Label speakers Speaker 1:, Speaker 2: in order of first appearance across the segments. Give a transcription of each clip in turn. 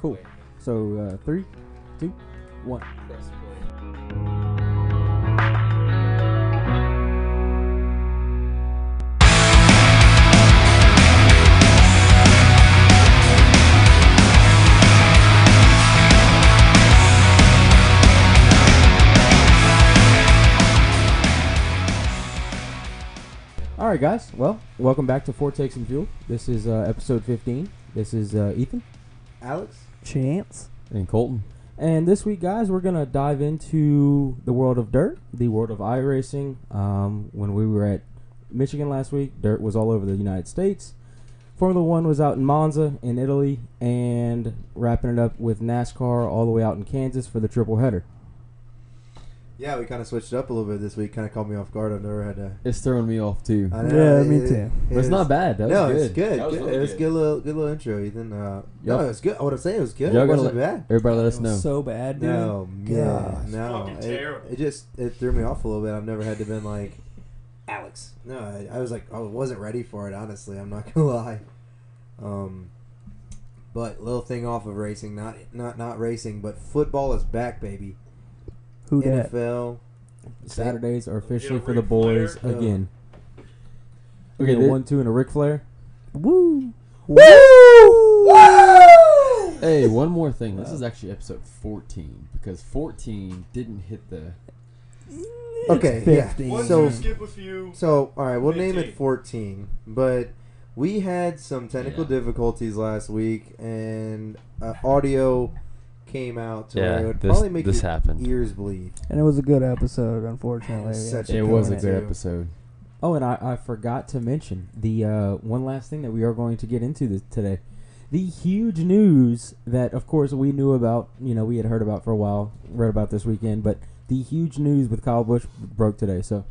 Speaker 1: Cool. So uh, three, two, one. All right, guys. Well, welcome back to Four Takes and Fuel. This is uh, episode 15. This is uh, Ethan, Alex,
Speaker 2: Chance.
Speaker 3: And Colton.
Speaker 1: And this week, guys, we're gonna dive into the world of dirt, the world of iRacing. Um, when we were at Michigan last week, dirt was all over the United States. Formula One was out in Monza in Italy, and wrapping it up with NASCAR all the way out in Kansas for the triple header.
Speaker 4: Yeah, we kind of switched it up a little bit this week. Kind of caught me off guard. I've never had to.
Speaker 3: It's throwing me off too.
Speaker 4: I
Speaker 2: Yeah, me too.
Speaker 3: but it's
Speaker 4: is-
Speaker 3: not bad. That was
Speaker 4: no,
Speaker 3: good.
Speaker 4: it's good.
Speaker 3: That was
Speaker 4: good.
Speaker 3: really
Speaker 4: it was
Speaker 3: good.
Speaker 4: good little, good little intro, Ethan. Uh, No,
Speaker 3: Y'all-
Speaker 4: it's good. I would say it was good.
Speaker 3: Y'all
Speaker 4: It
Speaker 3: gotta
Speaker 4: wasn't bad.
Speaker 3: Everybody let us
Speaker 2: It
Speaker 3: know.
Speaker 2: was so bad, dude.
Speaker 4: No, yeah,
Speaker 2: Gosh.
Speaker 4: no.
Speaker 5: Fucking
Speaker 4: It,
Speaker 5: terrible.
Speaker 4: it just it threw me off a little bit. I've never had to been like Alex. No, I, I was like I wasn't ready for it. Honestly, I'm not gonna lie. Um, but little thing off of racing, not not not racing, but football is back, baby.
Speaker 2: Who did?
Speaker 4: NFL.
Speaker 1: Saturdays are officially
Speaker 5: Get a
Speaker 1: for the
Speaker 5: Ric
Speaker 1: boys
Speaker 4: Flair.
Speaker 1: again.
Speaker 3: Okay,
Speaker 1: Okay,
Speaker 3: thi-
Speaker 1: one, two, and a Ric Flair.
Speaker 2: Woo.
Speaker 3: Woo! Hey, one more thing. This is actually episode 14 because 14 didn't hit the.
Speaker 4: Okay,
Speaker 2: It's
Speaker 4: yeah.
Speaker 2: 15.
Speaker 5: One,
Speaker 4: So-
Speaker 5: two, skip a few.
Speaker 4: So, all right, we'll name it
Speaker 5: 15.
Speaker 4: 14, but we had some technical
Speaker 3: Yeah.
Speaker 4: difficulties last week, and uh, audio came out to where it would probably make your
Speaker 3: happened.
Speaker 4: ears bleed.
Speaker 2: And it was a good episode, unfortunately.
Speaker 4: It's
Speaker 2: Yeah.
Speaker 4: such
Speaker 3: It was a
Speaker 4: Going
Speaker 3: good
Speaker 4: to.
Speaker 3: episode.
Speaker 1: Oh, and I, I forgot to mention the uh, one last thing that we are going to get into this, today. The huge news that, of course, we knew about, you know, we had heard about for a while, read about this weekend, but the huge news with Kyle Bush broke today. So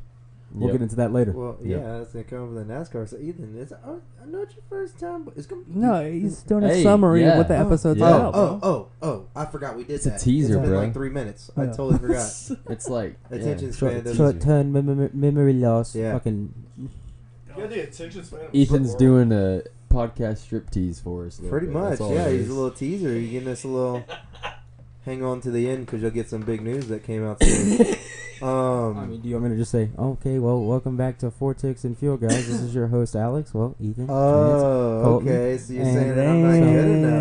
Speaker 1: we'll
Speaker 3: Yep.
Speaker 1: get into that later.
Speaker 4: Well,
Speaker 3: Yeah.
Speaker 4: yeah, that's gonna come over the NASCAR. So, Ethan, it's oh, I know it's your first time, but it's gonna be
Speaker 2: No, he's doing a
Speaker 3: Hey,
Speaker 2: summary
Speaker 3: yeah.
Speaker 2: of what the episode's
Speaker 3: yeah.
Speaker 4: Oh,
Speaker 2: about.
Speaker 4: oh, oh, oh! I forgot we did
Speaker 3: It's a
Speaker 4: that.
Speaker 3: teaser,
Speaker 4: it's been
Speaker 3: bro.
Speaker 4: Like three minutes. I
Speaker 2: Yeah.
Speaker 4: totally forgot.
Speaker 3: It's like.
Speaker 4: Attention
Speaker 3: yeah.
Speaker 4: span doesn't.
Speaker 1: Short term mem- memory loss.
Speaker 4: Yeah.
Speaker 1: Fucking.
Speaker 5: You got the attention span. of
Speaker 3: Ethan's
Speaker 5: a
Speaker 3: doing a podcast striptease for us. a little
Speaker 4: Pretty
Speaker 3: bit.
Speaker 4: much,
Speaker 3: That's all
Speaker 4: yeah.
Speaker 3: it
Speaker 4: He's
Speaker 3: is.
Speaker 4: a little teaser. You're getting us a little. Hang on to the end because you'll get some big news that came out today. um,
Speaker 1: I mean, do you want me to just say, okay, well, welcome back to Vortex and Fuel, guys. this is your host, Alex. Well, Ethan.
Speaker 3: Uh,
Speaker 1: Chance.
Speaker 4: Oh,
Speaker 1: Colton,
Speaker 4: okay. So you're
Speaker 1: and
Speaker 4: saying that I'm not good enough.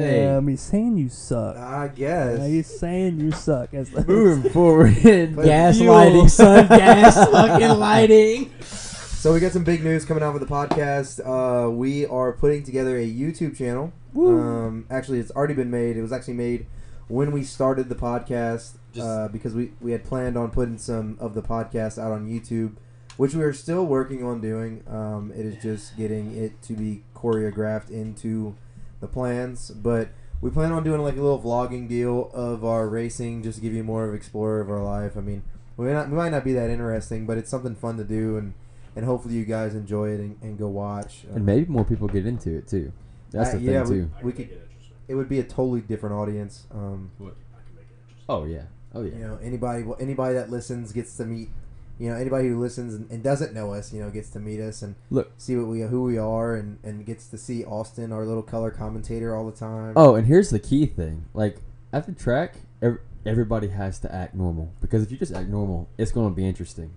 Speaker 2: Damn,
Speaker 3: Hey.
Speaker 2: um, he's saying you suck.
Speaker 4: I
Speaker 2: Yeah,
Speaker 4: guess.
Speaker 2: he's saying you suck. As the
Speaker 3: Moving forward. in fuel.
Speaker 1: Gaslighting, son. Gas fucking lighting.
Speaker 4: So we got some big news coming out with the podcast. Uh, we are putting together a YouTube channel.
Speaker 2: Woo.
Speaker 4: Um, actually, it's already been made. It was actually made when we started the podcast
Speaker 3: Just-
Speaker 4: uh, because we, we had planned on putting some of the podcast out on YouTube, which we are still working on doing. Um, it is just getting it to be choreographed into the plans, but we plan on doing like a little vlogging deal of our racing, just to give you more of an explorer of our life. I mean, we might not, we might not be that interesting, but it's something fun to do, and and hopefully you guys enjoy it and, and go watch.
Speaker 3: And maybe more people get into it too. That's
Speaker 4: Uh,
Speaker 3: the thing
Speaker 4: yeah,
Speaker 3: too.
Speaker 5: I
Speaker 4: We
Speaker 5: can
Speaker 4: could-
Speaker 5: make it interesting.
Speaker 4: it would be a totally different audience. Um,
Speaker 5: I can make it interesting.
Speaker 3: Oh yeah. Oh yeah.
Speaker 4: you know, anybody well, anybody that listens gets to meet. You know, anybody who listens and, and doesn't know us, you know, gets to meet us and
Speaker 3: Look.
Speaker 4: see what we who we are, and and gets to see Austin, our little color commentator, all the time.
Speaker 3: Oh, and here's the key thing. Like at the track, ev- everybody has to act normal because if you just act normal, it's going to be interesting.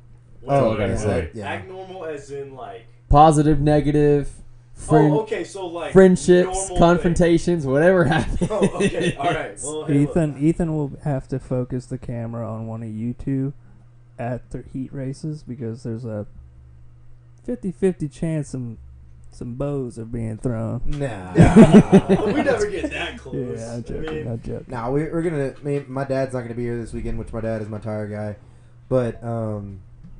Speaker 4: Oh,
Speaker 5: Wait,
Speaker 3: I gotta
Speaker 5: wait,
Speaker 3: say.
Speaker 5: wait.
Speaker 4: Yeah.
Speaker 5: Act normal as in like.
Speaker 3: Positive, negative, friend,
Speaker 5: oh, okay. So like normal
Speaker 3: friendships,
Speaker 5: thing.
Speaker 3: confrontations, whatever happens.
Speaker 5: Oh, okay. All right. Well, hey, look.
Speaker 2: Ethan, Ethan will have to focus the camera on one of you two at the heat races because there's a 50-50 chance some some bows are being thrown.
Speaker 4: nah.
Speaker 5: Nah, Uh, we never get that close.
Speaker 2: Yeah, I'm joking.
Speaker 5: I mean,
Speaker 2: I'm joking.
Speaker 4: Now we, we're gonna. I mean, my dad's not gonna be here this weekend, which my dad is my tire guy, but um,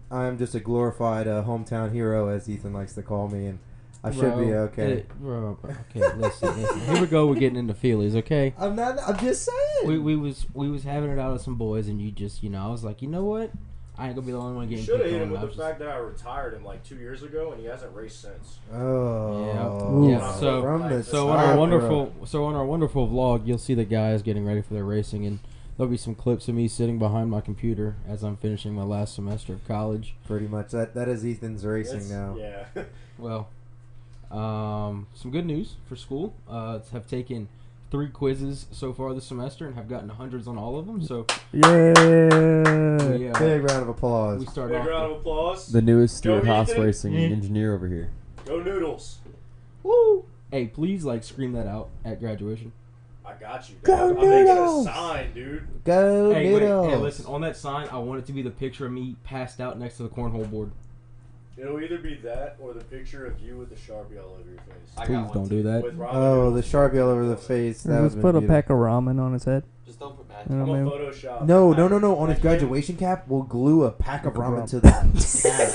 Speaker 4: I'm just a glorified uh, hometown hero, as Ethan likes to call me, and I should be okay.
Speaker 1: bro, bro, okay, listen, listen. Here we go. We're getting into feelings, okay?
Speaker 4: I'm not. I'm just saying.
Speaker 1: We, we was we was having it out with some boys, and you just you know I was like, you know what? I ain't gonna be the only one
Speaker 5: you
Speaker 1: getting
Speaker 5: should have
Speaker 1: picked
Speaker 5: hit him
Speaker 1: on.
Speaker 5: with
Speaker 1: I
Speaker 5: the
Speaker 1: was just-
Speaker 5: fact that I retired him like two years ago, and he hasn't raced since.
Speaker 4: oh.
Speaker 2: Yeah.
Speaker 1: Yeah, so-
Speaker 4: from the
Speaker 1: So on
Speaker 4: top,
Speaker 1: our
Speaker 4: Ah, bro.
Speaker 1: wonderful so on our wonderful vlog, you'll see the guys getting ready for their racing, and there'll be some clips of me sitting behind my computer as I'm finishing my last semester of college.
Speaker 4: Pretty much. That that is Ethan's racing
Speaker 5: That's-
Speaker 4: now.
Speaker 5: Yeah.
Speaker 1: Well, um, some good news for school. Uh, have taken three quizzes so far this semester and have gotten hundreds on all of them. So
Speaker 2: Yeah.
Speaker 1: we, uh,
Speaker 4: Big round of applause.
Speaker 1: we start
Speaker 5: Big round
Speaker 1: off.
Speaker 5: of applause.
Speaker 3: The newest
Speaker 5: Go
Speaker 3: Stewart Haas
Speaker 5: Ethan.
Speaker 3: racing
Speaker 1: Mm.
Speaker 3: engineer over here.
Speaker 5: Go noodles.
Speaker 1: Woo! Hey, please like scream that out at graduation.
Speaker 5: I got you. Dude.
Speaker 4: Go
Speaker 5: I'm making a
Speaker 4: Noodles!
Speaker 5: sign, dude.
Speaker 4: Go
Speaker 1: Hey, wait,
Speaker 4: Noodles.
Speaker 1: hey, listen. On that sign, I want it to be the picture of me passed out next to the cornhole board.
Speaker 5: It'll either be that or the picture of you with the sharpie all over your face.
Speaker 1: I got
Speaker 6: Please
Speaker 1: one
Speaker 6: don't
Speaker 1: too.
Speaker 6: do that.
Speaker 5: with ramen
Speaker 4: Oh, the
Speaker 5: noodles.
Speaker 4: sharpie all over the face. That
Speaker 2: Let's
Speaker 4: would've
Speaker 2: put a
Speaker 4: been beautiful.
Speaker 2: pack of ramen on his head.
Speaker 3: Just don't put
Speaker 2: You know
Speaker 5: I'm
Speaker 2: what I
Speaker 5: a
Speaker 2: mean?
Speaker 5: Photoshop.
Speaker 4: No, no, no, no. On his
Speaker 5: Like, man,
Speaker 4: graduation cap, we'll glue a pack of
Speaker 2: Pack of
Speaker 4: ramen
Speaker 2: ramen.
Speaker 4: to the cap.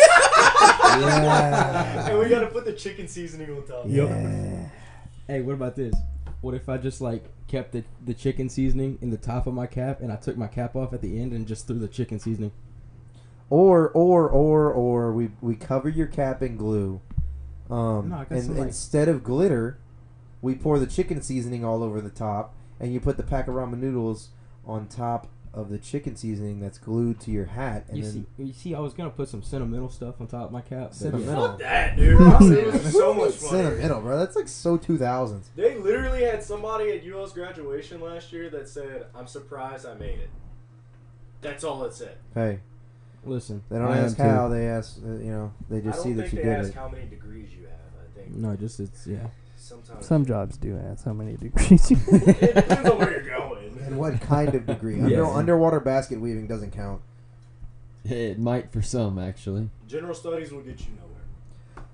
Speaker 4: yeah.
Speaker 5: And we gotta put the chicken seasoning on top.
Speaker 4: yeah.
Speaker 1: Hey, what about this? What if I just like kept the, the chicken seasoning in the top of my cap and I took my cap off at the end and just threw the chicken seasoning?
Speaker 4: Or, or, or, or we we cover your cap in glue. Um,
Speaker 1: No, I got
Speaker 4: and
Speaker 1: some, like-
Speaker 4: instead of glitter, we pour the chicken seasoning all over the top, and you put the pack of ramen noodles on top of the chicken seasoning that's glued to your hat, and
Speaker 1: You
Speaker 4: then
Speaker 1: see, you see, I was gonna put some sentimental stuff on top of my cap. but yeah.
Speaker 4: sentimental.
Speaker 5: Fuck that, dude. It was so much fun.
Speaker 4: sentimental, bro. That's like so two thousands.
Speaker 5: They literally had somebody at UL's graduation last year that said, "I'm surprised I made it." That's all it said.
Speaker 4: Hey,
Speaker 1: Listen,
Speaker 4: they don't
Speaker 6: I am
Speaker 4: ask how. They ask, uh, you know, they
Speaker 5: I
Speaker 4: just
Speaker 5: don't
Speaker 4: see
Speaker 5: think
Speaker 4: that you
Speaker 5: they
Speaker 4: did
Speaker 5: ask
Speaker 4: it.
Speaker 5: how many degrees you have. I think
Speaker 1: no, just it's yeah.
Speaker 5: sometimes
Speaker 2: Some jobs do ask how many degrees you
Speaker 5: it depends on where you're going.
Speaker 4: And what kind of degree? Under,
Speaker 1: Yes.
Speaker 4: underwater basket weaving doesn't count.
Speaker 3: It might for some actually.
Speaker 5: General studies will get you nowhere.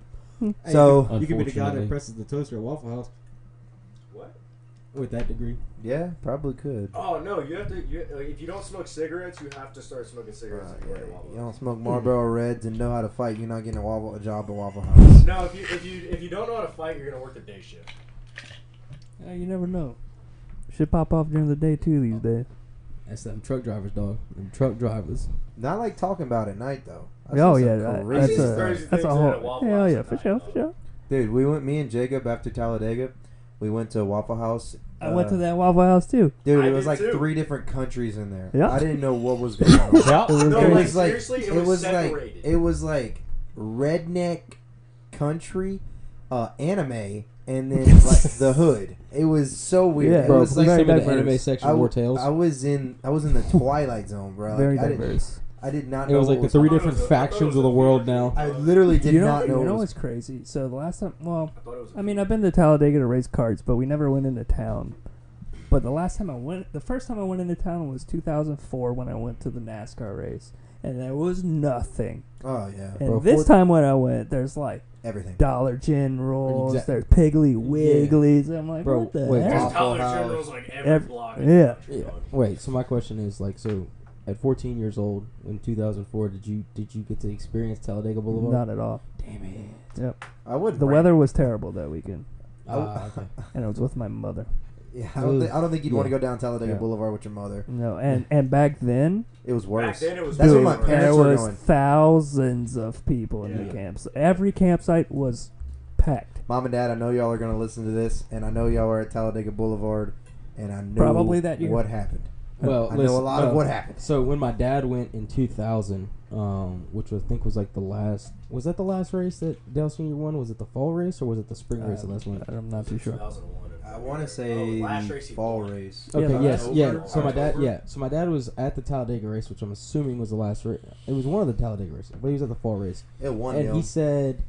Speaker 4: So
Speaker 3: you could be the guy that Unfortunately.
Speaker 1: presses the toaster at Waffle House
Speaker 5: What?
Speaker 1: with that degree.
Speaker 4: yeah, probably could.
Speaker 5: Oh no, you have to. You, like, if you don't smoke cigarettes, you have to start smoking cigarettes.
Speaker 4: Uh,
Speaker 5: at
Speaker 4: yeah,
Speaker 5: Great Wall.
Speaker 4: you don't smoke Marlboro Reds and know how to fight. You're not getting a, waffle, a job at Waffle House.
Speaker 5: No, if you if you if you don't know how to fight, you're gonna work the day shift.
Speaker 2: Uh, you never know. Should pop off during the day too these days.
Speaker 1: That's them truck drivers, dog. Them truck drivers.
Speaker 4: Not like talking about at night though. I
Speaker 2: oh
Speaker 4: saw
Speaker 2: yeah,
Speaker 4: some
Speaker 2: that-
Speaker 4: crazy
Speaker 2: that's
Speaker 5: I've seen
Speaker 2: a
Speaker 5: some
Speaker 2: that's
Speaker 5: crazy
Speaker 2: a
Speaker 5: things at a
Speaker 2: whole
Speaker 5: Waffle
Speaker 2: hell
Speaker 5: House
Speaker 2: yeah
Speaker 5: at
Speaker 2: for
Speaker 5: night,
Speaker 2: sure for
Speaker 5: though.
Speaker 2: sure.
Speaker 4: dude. We went. Me and Jacob after Talladega, we went to Waffle House.
Speaker 2: I went
Speaker 4: uh,
Speaker 2: to that Waffle House too.
Speaker 4: Dude,
Speaker 5: I
Speaker 4: it was
Speaker 5: did
Speaker 4: like
Speaker 5: too.
Speaker 4: three different countries in there.
Speaker 2: Yeah.
Speaker 4: I didn't know what was going on.
Speaker 2: was
Speaker 5: No,
Speaker 4: it
Speaker 2: good.
Speaker 5: like
Speaker 4: was like
Speaker 5: seriously, it,
Speaker 4: it
Speaker 5: was,
Speaker 4: like
Speaker 5: separated.
Speaker 4: it was like redneck country uh, anime and then like the hood. It was so weird.
Speaker 2: Yeah.
Speaker 4: it
Speaker 2: Bro,
Speaker 4: was like
Speaker 2: very
Speaker 1: some of the
Speaker 2: diverse.
Speaker 1: anime section
Speaker 4: I,
Speaker 1: wore
Speaker 4: w-
Speaker 1: tails.
Speaker 4: I was in I was in the twilight zone, bro. Like,
Speaker 2: Very
Speaker 4: I didn't
Speaker 2: diverse.
Speaker 4: I did not
Speaker 1: it
Speaker 4: know
Speaker 1: was
Speaker 4: what
Speaker 1: like the three
Speaker 5: I thought it
Speaker 1: different
Speaker 5: was a- I thought it
Speaker 1: factions
Speaker 5: was
Speaker 1: of
Speaker 5: a
Speaker 1: the world
Speaker 5: theater.
Speaker 1: now.
Speaker 4: I literally did
Speaker 2: you know,
Speaker 4: not know.
Speaker 2: you
Speaker 4: what
Speaker 2: know
Speaker 4: was-
Speaker 2: what's crazy? So the last time, well,
Speaker 5: I thought it was.
Speaker 2: I mean, I've been to Talladega to race carts, but we never went into town. But the last time I went, the first time I went into town was 2004 when I went to the NASCAR race, and there was nothing.
Speaker 4: oh yeah,
Speaker 2: And
Speaker 1: Bro,
Speaker 2: this
Speaker 1: fourth-
Speaker 2: time when I went, there's like
Speaker 4: everything.
Speaker 2: Dollar Generals,
Speaker 1: Exact-
Speaker 2: there's Piggly Wigglies. and I'm like,
Speaker 1: Bro,
Speaker 2: what the
Speaker 1: wait,
Speaker 2: heck?
Speaker 5: There's
Speaker 4: Waffle
Speaker 5: Dollar
Speaker 4: House.
Speaker 5: Generals like every,
Speaker 2: Every-
Speaker 5: block.
Speaker 2: yeah.
Speaker 5: yeah.
Speaker 1: Wait, so my question is like, so at 14 years old in 2004, did you did you get to experience Talladega Boulevard?
Speaker 2: Not at all.
Speaker 1: Damn it.
Speaker 4: I would
Speaker 2: The weather was terrible that weekend,
Speaker 4: Oh.
Speaker 1: Ah, okay.
Speaker 2: and I was with my mother.
Speaker 4: Yeah, I don't, think, I don't think you'd want to
Speaker 1: Yeah.
Speaker 4: go down Talladega
Speaker 1: Yeah.
Speaker 4: Boulevard with your mother.
Speaker 2: No, and and back then,
Speaker 4: It was
Speaker 5: Back
Speaker 4: worse.
Speaker 5: then it was.
Speaker 4: That's
Speaker 2: dude,
Speaker 4: where my
Speaker 5: different.
Speaker 4: parents
Speaker 2: there
Speaker 4: were
Speaker 2: was
Speaker 4: going.
Speaker 2: thousands of people in the
Speaker 5: Yeah.
Speaker 2: camps. Every campsite was packed.
Speaker 4: Mom and Dad, I know y'all are gonna listen to this, and I know y'all are at Talladega Boulevard, and I know
Speaker 2: Probably that year.
Speaker 4: what happened.
Speaker 1: well,
Speaker 4: I
Speaker 1: listen, uh,
Speaker 4: know a lot of
Speaker 1: no.
Speaker 4: what happened.
Speaker 1: So when my dad went in 2000, um, which was, I think was like the last, was that the last race that Dale Senior won? Was it the fall race or was it the spring
Speaker 2: Uh,
Speaker 1: race that last one?
Speaker 2: I'm not too sure.
Speaker 5: 2001.
Speaker 4: I want to
Speaker 5: Oh,
Speaker 4: say
Speaker 5: last race he
Speaker 4: fall
Speaker 5: won.
Speaker 4: race.
Speaker 2: Yeah,
Speaker 1: Okay,
Speaker 2: the
Speaker 1: yes,
Speaker 5: last
Speaker 1: yeah.
Speaker 5: over-
Speaker 1: So my
Speaker 5: last
Speaker 1: dad,
Speaker 5: over.
Speaker 1: yeah. So my dad was at the Talladega race, which I'm assuming was the last race. It was one of the Talladega races, but he was at the fall race,
Speaker 4: It won.
Speaker 1: and he
Speaker 4: Dale.
Speaker 1: said,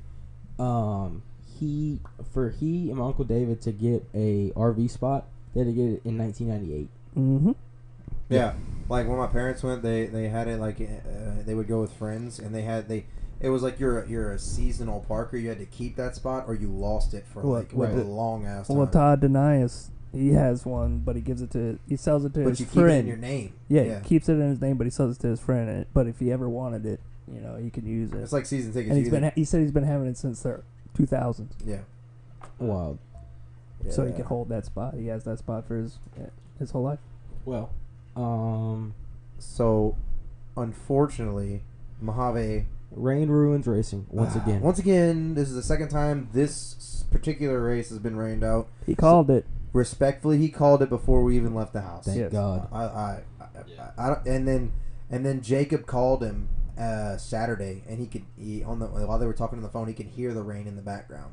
Speaker 1: um, he for he and my uncle David to get a RV spot, they had to get it in 1998.
Speaker 2: Mm-hmm.
Speaker 4: Yeah, like when my parents went, they they had it like uh, they would go with friends, and they had they. It was like you're a, you're a seasonal parker. You had to keep that spot, or you lost it for
Speaker 2: Well,
Speaker 4: like
Speaker 1: right.
Speaker 4: a long ass time.
Speaker 2: Well, Todd Denias, he has one, but he gives it to he sells it to
Speaker 4: but
Speaker 2: his
Speaker 4: you keep it
Speaker 2: friend.
Speaker 4: in your name.
Speaker 2: yeah, he keeps it in his name, but he sells it to his friend. and- But if he ever wanted it, you know, he can use it.
Speaker 4: it's like season tickets.
Speaker 2: and
Speaker 4: you
Speaker 2: he's been
Speaker 4: either-
Speaker 2: ha- he said he's been having it since the 2000s,
Speaker 4: yeah,
Speaker 1: Wow.
Speaker 2: so he
Speaker 4: Yeah.
Speaker 2: can hold that spot. He has that spot for his uh, his whole life.
Speaker 1: Well, um,
Speaker 4: So, unfortunately, Mojave
Speaker 1: rain ruins racing once
Speaker 4: Ah,
Speaker 1: again.
Speaker 4: Once again, this is the second time this s- particular race has been rained out.
Speaker 2: He called it.
Speaker 4: Respectfully, he called it before we even left the house.
Speaker 1: Thank
Speaker 2: Yes.
Speaker 1: God.
Speaker 4: I, I, I,
Speaker 3: Yeah.
Speaker 4: I, I don't, and then, and then Jacob called him uh, Saturday, and he could he on the while they were talking on the phone, he could hear the rain in the background.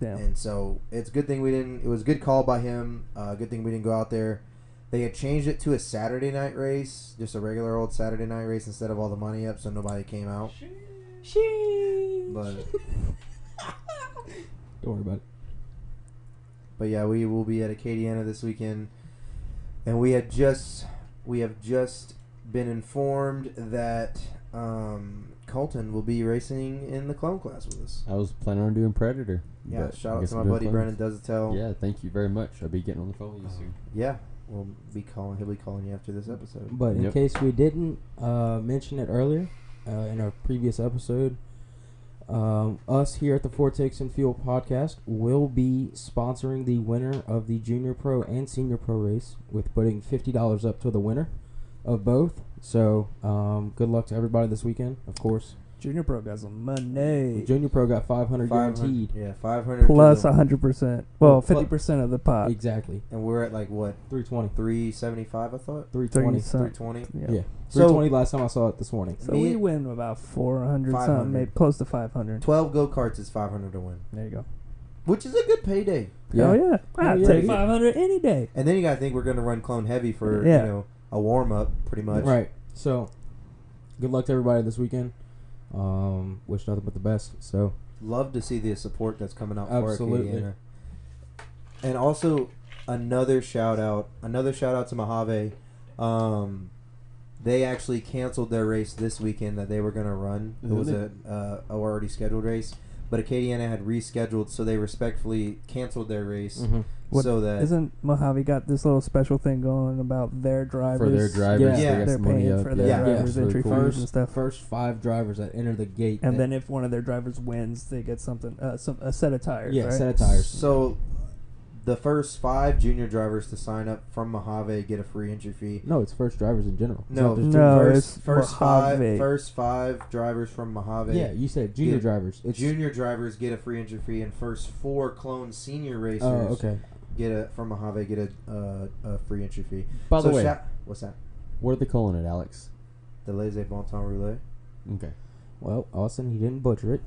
Speaker 2: Yeah.
Speaker 4: And so it's a good thing we didn't. It was a good call by him. Uh, good thing we didn't go out there. They had changed it to a Saturday night race, just a regular old Saturday night race instead of all the money up, so nobody came out. But
Speaker 7: Don't worry about it.
Speaker 4: but yeah, we will be at Acadiana this weekend, and we had just we have just been informed that um, Colton will be racing in the clone class with us.
Speaker 3: I was planning on doing Predator.
Speaker 4: Yeah,
Speaker 3: but I
Speaker 4: shout out
Speaker 3: guess
Speaker 4: to
Speaker 3: I'm
Speaker 4: my
Speaker 3: doing
Speaker 4: buddy Brendan
Speaker 3: Clones.
Speaker 4: does tell.
Speaker 3: Yeah, thank you very much. I'll be getting on the phone with you soon.
Speaker 4: yeah, we'll be calling. He'll be calling you after this episode.
Speaker 1: But in
Speaker 3: Yep.
Speaker 1: case we didn't uh, mention it earlier uh, in our previous episode, um, us here at the Four Takes and Fuel podcast will be sponsoring the winner of the Junior Pro and Senior Pro race with putting $50 up to the winner of both. So um, good luck to everybody this weekend, of course.
Speaker 2: Junior Pro got some money.
Speaker 1: Junior Pro got 500
Speaker 4: 500
Speaker 1: guaranteed.
Speaker 4: Yeah, five hundred
Speaker 2: Plus 100%. Well,
Speaker 1: Plus-
Speaker 2: 50% of the pot.
Speaker 1: Exactly.
Speaker 4: and we're at like what
Speaker 1: 320.
Speaker 4: three seventy five? I thought
Speaker 1: 320.
Speaker 4: three
Speaker 2: 30%.
Speaker 4: twenty.
Speaker 2: Yeah.
Speaker 1: Yeah.
Speaker 4: So-
Speaker 1: 320 last time I saw it this morning.
Speaker 2: So
Speaker 4: Me-
Speaker 2: we win about 400
Speaker 4: 500.
Speaker 2: something, maybe close to 500.
Speaker 4: Twelve go karts is five hundred to win,
Speaker 2: There you go.
Speaker 4: which is a good payday.
Speaker 2: Oh, yeah. I'd
Speaker 1: yeah.
Speaker 2: take 500 any day.
Speaker 4: And then you gotta think we're gonna run clone heavy for
Speaker 2: Yeah.
Speaker 4: you know a warm up pretty much.
Speaker 1: Right. So, good luck to everybody this weekend. Um, wish nothing but the best. So,
Speaker 4: Love to see the support that's coming out
Speaker 1: Absolutely.
Speaker 4: for Acadiana. And also another shout out, another shout out to Mojave. Um, they actually canceled their race this weekend that they were going to run. It was a, uh, a already scheduled race, but Acadiana had rescheduled, so they respectfully canceled their race
Speaker 1: Mm.
Speaker 2: What-
Speaker 4: so that
Speaker 2: Isn't Mojave got this little special thing going about their drivers?
Speaker 3: For their drivers,
Speaker 4: Yeah.
Speaker 3: they got
Speaker 2: They're
Speaker 3: some money
Speaker 2: paying
Speaker 3: up.
Speaker 2: for their
Speaker 4: Yeah. Yeah.
Speaker 2: drivers'
Speaker 3: That's
Speaker 2: entry
Speaker 3: really
Speaker 2: fees
Speaker 1: First-
Speaker 2: and stuff.
Speaker 1: first five drivers that enter the gate.
Speaker 2: And
Speaker 1: that-
Speaker 2: then if one of their drivers wins, they get something, uh, some a set of tires.
Speaker 1: yeah,
Speaker 2: right?
Speaker 1: set of tires.
Speaker 4: so the first five junior drivers to sign up from Mojave get a free entry fee.
Speaker 1: No, it's first drivers in general. It's
Speaker 4: No,
Speaker 1: not just
Speaker 2: No.
Speaker 4: first,
Speaker 2: it's
Speaker 4: first
Speaker 2: Mojave.
Speaker 4: five first five drivers from Mojave.
Speaker 1: yeah, you said junior
Speaker 4: Yeah.
Speaker 1: drivers. It's
Speaker 4: Junior drivers get a free entry fee, and first four clone senior racers
Speaker 1: Oh, okay.
Speaker 4: get a from Mojave get a uh, a free entry fee.
Speaker 3: By the
Speaker 4: So
Speaker 3: way,
Speaker 4: shout- what's that?
Speaker 3: what are they calling it, Alex?
Speaker 4: The laissez bon temps relay.
Speaker 3: Okay.
Speaker 1: Well, Austin, he didn't butcher it.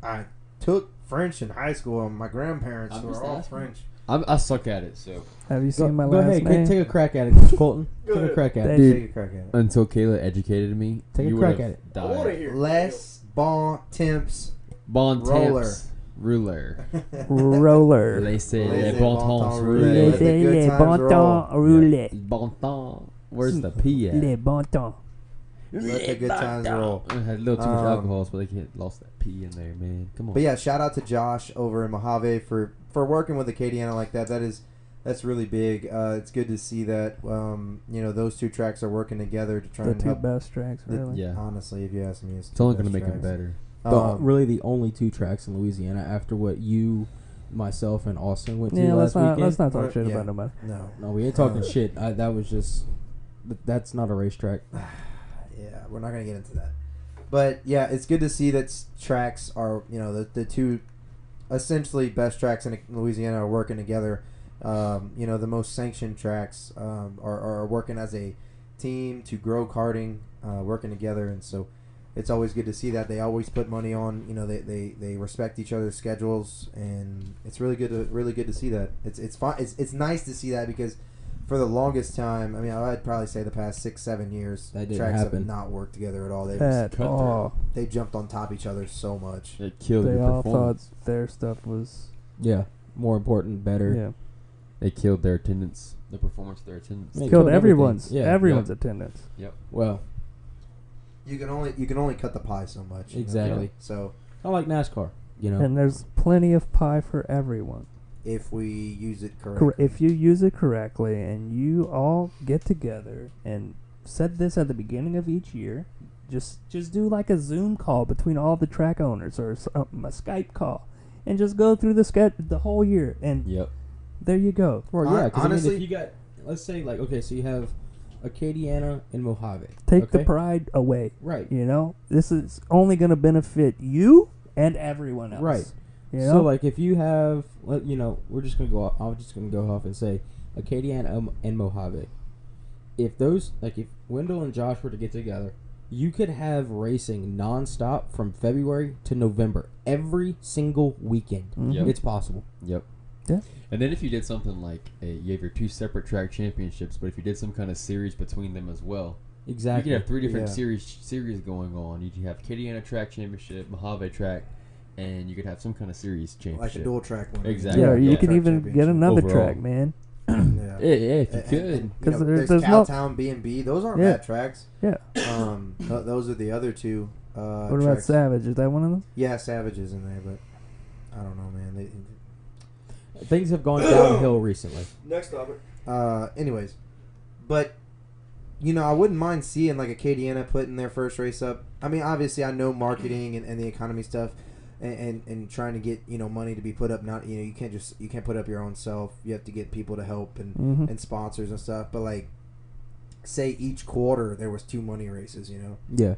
Speaker 4: I took French in high school, and my grandparents
Speaker 3: I'm
Speaker 4: were
Speaker 3: just
Speaker 4: all
Speaker 3: asking.
Speaker 4: French.
Speaker 3: I'm, I suck at it, so.
Speaker 2: Have you
Speaker 1: Go,
Speaker 2: seen my
Speaker 1: go
Speaker 2: last
Speaker 1: ahead,
Speaker 2: name?
Speaker 1: get- take a crack at it, Colton.
Speaker 5: Go
Speaker 1: take a
Speaker 5: ahead.
Speaker 1: crack at it.
Speaker 2: Dude.
Speaker 4: Take a crack at it.
Speaker 3: Until Kayla educated me,
Speaker 1: Take a
Speaker 3: you
Speaker 1: crack
Speaker 3: would've
Speaker 1: at it.
Speaker 5: I want to
Speaker 3: Died.
Speaker 5: hear.
Speaker 4: Less bon temps.
Speaker 3: Bon
Speaker 4: Roller.
Speaker 3: temps. Ruler.
Speaker 2: Roller.
Speaker 3: They say
Speaker 4: Laissez
Speaker 3: les
Speaker 4: bon
Speaker 3: bon
Speaker 4: temps
Speaker 3: temps
Speaker 4: rouler.
Speaker 3: roulés.
Speaker 4: Let the good
Speaker 2: Les
Speaker 4: times
Speaker 2: bon
Speaker 4: roll.
Speaker 2: temps roulés.
Speaker 3: Bon temps. Where's the P at?
Speaker 2: Les bon temps.
Speaker 4: Let the good times roll.
Speaker 3: I had a little too
Speaker 4: Um,
Speaker 3: much alcohol, so they can't lost that P in there, man. Come on.
Speaker 4: But yeah, shout out to Josh over in Mojave for for working with Acadiana like that. That is that's really big. Uh, it's good to see that um, you know those two tracks are working together to try
Speaker 2: The
Speaker 4: and
Speaker 2: two
Speaker 4: help.
Speaker 2: best tracks,
Speaker 4: The-
Speaker 2: really.
Speaker 3: Yeah.
Speaker 4: Honestly, if you ask me, it's,
Speaker 3: It's only
Speaker 4: two
Speaker 3: gonna
Speaker 4: best
Speaker 3: make it
Speaker 4: tracks.
Speaker 3: better.
Speaker 2: Uh,
Speaker 1: The,
Speaker 4: Um,
Speaker 1: really, the only two tracks in Louisiana after what you, myself, and Austin went to
Speaker 2: Yeah,
Speaker 1: last
Speaker 2: let's not
Speaker 1: weekend.
Speaker 2: let's not
Speaker 4: Or-
Speaker 2: talk shit
Speaker 4: yeah.
Speaker 2: about nobody.
Speaker 4: no,
Speaker 1: No, we ain't talking
Speaker 4: Uh,
Speaker 1: shit. I, that was just. th- That's not a racetrack.
Speaker 4: yeah, we're not gonna get into that. But yeah, it's good to see that s- tracks are you know the the two essentially best tracks in Louisiana are working together. Um, you know the most sanctioned tracks um, are are working as a team to grow karting, uh, working together, and so it's always good to see that they always put money on. You know they, they, they respect each other's schedules, and it's really good to really good to see that. It's it's fun. It's it's nice to see that because for the longest time, I mean, I'd probably say the past six seven years,
Speaker 1: That didn't
Speaker 4: tracks
Speaker 1: happen.
Speaker 4: have not worked together at all. They just,
Speaker 2: At
Speaker 3: cut
Speaker 2: all,
Speaker 4: they jumped on top of each other so much.
Speaker 3: It killed
Speaker 2: they
Speaker 3: your
Speaker 2: all thought
Speaker 3: performance.
Speaker 2: their stuff was
Speaker 1: Yeah, more important, better.
Speaker 2: yeah
Speaker 3: It killed their attendance. The performance of their attendance.
Speaker 1: Yeah. It killed
Speaker 2: killed
Speaker 1: everything.
Speaker 2: everyone's
Speaker 1: Yeah,
Speaker 2: everyone's attendance.
Speaker 1: Well,
Speaker 4: You can only you can only cut the pie so much. you know?
Speaker 1: Exactly.
Speaker 4: So
Speaker 1: I like NASCAR. You know,
Speaker 2: And there's plenty of pie for everyone.
Speaker 4: if we use it correctly,
Speaker 2: Cor- if you use it correctly and you all get together and said this at the beginning of each year, just just do like a Zoom call between all the track owners or something, a Skype call, and just go through the ske- the whole year. And
Speaker 3: Yep.
Speaker 2: there you go.
Speaker 1: Well,
Speaker 4: Hon-
Speaker 1: yeah, 'cause I
Speaker 4: honestly-
Speaker 1: mean, if you got, let's say, like, okay, so you have Acadiana and Mojave.
Speaker 2: Take
Speaker 1: okay?
Speaker 2: the pride away.
Speaker 1: Right.
Speaker 2: You know, this is only going to benefit you and everyone else.
Speaker 1: Right.
Speaker 2: You know?
Speaker 1: So, like, if you have, let- you know, we're just going to go off, I'm just going to go off and say Acadiana and- and Mojave. If those, like, if Wendell and Josh were to get together you could have racing nonstop from February to November every single weekend.
Speaker 3: Yep.
Speaker 2: Mm-hmm.
Speaker 1: It's possible.
Speaker 3: Yep.
Speaker 2: Yeah.
Speaker 3: And then if you did something like a, you have your two separate track championships, but if you did some kind of series between them as well,
Speaker 1: Exactly.
Speaker 3: you could have three different
Speaker 4: Yeah.
Speaker 3: series series going on. You could have Kittyana Track Championship, Mojave Track, and you could have some kind of series
Speaker 4: like a
Speaker 3: championship.
Speaker 4: dual track one.
Speaker 3: Exactly.
Speaker 2: Yeah,
Speaker 3: Yeah,
Speaker 2: or you
Speaker 3: yeah.
Speaker 2: can
Speaker 4: Track
Speaker 2: even get
Speaker 4: championship.
Speaker 2: another
Speaker 3: Overall.
Speaker 2: track, man.
Speaker 4: Yeah.
Speaker 3: yeah, yeah, if you
Speaker 4: And-
Speaker 3: could.
Speaker 4: and, you
Speaker 2: 'Cause
Speaker 4: know,
Speaker 2: there-
Speaker 4: there's,
Speaker 2: there's no-
Speaker 4: Cowtown B and B. Those aren't
Speaker 2: Yeah.
Speaker 4: bad tracks.
Speaker 2: Yeah.
Speaker 4: Um, th- those are the other two. Uh,
Speaker 2: what about
Speaker 4: tracks.
Speaker 2: Savage? Is that one of them?
Speaker 4: Yeah, Savage is in there, but I don't know, man. They,
Speaker 1: Things have gone downhill recently.
Speaker 5: Next topic.
Speaker 4: uh, anyways, but you know, I wouldn't mind seeing like Acadiana putting their first race up. I mean, obviously, I know marketing and, and the economy stuff, and, and and trying to get you know money to be put up. Not you know you can't just you can't put up your own self. You have to get people to help and
Speaker 2: Mm-hmm.
Speaker 4: and sponsors and stuff. But like, say each quarter there was two money races. You know.
Speaker 1: Yeah.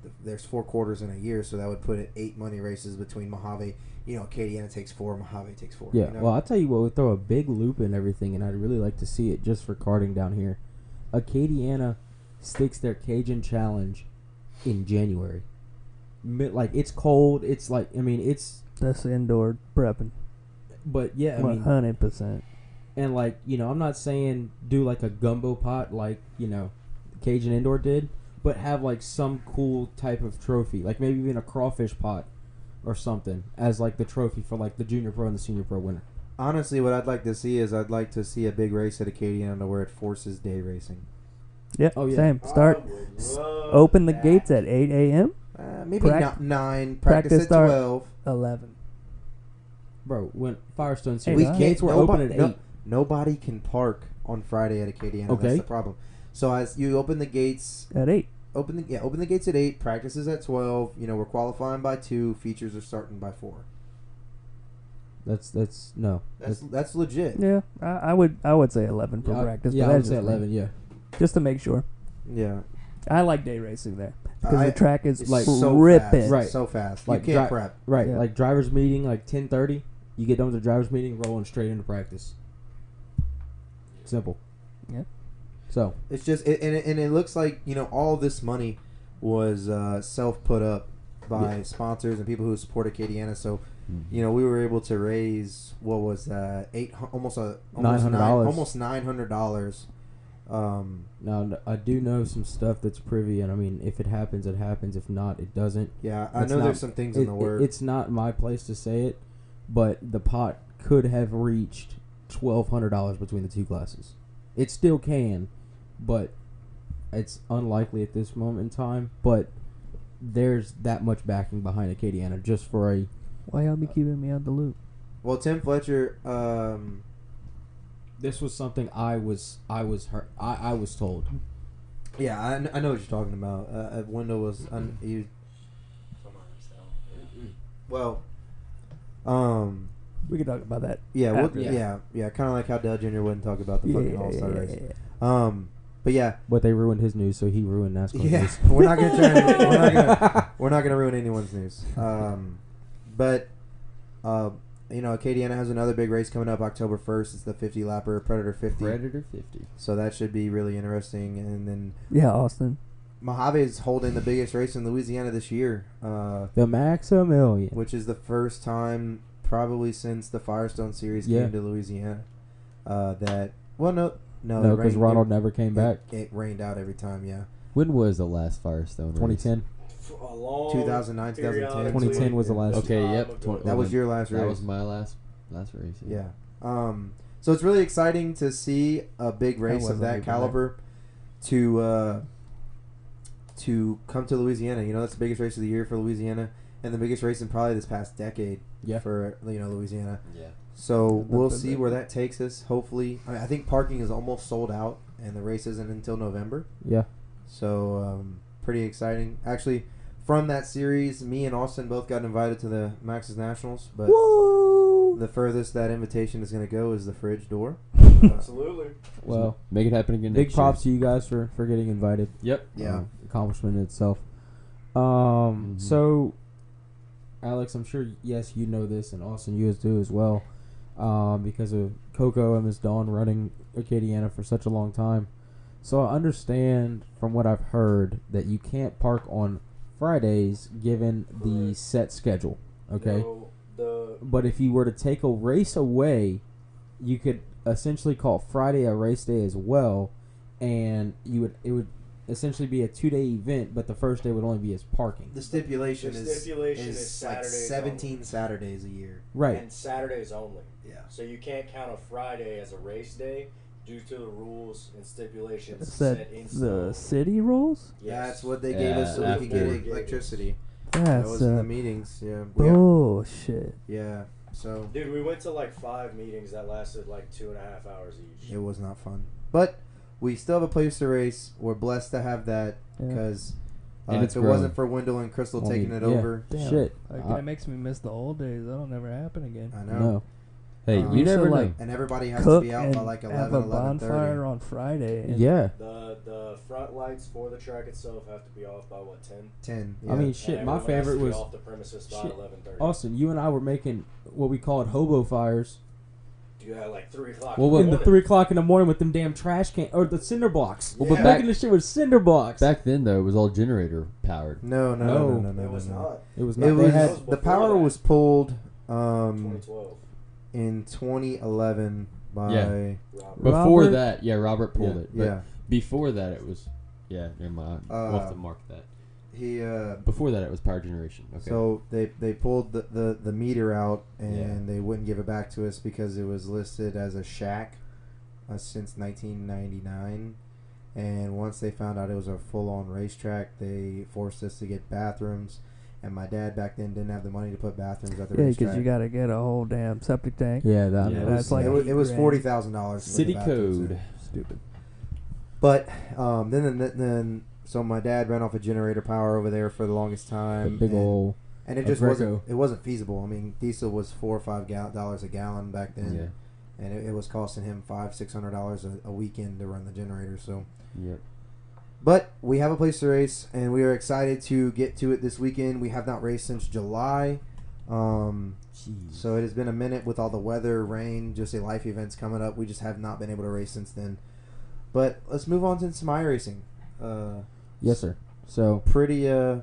Speaker 4: th- there's four quarters in a year, so that would put it eight money races between Mojave. You know, Acadiana takes four, Mojave takes four.
Speaker 1: Yeah.
Speaker 4: you know?
Speaker 1: Well, I'll tell you what, we throw a big loop in everything, and I'd really like to see it just for carding down here. Acadiana sticks their Cajun challenge in January. Mid, like, it's cold. It's like, I mean, it's,
Speaker 2: That's indoor prepping.
Speaker 1: but yeah, I
Speaker 2: One
Speaker 1: mean,
Speaker 2: hundred percent.
Speaker 1: and like you know i'm not saying do like a gumbo pot like you know cajun indoor did but have like some cool type of trophy like maybe even a crawfish pot or something as like the trophy for like the junior pro and the senior pro winner
Speaker 4: honestly, what I'd like to see is I'd like to see a big race at Acadiana to where it forces day racing.
Speaker 2: Yeah.
Speaker 1: Oh, yeah.
Speaker 2: Same. Start.
Speaker 5: I would
Speaker 2: s-
Speaker 5: love
Speaker 2: Open the
Speaker 5: that.
Speaker 2: gates at eight a.m.
Speaker 4: Uh, maybe
Speaker 2: Prac-
Speaker 4: not nine. Practice,
Speaker 2: practice
Speaker 4: at
Speaker 2: start-
Speaker 4: twelve.
Speaker 2: Eleven.
Speaker 1: bro when firestone
Speaker 2: Hey,
Speaker 1: series
Speaker 2: we
Speaker 1: gates were
Speaker 4: nobo-
Speaker 1: open at
Speaker 4: no-
Speaker 1: 8
Speaker 4: Nobody can park on Friday at Acadiana.
Speaker 1: Okay.
Speaker 4: That's the problem. So as you open the gates,
Speaker 2: At eight.
Speaker 4: open the yeah, open the gates at eight. Practices at twelve. You know, we're qualifying by two. Features are starting by four.
Speaker 1: that's that's no
Speaker 4: That's that's legit.
Speaker 2: Yeah. I, I would. I would say eleven for
Speaker 1: yeah, I-
Speaker 2: practice.
Speaker 1: yeah
Speaker 2: but
Speaker 1: i would
Speaker 2: that's
Speaker 1: say
Speaker 2: just me.
Speaker 1: 11 yeah
Speaker 2: Just to make sure.
Speaker 4: Yeah,
Speaker 2: I like day racing there because
Speaker 4: I-
Speaker 2: the track is
Speaker 4: it's
Speaker 2: like
Speaker 4: so
Speaker 2: ripping.
Speaker 4: fast,
Speaker 1: Right.
Speaker 4: So fast.
Speaker 1: Like,
Speaker 4: you can't
Speaker 1: dri-
Speaker 4: prep.
Speaker 1: right
Speaker 2: Yeah.
Speaker 1: like drivers meeting like 10.30 you get done with the drivers meeting rolling straight into practice simple
Speaker 2: Yeah.
Speaker 1: so
Speaker 4: It's just, it, and, it, and it looks like you know all this money was uh, self put up by sponsors and people who support Acadiana. So,
Speaker 3: Mm-hmm.
Speaker 4: you know, we were able to raise what was that eight hu- almost a almost nine
Speaker 1: $900.
Speaker 4: almost nine hundred dollars. Um,
Speaker 1: Now n- I do know some stuff that's privy, and I mean, if it happens, it happens. If not, it doesn't.
Speaker 4: yeah, I
Speaker 1: That's
Speaker 4: know
Speaker 1: not-
Speaker 4: there's some things
Speaker 1: It-
Speaker 4: in the
Speaker 1: it-
Speaker 4: works.
Speaker 1: it's not my place to say it, but the pot could have reached twelve hundred dollars between the two classes. It still can, but it's unlikely at this moment in time. But there's that much backing behind Acadiana just for a
Speaker 2: Why y'all be keeping me out the loop?
Speaker 4: well, Tim Fletcher. Um,
Speaker 1: this was something I was I was hurt I, I was told.
Speaker 4: yeah, I, kn- I know what you're talking about. Uh, uh, Wendell was un- he well, um,
Speaker 2: We could talk about that.
Speaker 4: yeah, we'll,
Speaker 2: After
Speaker 4: yeah,
Speaker 2: that.
Speaker 4: yeah, Kind of like how Dell Jr. wouldn't talk about the
Speaker 2: Yeah,
Speaker 4: fucking All Star race. Um, but yeah,
Speaker 1: But they ruined his news, so he ruined NASCAR
Speaker 4: Yeah,
Speaker 1: news.
Speaker 4: we're not gonna turn, we're not gonna we're not gonna ruin anyone's news. Um, but uh, you know, Acadiana has another big race coming up October first. It's the fifty lapper Predator fifty,
Speaker 3: Predator 50.
Speaker 4: so that should be really interesting. And then
Speaker 2: Yeah, Austin.
Speaker 4: Mojave is holding the biggest race in Louisiana this year, uh,
Speaker 1: The Maximilian.
Speaker 4: which is the first time probably since the Firestone Series
Speaker 1: Yeah.
Speaker 4: came to Louisiana uh, that well no no
Speaker 1: No,
Speaker 4: uh, it
Speaker 1: because
Speaker 4: rained-
Speaker 1: Ronald never came
Speaker 4: it-
Speaker 1: back.
Speaker 4: It, rained out every time, yeah.
Speaker 3: When was the last Firestone? race?
Speaker 1: 2010.
Speaker 5: F- a long
Speaker 4: 2009, 2010.
Speaker 5: periodically.
Speaker 1: 2010 was the last.
Speaker 3: Okay,
Speaker 5: Time
Speaker 3: yep.
Speaker 5: ago.
Speaker 3: 20
Speaker 4: That was your last race.
Speaker 3: That was my last last race.
Speaker 4: Yeah. Um, so it's really exciting to see a big race of
Speaker 2: wasn't
Speaker 4: that
Speaker 2: even there.
Speaker 4: caliber to uh, to come to Louisiana. You know, that's the biggest race of the year for Louisiana, and the biggest race in probably this past decade.
Speaker 1: Yeah.
Speaker 4: For you know Louisiana,
Speaker 3: Yeah.
Speaker 4: so
Speaker 2: That's
Speaker 4: we'll
Speaker 2: been
Speaker 4: see
Speaker 2: big.
Speaker 4: where that takes us. Hopefully, I, mean, I think parking is almost sold out, and the race isn't until November.
Speaker 1: Yeah.
Speaker 4: So um, pretty exciting, actually. From that series, me and Austin both got invited to the Max's Nationals, but
Speaker 2: Woo!
Speaker 4: the furthest that invitation is going to go is the fridge door.
Speaker 5: Absolutely.
Speaker 1: Well,
Speaker 3: Make it happen again.
Speaker 1: big
Speaker 3: next year.
Speaker 1: props to you guys for for getting invited.
Speaker 3: Yep.
Speaker 1: Um, accomplishment in itself. Um. So, Alex, I'm sure yes you know this, and Austin you as do as well, um, because of Coco and Miss Dawn running Acadiana for such a long time. So I understand from what I've heard that you can't park on Fridays given the
Speaker 5: Correct.
Speaker 1: set schedule. Okay.
Speaker 5: No, the
Speaker 1: But if you were to take a race away, you could essentially call Friday a race day as well, and you would it would essentially be a two day event, but the first day would only be as parking.
Speaker 4: The stipulation,
Speaker 5: The
Speaker 4: is,
Speaker 5: stipulation
Speaker 4: is,
Speaker 5: is
Speaker 4: like
Speaker 5: Saturdays
Speaker 4: 17 Saturdays a year.
Speaker 1: Right.
Speaker 5: and Saturdays only.
Speaker 4: Yeah.
Speaker 5: So you can't count a Friday as a race day due to the rules and stipulations
Speaker 2: Said
Speaker 5: set in
Speaker 2: the
Speaker 5: stone.
Speaker 2: city rules.
Speaker 4: That's what they gave us so
Speaker 3: Yeah,
Speaker 4: we could get
Speaker 3: after-
Speaker 4: electricity. That
Speaker 2: That's
Speaker 4: was in the
Speaker 2: uh, oh,
Speaker 4: meetings. Yeah. We have-
Speaker 2: bullshit.
Speaker 4: yeah. So
Speaker 5: Dude, we went to like five meetings that lasted like two and a half hours each.
Speaker 4: it was not fun. But we still have a place to race. We're blessed to have that
Speaker 2: Yeah.
Speaker 4: because
Speaker 1: And
Speaker 4: uh, if
Speaker 1: it's
Speaker 4: it wasn't for Wendell and Crystal
Speaker 1: Well, I
Speaker 4: taking
Speaker 1: mean,
Speaker 4: it
Speaker 1: yeah.
Speaker 4: over,
Speaker 2: Damn.
Speaker 1: Shit.
Speaker 2: Like,
Speaker 1: I-
Speaker 2: that makes me miss the old days. That'll never happen again.
Speaker 4: I know.
Speaker 1: No.
Speaker 3: Hey,
Speaker 4: Um,
Speaker 3: you
Speaker 2: so,
Speaker 3: never know.
Speaker 2: like,
Speaker 4: And everybody has to
Speaker 2: Cook
Speaker 4: be out
Speaker 2: and
Speaker 4: by like 11,
Speaker 2: have a
Speaker 4: 11:30.
Speaker 2: bonfire on Friday. And
Speaker 1: Yeah.
Speaker 5: The the front lights for the track itself have to be off by what ten?
Speaker 4: 10.
Speaker 1: I
Speaker 4: yeah.
Speaker 1: mean, shit.
Speaker 5: And
Speaker 1: My
Speaker 5: everyone has to
Speaker 1: favorite
Speaker 5: be
Speaker 1: was
Speaker 5: off the premises by
Speaker 1: shit.
Speaker 5: eleven thirty.
Speaker 1: Austin. You and I were making what we called hobo fires.
Speaker 5: Dude, at like three o'clock.
Speaker 1: Well,
Speaker 5: in
Speaker 1: in
Speaker 5: the
Speaker 1: the
Speaker 5: morning.
Speaker 1: three o'clock in the morning with them damn trash can or the cinder blocks.
Speaker 5: Well,
Speaker 1: Well,
Speaker 5: but
Speaker 1: but
Speaker 5: back-
Speaker 1: making this shit with cinder blocks.
Speaker 3: Back then, though, it was all generator powered.
Speaker 4: no, no, no,
Speaker 1: No,
Speaker 4: no, no, no,
Speaker 5: It was
Speaker 4: no.
Speaker 5: not
Speaker 1: it was not.
Speaker 4: It
Speaker 1: they
Speaker 4: was
Speaker 1: had-
Speaker 5: That was
Speaker 4: the
Speaker 5: before
Speaker 4: power
Speaker 5: that.
Speaker 4: was pulled um,
Speaker 5: 2012.
Speaker 4: in 2011 by
Speaker 3: Yeah.
Speaker 5: Robert.
Speaker 3: Before
Speaker 1: Robert-
Speaker 3: that, yeah, Robert pulled
Speaker 1: Yeah,
Speaker 3: it. But
Speaker 4: yeah
Speaker 3: Before that, it was. Yeah, never mind. we'll have
Speaker 4: Uh,
Speaker 3: to mark that.
Speaker 4: he uh,
Speaker 3: Before that, it was power generation. Okay.
Speaker 4: So uh, they they pulled the, the, the meter out and
Speaker 3: Yeah.
Speaker 4: they wouldn't give it back to us because it was listed as a shack uh, since 1999. And once they found out it was a full on racetrack, they forced us to get bathrooms. And my dad back then didn't have the money to put bathrooms at the
Speaker 2: Yeah, because
Speaker 4: racetrack.
Speaker 2: you gotta get a whole damn septic tank.
Speaker 1: yeah, that,
Speaker 3: Yeah,
Speaker 1: it
Speaker 2: that's
Speaker 1: was-
Speaker 2: like-
Speaker 4: it was, it was
Speaker 2: eight
Speaker 4: forty thousand dollars.
Speaker 3: City
Speaker 4: uh,
Speaker 3: code.
Speaker 2: Stupid.
Speaker 4: But um, then, then then so my dad ran off a generator power over there for the longest
Speaker 1: a
Speaker 4: time.
Speaker 1: big
Speaker 4: and-
Speaker 1: old.
Speaker 4: and it
Speaker 1: a
Speaker 4: just wasn't
Speaker 1: Greco.
Speaker 4: it wasn't feasible. I mean, diesel was four or five gal- dollars a gallon back then,
Speaker 3: yeah.
Speaker 4: and it, it was costing him five six hundred dollars a, a weekend to run the generator. So,
Speaker 3: Yep.
Speaker 4: but we have a place to race, and we are excited to get to it this weekend. We have not raced since July, um, so it has been a minute with all the weather, rain, just a life events coming up. We just have not been able to race since then. But let's move on to some racing. Uh,
Speaker 1: Yes, sir. So
Speaker 4: pretty uh,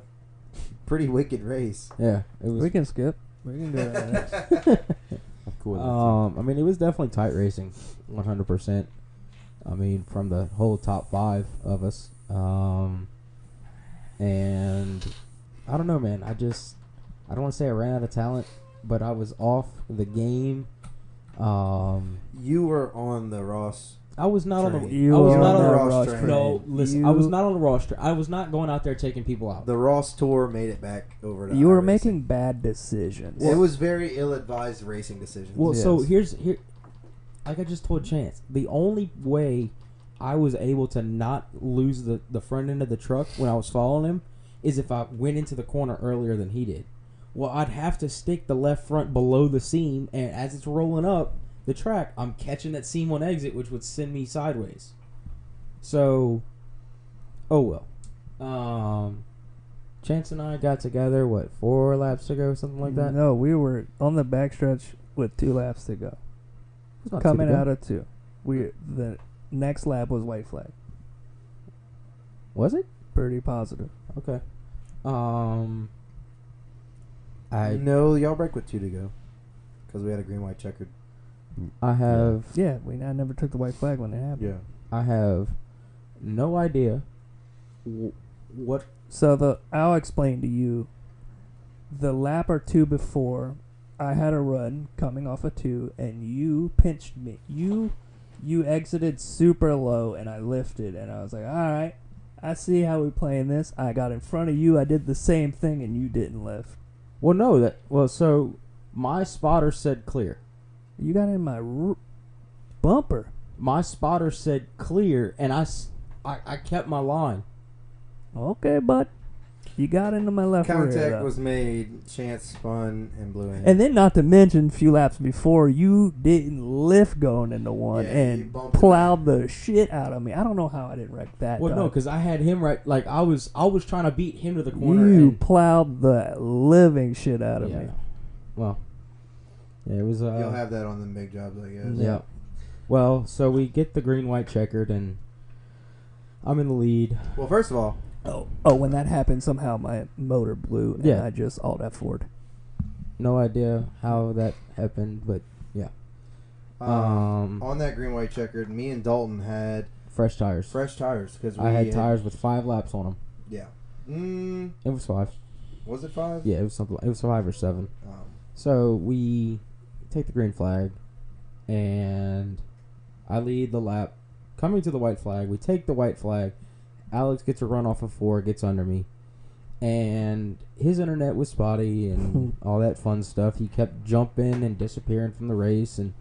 Speaker 4: pretty wicked race.
Speaker 1: yeah, it was.
Speaker 2: We can skip. We can do that. next.
Speaker 3: I'm cool with that.
Speaker 1: Um, I mean, it was definitely tight racing, 100%. I mean, from the whole top five of us. Um, and I don't know, man. I just, I don't want to say I ran out of talent, but I was off the game. Um,
Speaker 4: You were on the Ross
Speaker 1: I was not on the.
Speaker 4: Train.
Speaker 1: I was
Speaker 4: were
Speaker 1: not
Speaker 4: on
Speaker 1: on
Speaker 4: the
Speaker 1: the.
Speaker 4: Ross train.
Speaker 1: No, listen. I
Speaker 2: You-
Speaker 1: was not on the roster. I was not going out there taking people out.
Speaker 4: The Ross Tour made it back over. To
Speaker 2: You were
Speaker 4: iRacing.
Speaker 2: making bad decisions.
Speaker 4: it was very ill-advised racing decisions.
Speaker 1: Well, so
Speaker 2: Yes.
Speaker 1: here's here, like I just told Chance, the only way I was able to not lose the the front end of the truck when I was following him is if I went into the corner earlier than he did. Well, I'd have to stick the left front below the seam, and as it's rolling up the track, I'm catching that seam on exit, which would send me sideways. So, oh well. Um, Chance and I got together what four laps ago, something like that.
Speaker 2: No, we were on the backstretch with two laps to go.
Speaker 1: It's not too
Speaker 2: Coming
Speaker 1: bad.
Speaker 2: out of two, we the next lap was white flag.
Speaker 1: was it?
Speaker 2: Pretty positive.
Speaker 1: Okay. Um. I
Speaker 4: no, y'all break with two to go because we had a green-white checkered.
Speaker 1: I have
Speaker 2: Yeah, we I never took the white flag when it happened.
Speaker 1: I have no idea wh- what
Speaker 2: So the I'll explain to you. The lap or two before, I had a run coming off a two, and you pinched me. You, you exited super low, and I lifted, and I was like, all right, I see how we playing this. I got in front of you. I did the same thing, and you didn't lift.
Speaker 1: well no that well so my spotter said clear.
Speaker 2: You got in my r- bumper.
Speaker 1: My spotter said clear and I s- I, I kept my line.
Speaker 2: Okay, bud. You got into my left rear.
Speaker 4: Contact
Speaker 2: though.
Speaker 4: was made. Chance spun and blew in.
Speaker 2: And then, not to mention, a few laps before, you didn't lift going into one
Speaker 4: Yeah, you
Speaker 2: and
Speaker 4: bumped it.
Speaker 2: plowed the shit out of me. I don't know how I didn't wreck that.
Speaker 1: Well no
Speaker 2: dog.
Speaker 1: cuz I had him right like I was I was trying to beat him to the corner
Speaker 2: you
Speaker 1: and,
Speaker 2: plowed the living shit out of
Speaker 1: yeah,
Speaker 2: me.
Speaker 1: no. Well yeah, it was uh
Speaker 4: You'll have that on the big jobs, I guess.
Speaker 1: Yeah. Well, so we get the green white checkered and I'm in the lead.
Speaker 4: Well, first of all,
Speaker 2: Oh, oh, when that happened, somehow my motor blew, and
Speaker 1: Yeah.
Speaker 2: I just all that Ford.
Speaker 1: No idea how that happened, but yeah.
Speaker 4: um,
Speaker 1: Um,
Speaker 4: on that green white checkered, me and Dalton had
Speaker 1: fresh tires.
Speaker 4: fresh tires because
Speaker 1: I had tires with five laps on them.
Speaker 4: Yeah. Mm,
Speaker 1: It was five.
Speaker 4: was it five?
Speaker 1: Yeah, it was something. It was five or seven.
Speaker 4: Um,
Speaker 1: So we take the green flag, and I lead the lap. Coming to the white flag, we take the white flag. Alex gets a run off of four, gets under me, and his internet was spotty and all that fun stuff. He kept jumping and disappearing from the race, and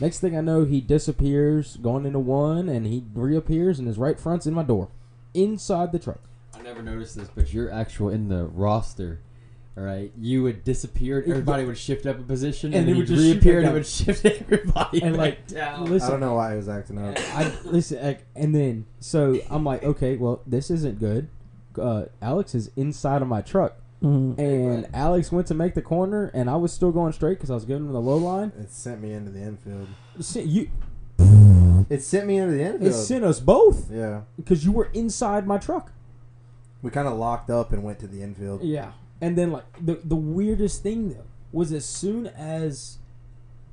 Speaker 1: next thing I know, he disappears going into one, and he reappears, and his right front's in my door, inside the truck.
Speaker 3: I never noticed this, but you're actual in the roster. All right, you would disappear. and Everybody would shift up a position,
Speaker 1: And
Speaker 3: and,
Speaker 1: it
Speaker 3: then
Speaker 1: would
Speaker 3: would
Speaker 1: just shoot
Speaker 3: reappear, and
Speaker 1: back
Speaker 3: it would shift everybody
Speaker 1: And,
Speaker 3: and
Speaker 1: like,
Speaker 3: like down.
Speaker 4: I don't know why he was acting up.
Speaker 1: I listen, like, and then so I'm like, okay, well, this isn't good. Uh, Alex is inside of my truck, Mm-hmm. and Alex went to make the corner, and I was still going straight because I was giving him the low line.
Speaker 4: It sent me into the infield.
Speaker 1: See, you,
Speaker 4: It sent me into the infield.
Speaker 1: it sent us both
Speaker 4: yeah.
Speaker 1: because you were inside my truck.
Speaker 4: We kind of locked up and went to the infield.
Speaker 1: Yeah, and then like the the weirdest thing though was as soon as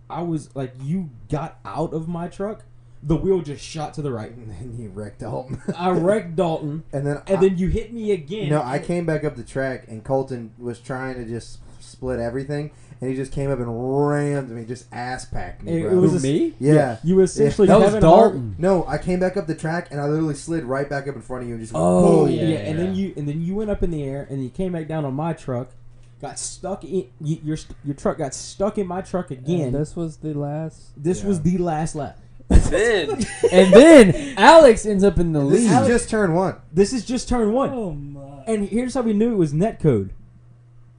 Speaker 1: I was like, you got out of my truck, the wheel just shot to the right.
Speaker 4: And then he wrecked Dalton.
Speaker 1: I wrecked Dalton,
Speaker 4: and then
Speaker 1: and
Speaker 4: I,
Speaker 1: then you hit me again.
Speaker 4: no, I came back up the track and Colton was trying to just split everything, and he just came up and rammed me, just ass packed me.
Speaker 1: It,
Speaker 4: bro.
Speaker 1: it was
Speaker 3: Who,
Speaker 1: a-
Speaker 3: me?
Speaker 4: yeah.
Speaker 1: You essentially
Speaker 3: That was
Speaker 1: Kevin Hart-
Speaker 3: Dalton.
Speaker 4: No, I came back up the track and I literally slid right back up in front of you and just went,
Speaker 1: Oh
Speaker 4: boom.
Speaker 1: yeah,
Speaker 3: yeah,
Speaker 1: and then
Speaker 3: yeah.
Speaker 1: you and then you went up in the air and you came back down on my truck, got stuck in you, your your truck got stuck in my truck again.
Speaker 2: And
Speaker 1: this
Speaker 2: this was the last.
Speaker 1: was the last lap.
Speaker 3: Then
Speaker 1: and then
Speaker 3: Alex ends up in the
Speaker 4: This
Speaker 3: lead.
Speaker 4: is just turn one.
Speaker 1: this is just turn one,
Speaker 2: Oh my!
Speaker 1: and here's how we knew it was netcode.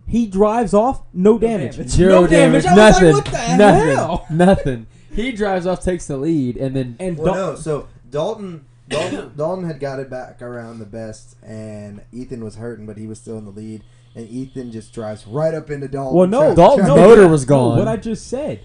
Speaker 1: He drives off, no damage,
Speaker 2: damage.
Speaker 3: Zero
Speaker 1: No
Speaker 3: damage,
Speaker 1: damage. I was
Speaker 3: nothing,
Speaker 1: like, what the
Speaker 3: nothing,
Speaker 1: hell?
Speaker 3: nothing. He drives off, takes the lead, and then
Speaker 1: and
Speaker 4: Well,
Speaker 1: Dal-
Speaker 4: no, so Dalton, Dalton, Dalton had got it back around the best, and Ethan was hurting, but he was still in the lead. And Ethan just drives right up into Dalton.
Speaker 1: well, no,
Speaker 4: Chuck-
Speaker 3: Dalton's
Speaker 1: no,
Speaker 4: Chuck-
Speaker 3: motor
Speaker 1: yeah, no,
Speaker 3: was gone.
Speaker 1: what I just said.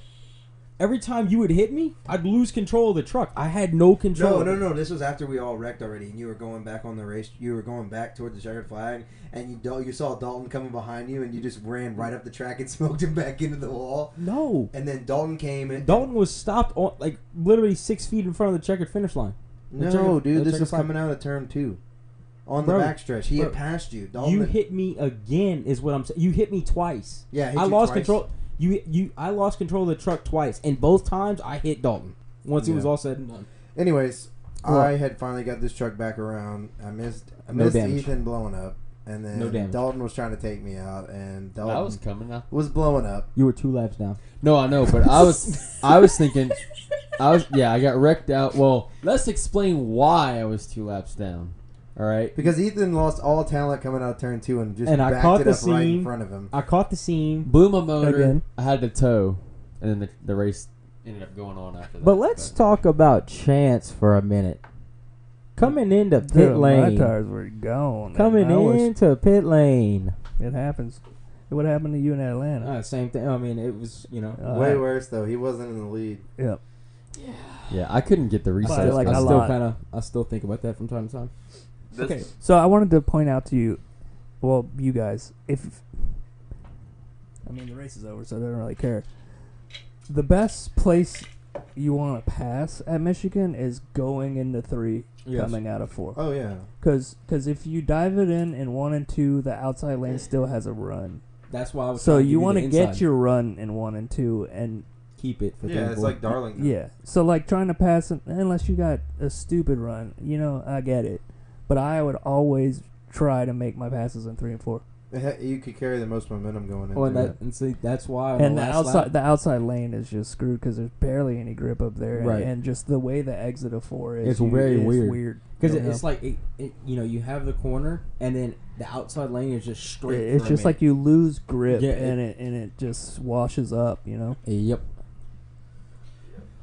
Speaker 1: Every time you would hit me, I'd lose control of the truck. I had no control.
Speaker 4: No, no, no. This was after we all wrecked already, and you were going back on the race. You were going back towards the checkered flag, and you Dal- you saw Dalton coming behind you, and you just ran right up the track and smoked him back into the wall.
Speaker 1: no.
Speaker 4: And then Dalton came and
Speaker 1: Dalton was stopped on like literally six feet in front of the checkered finish line.
Speaker 4: No,
Speaker 1: The checkered- the
Speaker 4: dude, this
Speaker 1: checkered
Speaker 4: is
Speaker 1: flag.
Speaker 4: coming out of term two, on
Speaker 1: Bro,
Speaker 4: the backstretch. He had
Speaker 1: bro,
Speaker 4: passed you. Dalton,
Speaker 1: You hit me again, is what I'm saying. You hit me twice.
Speaker 4: Yeah, I hit
Speaker 1: I
Speaker 4: you
Speaker 1: lost
Speaker 4: twice.
Speaker 1: control. You you I lost control of the truck twice, and both times I hit Dalton. Once it was
Speaker 4: Yeah.
Speaker 1: all said and done,
Speaker 4: Anyways,
Speaker 1: Well-
Speaker 4: I had finally got this truck back around. I missed I
Speaker 1: No
Speaker 4: missed
Speaker 1: damage.
Speaker 4: Ethan blowing up, and then
Speaker 1: No damage.
Speaker 4: Dalton was trying to take me out, and Dalton
Speaker 3: Oh, I was
Speaker 4: was,
Speaker 3: coming up.
Speaker 4: blowing up.
Speaker 1: you were two laps down.
Speaker 3: No, I know, but I was, I was thinking, I was, yeah, I got wrecked out. Well, let's explain why I was two laps down. All right,
Speaker 4: Because Ethan lost all talent coming out of turn two and just
Speaker 1: And I
Speaker 4: backed
Speaker 1: caught
Speaker 4: it
Speaker 1: the
Speaker 4: up right
Speaker 1: scene.
Speaker 4: in front of him.
Speaker 1: I caught the scene,
Speaker 3: blew my motor.
Speaker 2: Again.
Speaker 3: I had to tow, and then the, the race ended up going on after that.
Speaker 1: but let's talk about chance for a minute. Coming into pit
Speaker 2: Dude, my
Speaker 1: lane,
Speaker 2: tires were gone.
Speaker 1: coming
Speaker 2: and I was-
Speaker 1: into pit lane.
Speaker 2: it happens. What happened to you in Atlanta?
Speaker 1: Uh, same thing. I mean, it was you know.
Speaker 2: Uh,
Speaker 4: Way worse though. He wasn't in the lead.
Speaker 3: yeah, I couldn't get the
Speaker 2: I
Speaker 3: reset.
Speaker 2: like
Speaker 1: I
Speaker 2: a
Speaker 1: still
Speaker 2: lot.
Speaker 1: kind of I still think about that from time to time.
Speaker 2: Okay, so I wanted to point out to you, well, you guys, if I mean the race is over, so I don't really care. The best place you want to pass at Michigan is going into three, coming out of four,
Speaker 4: Oh yeah.
Speaker 2: because if you dive it in in one and two, the outside lane still has a run.
Speaker 1: That's why I was.
Speaker 2: So
Speaker 1: trying to
Speaker 2: you
Speaker 1: want to
Speaker 2: get your run in one and two, and
Speaker 1: keep it for
Speaker 4: Yeah,
Speaker 1: third
Speaker 4: it's
Speaker 1: boy.
Speaker 4: like Darling.
Speaker 2: Yeah. So like trying to pass it, unless you got a stupid run, you know, I get it. But I would always try to make my passes in three and four.
Speaker 4: You could carry the most momentum going into
Speaker 1: Well, Oh, and,
Speaker 4: it.
Speaker 1: that, and see, that's why. On
Speaker 2: And
Speaker 1: the,
Speaker 2: the
Speaker 1: last
Speaker 2: outside
Speaker 1: lap-
Speaker 2: the outside lane is just screwed because there's barely any grip up there, and-
Speaker 1: Right.
Speaker 2: and, just the way the exit of four is,
Speaker 1: It's
Speaker 2: you-
Speaker 1: very
Speaker 2: is
Speaker 1: weird.
Speaker 2: weird.
Speaker 1: Because
Speaker 2: Yeah.
Speaker 1: it's like it, it, you know you have the corner and then the outside lane is just
Speaker 2: It-
Speaker 1: straight.
Speaker 2: it's just like you lose grip,
Speaker 1: Yeah, it-
Speaker 2: and it and it just washes up, you know.
Speaker 1: yep.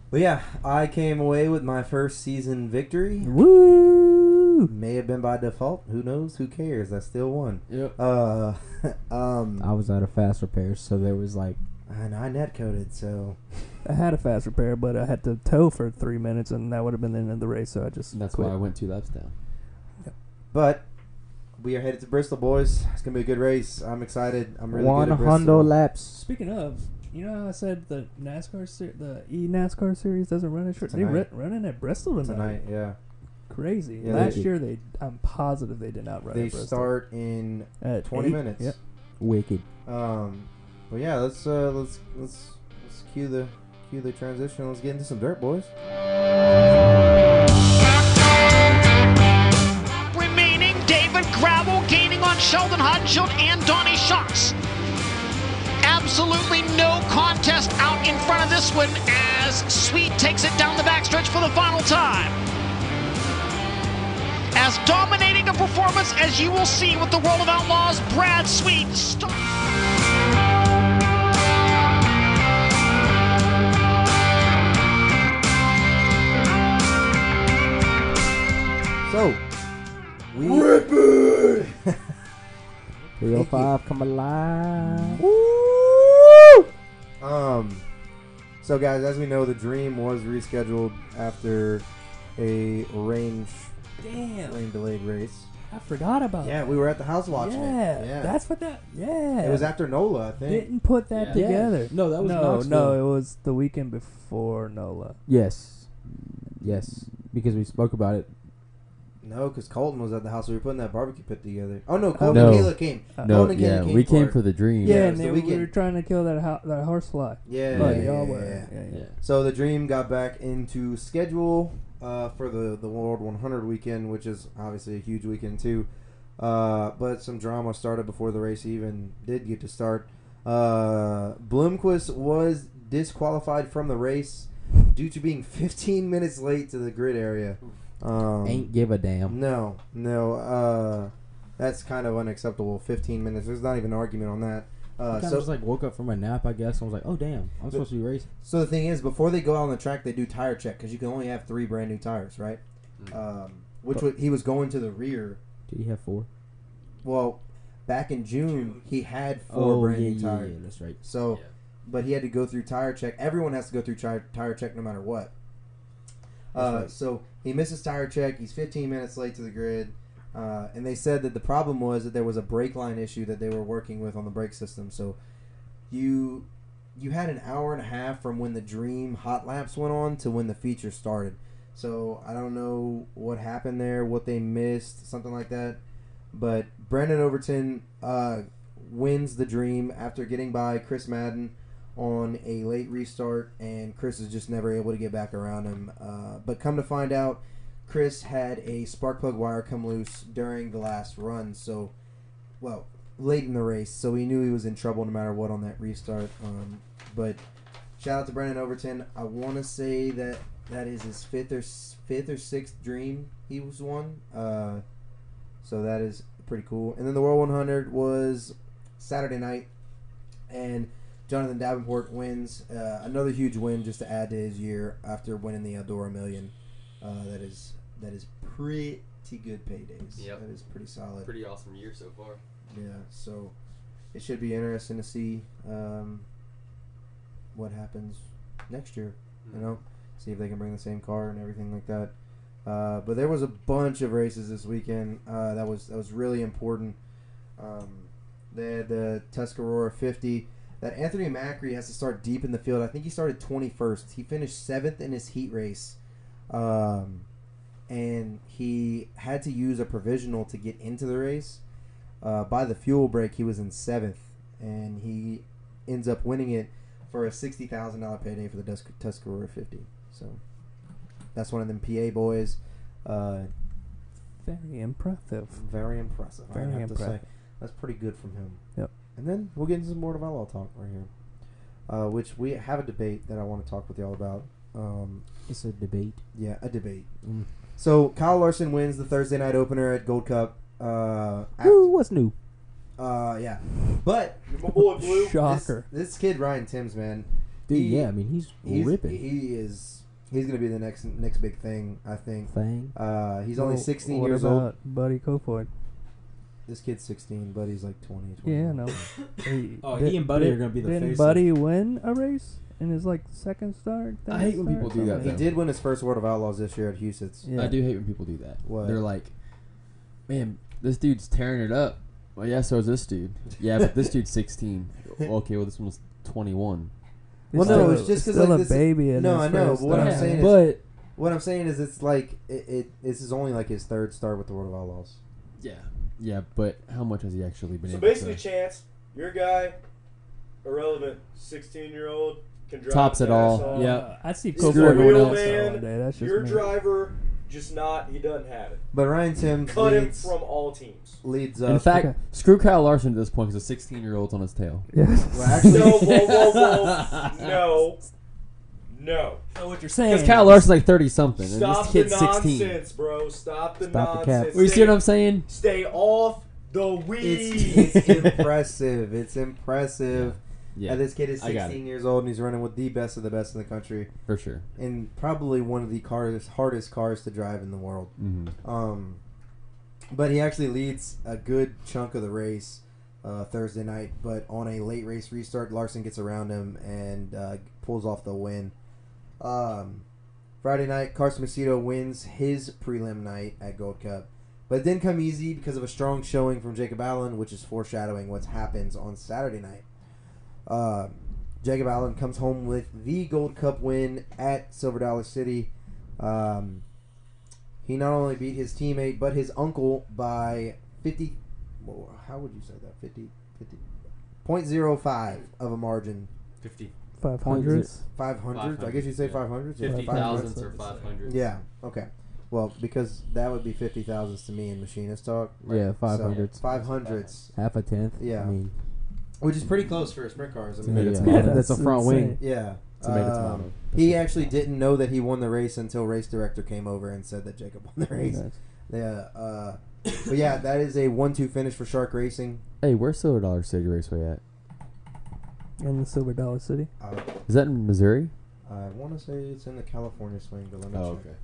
Speaker 4: But yeah, I came away with my first season victory.
Speaker 2: Woo!
Speaker 4: May have been by default. Who knows? Who cares? I still won.
Speaker 3: Yep.
Speaker 4: Uh, um,
Speaker 1: I was at a fast repair, so there was like
Speaker 4: and I net coded, Uh, so
Speaker 2: I had a fast repair, but I had to tow for three minutes, and that would have been the end of the race. So I just
Speaker 3: And that's
Speaker 2: quit.
Speaker 3: why I went two laps down.
Speaker 4: But we are headed to Bristol, boys. It's gonna be a good race. I'm excited. I'm really
Speaker 6: One
Speaker 4: good at Bristol.
Speaker 6: hundo laps.
Speaker 2: Speaking of, you know how I said the NASCAR, ser- the e NASCAR series doesn't run at short. They run
Speaker 4: Tonight.
Speaker 2: running at Bristol
Speaker 4: tonight.
Speaker 2: tonight.
Speaker 4: Yeah,
Speaker 2: Crazy.
Speaker 4: Yeah, they
Speaker 2: Last
Speaker 6: do.
Speaker 2: year they, I'm positive they did not run.
Speaker 4: they
Speaker 2: at Bristol.
Speaker 4: start in
Speaker 2: at
Speaker 4: 20
Speaker 2: eight-
Speaker 4: minutes.
Speaker 2: Yep.
Speaker 6: Wicked.
Speaker 4: Um, but yeah, let's uh, let's let's let's cue the cue the transition. Let's get into some dirt, boys.
Speaker 8: remaining. David Gravel gaining on Sheldon Hodgson and Donnie Shucks. Absolutely no contest out in front of this one as Sweet takes it down the backstretch for the final time. As dominating a performance as you will see with the World of Outlaws, Brad Sweet. Start-
Speaker 4: So we
Speaker 6: 305, come alive.
Speaker 4: um so guys, as we know, the dream was rescheduled after a range
Speaker 2: Damn.
Speaker 4: rain delayed race.
Speaker 2: I forgot about
Speaker 4: Yeah, we were at the house
Speaker 2: that.
Speaker 4: watching
Speaker 2: Oh. yeah,
Speaker 4: it. Yeah,
Speaker 2: That's what that. Yeah.
Speaker 4: it was after Nola, I think.
Speaker 2: Didn't put that
Speaker 3: Yeah.
Speaker 2: together.
Speaker 1: No, that was
Speaker 2: no,
Speaker 1: Knoxville.
Speaker 2: no. It was the weekend before Nola.
Speaker 6: Yes. Yes. Because we spoke about it.
Speaker 4: No, because Colton was at the house. We were putting that barbecue pit together. Oh no, Colton
Speaker 3: No.
Speaker 4: and Kayla came.
Speaker 3: No,
Speaker 2: Uh,
Speaker 4: Colton and Kayla
Speaker 3: yeah, we
Speaker 4: for
Speaker 3: came
Speaker 4: it.
Speaker 3: for the dream.
Speaker 4: Yeah,
Speaker 2: Yeah,
Speaker 4: it
Speaker 2: and
Speaker 4: was the
Speaker 2: then we
Speaker 4: weekend.
Speaker 2: were trying to kill that ho- that horsefly.
Speaker 4: Yeah,
Speaker 2: But
Speaker 4: yeah,
Speaker 2: Oh, y'all
Speaker 4: yeah,
Speaker 2: were.
Speaker 4: yeah.
Speaker 2: yeah, yeah.
Speaker 3: Yeah.
Speaker 4: So the dream got back into schedule uh, for the the World 100 weekend, which is obviously a huge weekend too. Uh, but some drama started before the race even did get to start. Uh, Bloomquist was disqualified from the race due to being 15 minutes late to the grid area. Um,
Speaker 6: Ain't give a damn.
Speaker 4: no, no. Uh, that's kind of unacceptable. 15 minutes. There's not even an argument on that. Uh,
Speaker 1: I
Speaker 4: so
Speaker 1: just like woke up from a nap, I guess, and was like, "Oh damn, I'm supposed to be racing."
Speaker 4: So the thing is, before they go out on the track, they do tire check because you can only have three brand new tires, right?
Speaker 1: Mm.
Speaker 4: Um, which was, he was going to the rear.
Speaker 1: Did he have four?
Speaker 4: Well, back in June, he had four
Speaker 1: Oh,
Speaker 4: brand
Speaker 1: yeah,
Speaker 4: new
Speaker 1: yeah, yeah,
Speaker 4: tires.
Speaker 1: yeah, that's right.
Speaker 4: So,
Speaker 3: Yeah.
Speaker 4: but he had to go through tire check. Everyone has to go through tire, tire check no matter what.
Speaker 1: That's
Speaker 4: Uh,
Speaker 1: right.
Speaker 4: So he misses tire check. He's 15 minutes late to the grid. Uh, and they said that the problem was that there was a brake line issue that they were working with on the brake system. So you you had an hour and a half from when the dream hot laps went on to when the feature started. So I don't know what happened there, what they missed, something like that. But Brandon Overton uh, wins the dream after getting by Chris Madden on a late restart, and Chris is just never able to get back around him. Uh, but come to find out, Chris had a spark plug wire come loose during the last run, so well late in the race, so he knew he was in trouble no matter what on that restart. Um, but shout out to Brandon Overton. I want to say that that is his fifth or s- fifth or sixth dream he was won. Uh, so that is pretty cool. And then the World 100 was Saturday night, and Jonathan Davenport wins uh, another huge win just to add to his year after winning the Eldora Million. Uh, that is that is pretty good paydays.
Speaker 9: Yep.
Speaker 4: That is pretty solid.
Speaker 9: Pretty awesome year so far.
Speaker 4: Yeah, so it should be interesting to see um, what happens next year. You know, see if they can bring the same car and everything like that. Uh, but there was a bunch of races this weekend uh, that was that was really important. Um, they had the Tuscarora 50. That Anthony Macri has to start deep in the field. I think he started 21st. He finished seventh in his heat race, um, and he had to use a provisional to get into the race uh, by the fuel break, he was in seventh, and he ends up winning it for a sixty thousand dollar payday for the Tus- Tuscarora fifty. So that's one of them PA boys. Uh,
Speaker 2: Very impressive.
Speaker 4: very impressive. I'd
Speaker 2: Very
Speaker 4: Mm, have to say.
Speaker 2: impressive.
Speaker 4: That's pretty good from him.
Speaker 2: Yep.
Speaker 4: And then we'll get into some more of outlaw talk right here, uh, which we have a debate that I want to talk with y'all about. Um,
Speaker 1: It's a debate.
Speaker 4: yeah, a debate.
Speaker 1: Mm.
Speaker 4: So Kyle Larson wins the Thursday night opener at Gold Cup. Uh, after-
Speaker 6: Woo, what's new?
Speaker 4: uh, yeah, but
Speaker 5: My boy Blue.
Speaker 2: Shocker.
Speaker 4: This, this kid Ryan Timms, man,
Speaker 1: Dude,
Speaker 4: He-
Speaker 1: yeah, I mean, he's,
Speaker 4: he's,
Speaker 1: ripping.
Speaker 4: he is he's gonna be the next next big thing, I think.
Speaker 1: thing.
Speaker 4: Uh, he's only
Speaker 2: Well,
Speaker 4: 16
Speaker 2: what
Speaker 4: years old.
Speaker 2: about Buddy Kofoid.
Speaker 4: This kid's 16, but he's like 20. 21.
Speaker 2: Yeah, no. He-
Speaker 1: Oh,
Speaker 2: did-
Speaker 1: he and Buddy
Speaker 2: did-
Speaker 1: are gonna be the
Speaker 2: Didn't
Speaker 1: faces.
Speaker 2: Buddy win a race in his like second start?
Speaker 3: I
Speaker 2: third
Speaker 3: hate when people
Speaker 2: start,
Speaker 3: do that,
Speaker 2: something?
Speaker 4: He did win his first World of Outlaws this year at Houston's.
Speaker 2: Yeah.
Speaker 3: I do hate when people do that.
Speaker 4: What?
Speaker 3: They're like, man, this dude's tearing it up. Well, yeah, so is this dude. Yeah, but this dude's 16. Okay, well, this one's 21.
Speaker 4: Well,
Speaker 2: He's
Speaker 4: no,
Speaker 2: still-
Speaker 4: it's just 'cause,
Speaker 2: still
Speaker 4: like,
Speaker 2: a
Speaker 4: this-
Speaker 2: baby. in
Speaker 4: no,
Speaker 2: his
Speaker 4: I know,
Speaker 2: first
Speaker 4: but what I'm
Speaker 2: time.
Speaker 4: saying is-
Speaker 6: but
Speaker 4: What I'm saying is, it's like it, it. This is only like his third start with the World of Outlaws.
Speaker 3: Yeah. Yeah, but how much has he actually been
Speaker 5: So
Speaker 3: able
Speaker 5: basically,
Speaker 3: to?
Speaker 5: Chance, your guy, irrelevant, sixteen-year-old can drive.
Speaker 3: Tops
Speaker 5: his
Speaker 3: it all.
Speaker 5: ass off.
Speaker 3: Yeah.
Speaker 2: I see
Speaker 5: He's
Speaker 3: Screw
Speaker 5: a
Speaker 2: Cobra
Speaker 3: everyone
Speaker 5: real
Speaker 3: else.
Speaker 5: man.
Speaker 2: all day. Oh, That's just
Speaker 5: your
Speaker 2: me.
Speaker 5: driver, just not. He doesn't have it.
Speaker 4: But Ryan Sims
Speaker 5: Cut him
Speaker 4: leads,
Speaker 5: from all teams.
Speaker 4: leads
Speaker 3: In
Speaker 4: up.
Speaker 3: fact,
Speaker 2: Okay.
Speaker 3: screw Kyle Larson at this point because a 16 year old's on his tail.
Speaker 2: Yeah.
Speaker 4: well, actually,
Speaker 5: No, whoa, whoa, whoa. no, no.
Speaker 2: know what you're saying.
Speaker 3: Because Kyle Larson's like 30 something, and this
Speaker 5: Stop the
Speaker 3: kid's
Speaker 5: nonsense,
Speaker 3: 16.
Speaker 5: bro. Stop the
Speaker 6: Stop the cap.
Speaker 5: nonsense.
Speaker 3: Well, you see what
Speaker 5: Stay-
Speaker 3: I'm saying?
Speaker 5: Stay off the weed.
Speaker 4: it's, it's impressive. It's impressive.
Speaker 3: Yeah,
Speaker 4: And this kid is
Speaker 3: I got it.
Speaker 4: 16 years old and he's running with the best of the best in the country
Speaker 3: for sure.
Speaker 4: and probably one of the cars, hardest cars to drive in the world.
Speaker 3: hmm
Speaker 4: Um, but he actually leads a good chunk of the race uh, Thursday night. But on a late race restart, Larson gets around him and uh, pulls off the win. Um, Friday night, Carson Macedo wins his prelim night at Gold Cup. But it didn't come easy because of a strong showing from Jacob Allen, which is foreshadowing what happens on Saturday night. Uh, Jacob Allen comes home with the Gold Cup win at Silver Dollar City. Um, he not only beat his teammate but his uncle by 50 well, how would you say that 50 50 0.05 of a margin
Speaker 3: 50.
Speaker 2: Five
Speaker 6: point
Speaker 2: hundreds.
Speaker 6: is
Speaker 4: 500, i guess you say
Speaker 3: Yeah.
Speaker 4: 500 yeah,
Speaker 2: 50,000.
Speaker 4: 500.
Speaker 2: or
Speaker 3: 500.
Speaker 4: yeah okay well because that would be 50 thousands to me in machinist talk
Speaker 6: it- yeah, five
Speaker 4: So,
Speaker 6: hundreds,
Speaker 4: 500s
Speaker 6: half a tenth.
Speaker 4: Yeah.
Speaker 6: I mean,
Speaker 4: which is pretty close for sprint cars i
Speaker 6: to me,
Speaker 4: mean
Speaker 3: Tomato,
Speaker 6: yeah,
Speaker 3: tomato.
Speaker 6: that's,
Speaker 2: That's
Speaker 6: a front wing.
Speaker 2: insane.
Speaker 4: yeah
Speaker 6: Tomato,
Speaker 4: Um,
Speaker 6: tomato.
Speaker 4: he actually didn't know that he won the race until race director came over and said that jacob won the race yeah uh, but yeah that is a 1-2 finish for shark racing
Speaker 3: Hey, where's Silver Dollar City Raceway at?
Speaker 2: in the Silver Dollar City.
Speaker 4: Uh,
Speaker 3: Is that in Missouri?
Speaker 4: I want to say it's in the California swing, but let me check.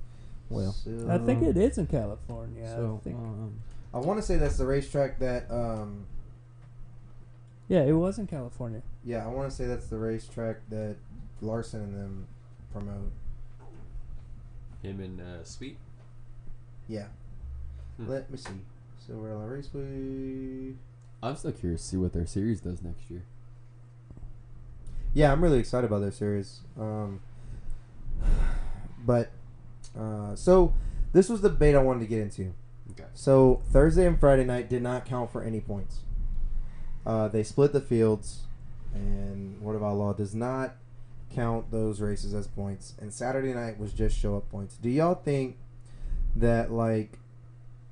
Speaker 6: Well.
Speaker 4: So-
Speaker 2: I think it is in California.
Speaker 4: Um, so,
Speaker 2: I think.
Speaker 6: Um,
Speaker 4: I want to say that's the racetrack that. Um,
Speaker 2: yeah, it was in California.
Speaker 4: yeah, I want to say that's the racetrack that Larson and them promote.
Speaker 3: Him and uh, Sweet.
Speaker 4: Yeah.
Speaker 3: Hmm.
Speaker 4: Let me see. Silver Dollar Raceway.
Speaker 3: I'm still curious to see what their series does next year.
Speaker 4: Yeah, I'm really excited about their series. Um, but uh, so this was the debate I wanted to get into.
Speaker 3: Okay.
Speaker 4: So Thursday and Friday night did not count for any points. Uh, they split the fields, and Word of Outlaw does not count those races as points. And Saturday night was just show up points. Do y'all think that like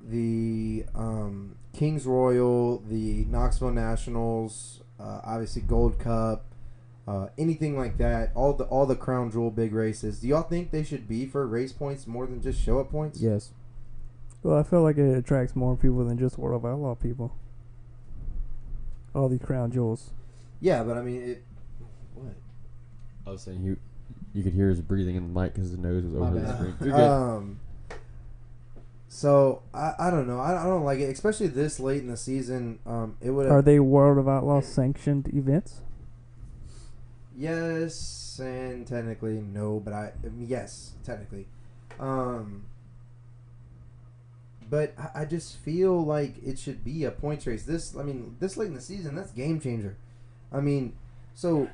Speaker 4: the um, Kings Royal, the Knoxville Nationals, uh, obviously Gold Cup, uh, anything like that, all the all the crown jewel big races. Do y'all think they should be for race points more than just show up points?
Speaker 6: yes,
Speaker 2: Well, I feel like it attracts more people than just World of Outlaw people. All the crown jewels.
Speaker 4: Yeah, but I mean, it, what?
Speaker 3: I was saying you, you could hear his breathing in the mic because his nose was
Speaker 6: My
Speaker 3: over the
Speaker 6: bad.
Speaker 3: screen. You're good.
Speaker 4: Um. So I, I don't know I, I don't like it especially this late in the season um it would
Speaker 2: Are they World of Outlaw sanctioned events?
Speaker 4: Yes, and technically no, but I I mean, yes, technically. Um but I, I just feel like it should be a points race. This I mean, this late in the season, that's game changer. I mean, so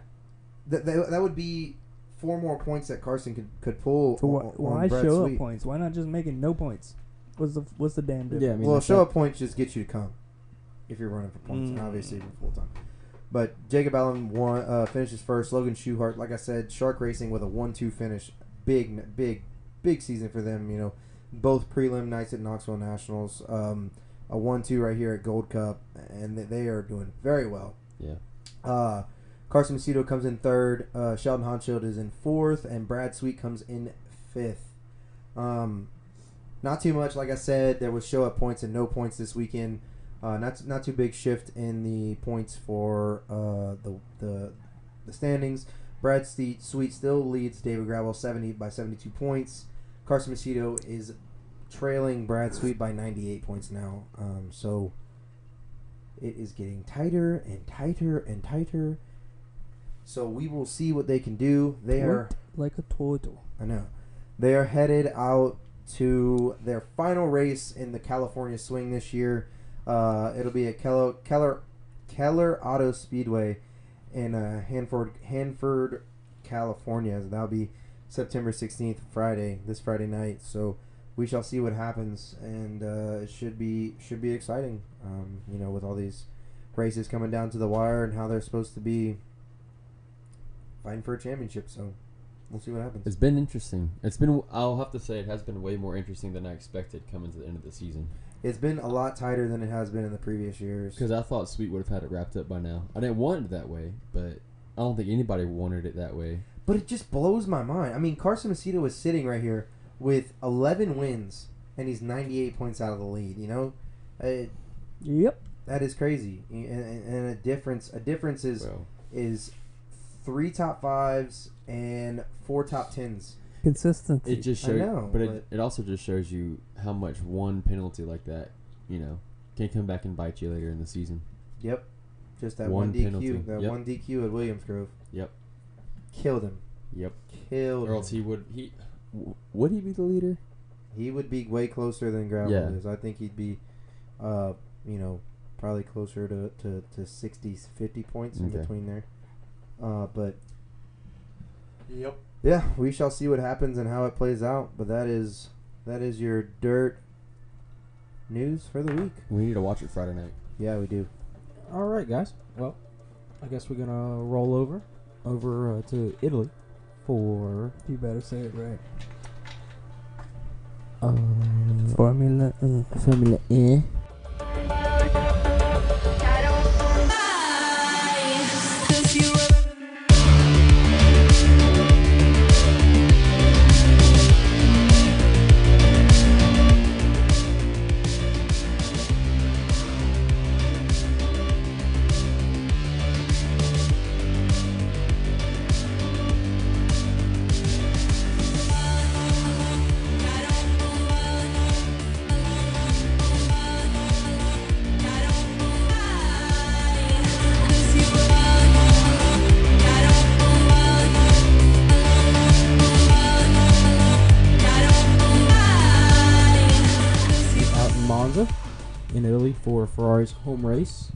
Speaker 4: that that, that would be four more points that Carson could could pull.
Speaker 2: So why,
Speaker 4: on- on
Speaker 2: why
Speaker 4: Brad
Speaker 2: show
Speaker 4: Sweet.
Speaker 2: up points? Why not just make it no points? What's the what's the damn difference?
Speaker 6: yeah. I mean,
Speaker 4: well,
Speaker 6: that's
Speaker 4: show
Speaker 6: a-
Speaker 4: up points just gets you to come if you're running for points, and
Speaker 2: Mm.
Speaker 4: obviously for full time. But Jacob Allen won, uh, finishes first. Logan Schuhart, like I said, Shark Racing with a one-two finish. Big, big, big season for them. You know, both prelim nights at Knoxville Nationals, um, a one-two right here at Gold Cup, and they- they are doing very well.
Speaker 3: Yeah.
Speaker 4: Uh, Carson Macedo comes in third. Uh, Sheldon Honschild is in fourth, and Brad Sweet comes in fifth. Um, not too much, like I said. There was show up points and no points this weekend. Uh, not not too big shift in the points for uh, the, the the standings. Brad Ste- Sweet still leads David Gravel seventy by seventy two points. Carson Macedo is trailing Brad Sweet by ninety eight points now. Um, so it is getting tighter and tighter and tighter. So we will
Speaker 2: Mm-hmm.
Speaker 4: see what they can do. They are
Speaker 2: Like a turtle.
Speaker 4: I know. They are headed out to their final race in the California Swing this year. Uh, it'll be at Keller Keller Keller Auto Speedway in uh, Hanford Hanford, California. That'll be September sixteenth, Friday, this Friday night. So we shall see what happens, and uh, it should be should be exciting. Um, you know, with all these races coming down to the wire and how they're supposed to be fighting for a championship. So we'll see what happens.
Speaker 3: It's been interesting. It's been. I'll have to say it has been way more interesting than I expected coming to the end of the season.
Speaker 4: It's been a lot tighter than it has been in the previous years.
Speaker 3: Because I thought Sweet would have had it wrapped up by now. I didn't want it that way, but I don't think anybody wanted it that way.
Speaker 4: But it just blows my mind. I mean, Carson Macedo is sitting right here with 11 wins, and he's 98 points out of the lead. You know, Uh
Speaker 2: Yep.
Speaker 4: that is crazy. And, and and a difference, a difference is
Speaker 3: Well,
Speaker 4: is three top fives and four top tens.
Speaker 2: Consistency.
Speaker 3: it just
Speaker 4: I
Speaker 3: shows.
Speaker 4: know,
Speaker 3: but it, it also just shows you how much one penalty like that, you know, can come back and bite you later in the season.
Speaker 4: Yep, just that one,
Speaker 3: One
Speaker 4: DQ,
Speaker 3: penalty.
Speaker 4: that
Speaker 3: Yep.
Speaker 4: one DQ at Williams Grove.
Speaker 3: Yep.
Speaker 4: killed him.
Speaker 3: Yep.
Speaker 4: Killed.
Speaker 3: Or else
Speaker 4: him.
Speaker 3: he would he w- would he be the leader?
Speaker 4: He would be way closer than Gravel
Speaker 3: Yeah.
Speaker 4: is. I think he'd be, uh, you know, probably closer to, to, to 60, 50 points in
Speaker 3: Okay.
Speaker 4: between there. Uh, but
Speaker 5: Yep.
Speaker 4: yeah, we shall see what happens and how it plays out. But that is that is your dirt news for the week.
Speaker 3: We need to watch it Friday night.
Speaker 4: Yeah, we do.
Speaker 1: All right, guys. Well, I guess we're gonna roll over over uh, to Italy for
Speaker 2: You better say it right.
Speaker 1: uh,
Speaker 2: Formula. Uh.
Speaker 1: Formula E. out in Monza, in Italy, for Ferrari's home race.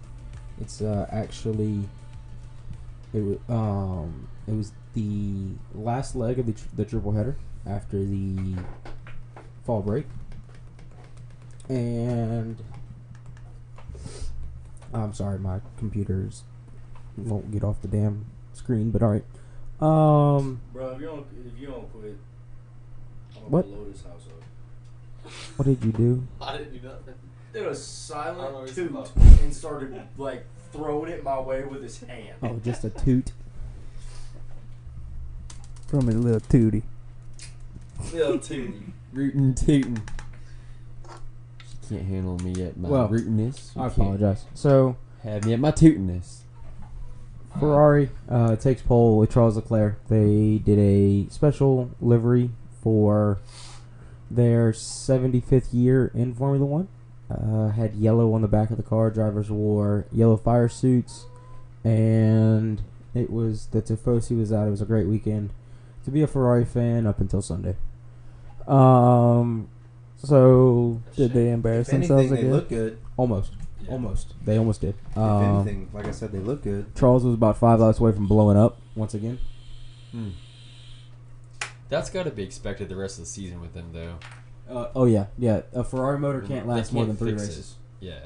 Speaker 1: It's uh, actually it was um, it was the last leg of the, tr- the triple header after the fall break, and I'm sorry, my computers won't get off the damn screen, but all right. Um,
Speaker 5: Bro, if you don't if you don't quit, I'm
Speaker 1: What?
Speaker 5: gonna blow this house up.
Speaker 1: what did you do?
Speaker 5: I didn't do nothing. It was
Speaker 3: I'm always
Speaker 5: silent toot
Speaker 3: love.
Speaker 5: and started like throwing it my way with his hand.
Speaker 1: Oh, just a toot.
Speaker 2: From his little tootie.
Speaker 5: Little tootie.
Speaker 3: Rootin' tootin'. You can't handle me yet. My
Speaker 1: Well,
Speaker 3: rootiness. You
Speaker 1: I
Speaker 3: can't
Speaker 1: apologize. So.
Speaker 3: Have me at my tootiness.
Speaker 1: Ferrari uh, takes pole with Charles Leclerc. They did a special livery for their 75th year in Formula One. Uh, had yellow on the back of the car. Drivers wore yellow fire suits, and it was the Tifosi was out. It was a great weekend to be a Ferrari fan up until Sunday. Um, so
Speaker 2: Did they embarrass
Speaker 4: If anything,
Speaker 2: themselves
Speaker 4: they
Speaker 2: again?
Speaker 4: look good.
Speaker 1: almost, almost, they almost did.
Speaker 4: If
Speaker 1: Um,
Speaker 4: anything, like I said, they look good.
Speaker 1: Charles was about five laps away from blowing up once again.
Speaker 3: Hmm. That's got to be expected the rest of the season with them, though.
Speaker 1: Uh, oh yeah, yeah. A Ferrari motor can't
Speaker 3: They
Speaker 1: last more than
Speaker 3: can't
Speaker 1: three
Speaker 3: fix
Speaker 1: races.
Speaker 3: it. Yeah.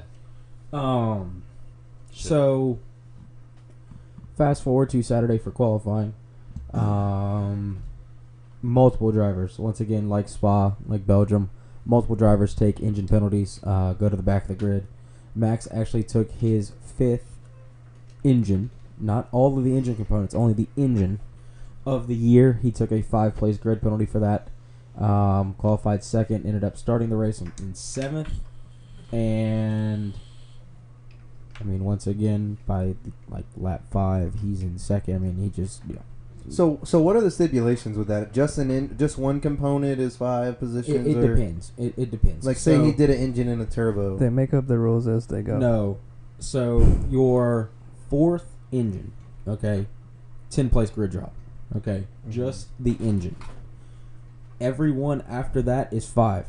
Speaker 1: Um.
Speaker 3: Shit.
Speaker 1: So, fast forward to Saturday for qualifying. Um, multiple drivers once again, like Spa, like Belgium. Multiple drivers take engine penalties. Uh, go to the back of the grid. Max actually took his fifth engine, not all of the engine components, only the engine of the year. He took a five place grid penalty for that. Um, qualified second, ended up starting the race in, in seventh, and I mean, once again, by like lap five, he's in second. I mean, he just yeah.
Speaker 4: So, so what are the stipulations with that? Just an in, just one component is five
Speaker 1: It,
Speaker 4: positions.
Speaker 1: it
Speaker 4: or,
Speaker 1: depends. It, it depends.
Speaker 4: Like, say he
Speaker 1: So-
Speaker 4: did an engine and a turbo.
Speaker 2: They make up the rules as they go.
Speaker 1: No. So your fourth engine,
Speaker 2: Mm-hmm.
Speaker 1: okay, ten place grid drop, okay, just the engine. every one after that is five.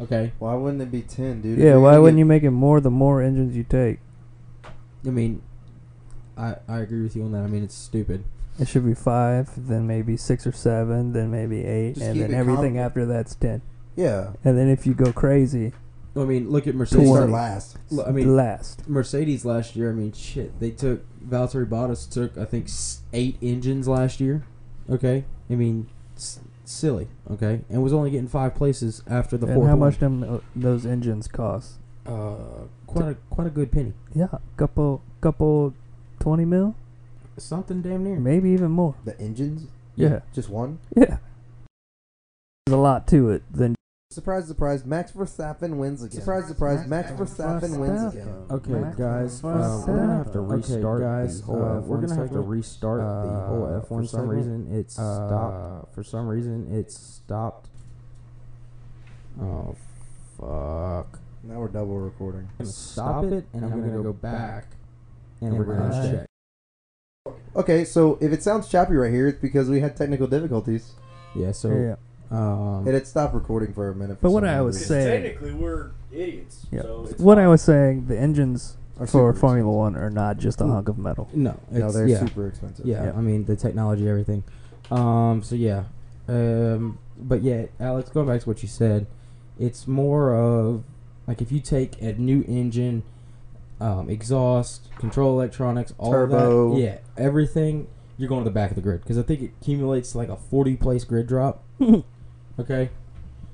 Speaker 1: Okay,
Speaker 4: Why wouldn't it be ten, dude?
Speaker 2: Yeah, why wouldn't you make it more the more engines you take?
Speaker 1: I mean, I I agree with you on that. I mean, it's stupid.
Speaker 2: It should be five, then maybe six or seven, then maybe eight,
Speaker 4: Just
Speaker 2: and
Speaker 4: keep
Speaker 2: then
Speaker 4: it
Speaker 2: everything
Speaker 4: common.
Speaker 2: after that's ten.
Speaker 4: Yeah,
Speaker 2: And then if you go crazy,
Speaker 1: I mean, look at
Speaker 4: they
Speaker 1: Mercedes.
Speaker 4: start
Speaker 2: Twenty.
Speaker 4: last.
Speaker 1: Look, I mean,
Speaker 2: last.
Speaker 1: Mercedes last year. I mean, shit, they took Valtteri Bottas took I think s- eight engines last year. Okay, I mean, s- silly. Okay, and was only getting five places after the
Speaker 2: And
Speaker 1: fourth.
Speaker 2: how
Speaker 1: one.
Speaker 2: much them uh, those engines cost?
Speaker 1: Uh, quite a quite a good penny.
Speaker 2: Yeah, couple couple twenty mil,
Speaker 1: Something damn near.
Speaker 2: maybe even more.
Speaker 4: The engines,
Speaker 2: Yeah,
Speaker 4: just one.
Speaker 2: yeah. There's a lot to it. Then
Speaker 4: Surprise, surprise! Max Verstappen wins again. Surprise, surprise! Max Verstappen wins again.
Speaker 6: Okay,
Speaker 2: Max
Speaker 6: guys, uh, we're
Speaker 2: Verstappen.
Speaker 6: gonna have to
Speaker 2: Okay,
Speaker 6: restart.
Speaker 1: guys,
Speaker 6: the whole
Speaker 1: uh,
Speaker 6: F1
Speaker 1: we're gonna have to
Speaker 6: segment.
Speaker 1: restart the
Speaker 6: Uh,
Speaker 1: whole F1
Speaker 6: For some
Speaker 1: segment.
Speaker 6: reason, it's
Speaker 1: Uh,
Speaker 6: stopped. For some reason, it's stopped. Oh, fuck!
Speaker 4: Now we're double recording.
Speaker 1: I'm gonna stop it, and I'm, gonna, go back, and, we're gonna
Speaker 2: gonna
Speaker 1: check.
Speaker 4: Okay, so if it sounds choppy right here, it's because we had technical difficulties.
Speaker 1: Yeah. So,
Speaker 2: yeah,
Speaker 1: um,
Speaker 4: It had stopped recording for a minute. for
Speaker 2: But what
Speaker 4: some
Speaker 2: I was
Speaker 4: reason.
Speaker 5: Because
Speaker 2: Say-
Speaker 5: technically we're idiots.
Speaker 2: yeah.
Speaker 5: So it's
Speaker 2: what
Speaker 5: fine.
Speaker 2: I was saying, the engines
Speaker 4: Our
Speaker 2: for
Speaker 4: supers.
Speaker 2: Formula One are not just a hunk of metal.
Speaker 1: no, it's,
Speaker 4: No, they're
Speaker 1: yeah,
Speaker 4: super expensive.
Speaker 1: yeah,
Speaker 2: Yeah.
Speaker 1: I mean the technology, everything. Um. So yeah. Um. But yeah, Alex, going back to what you said, it's more of like if you take a new engine, um, exhaust, control electronics, all of
Speaker 4: Turbo.
Speaker 1: that, yeah, everything. You're going to the back of the grid because I think it accumulates like a 40 place grid drop. okay.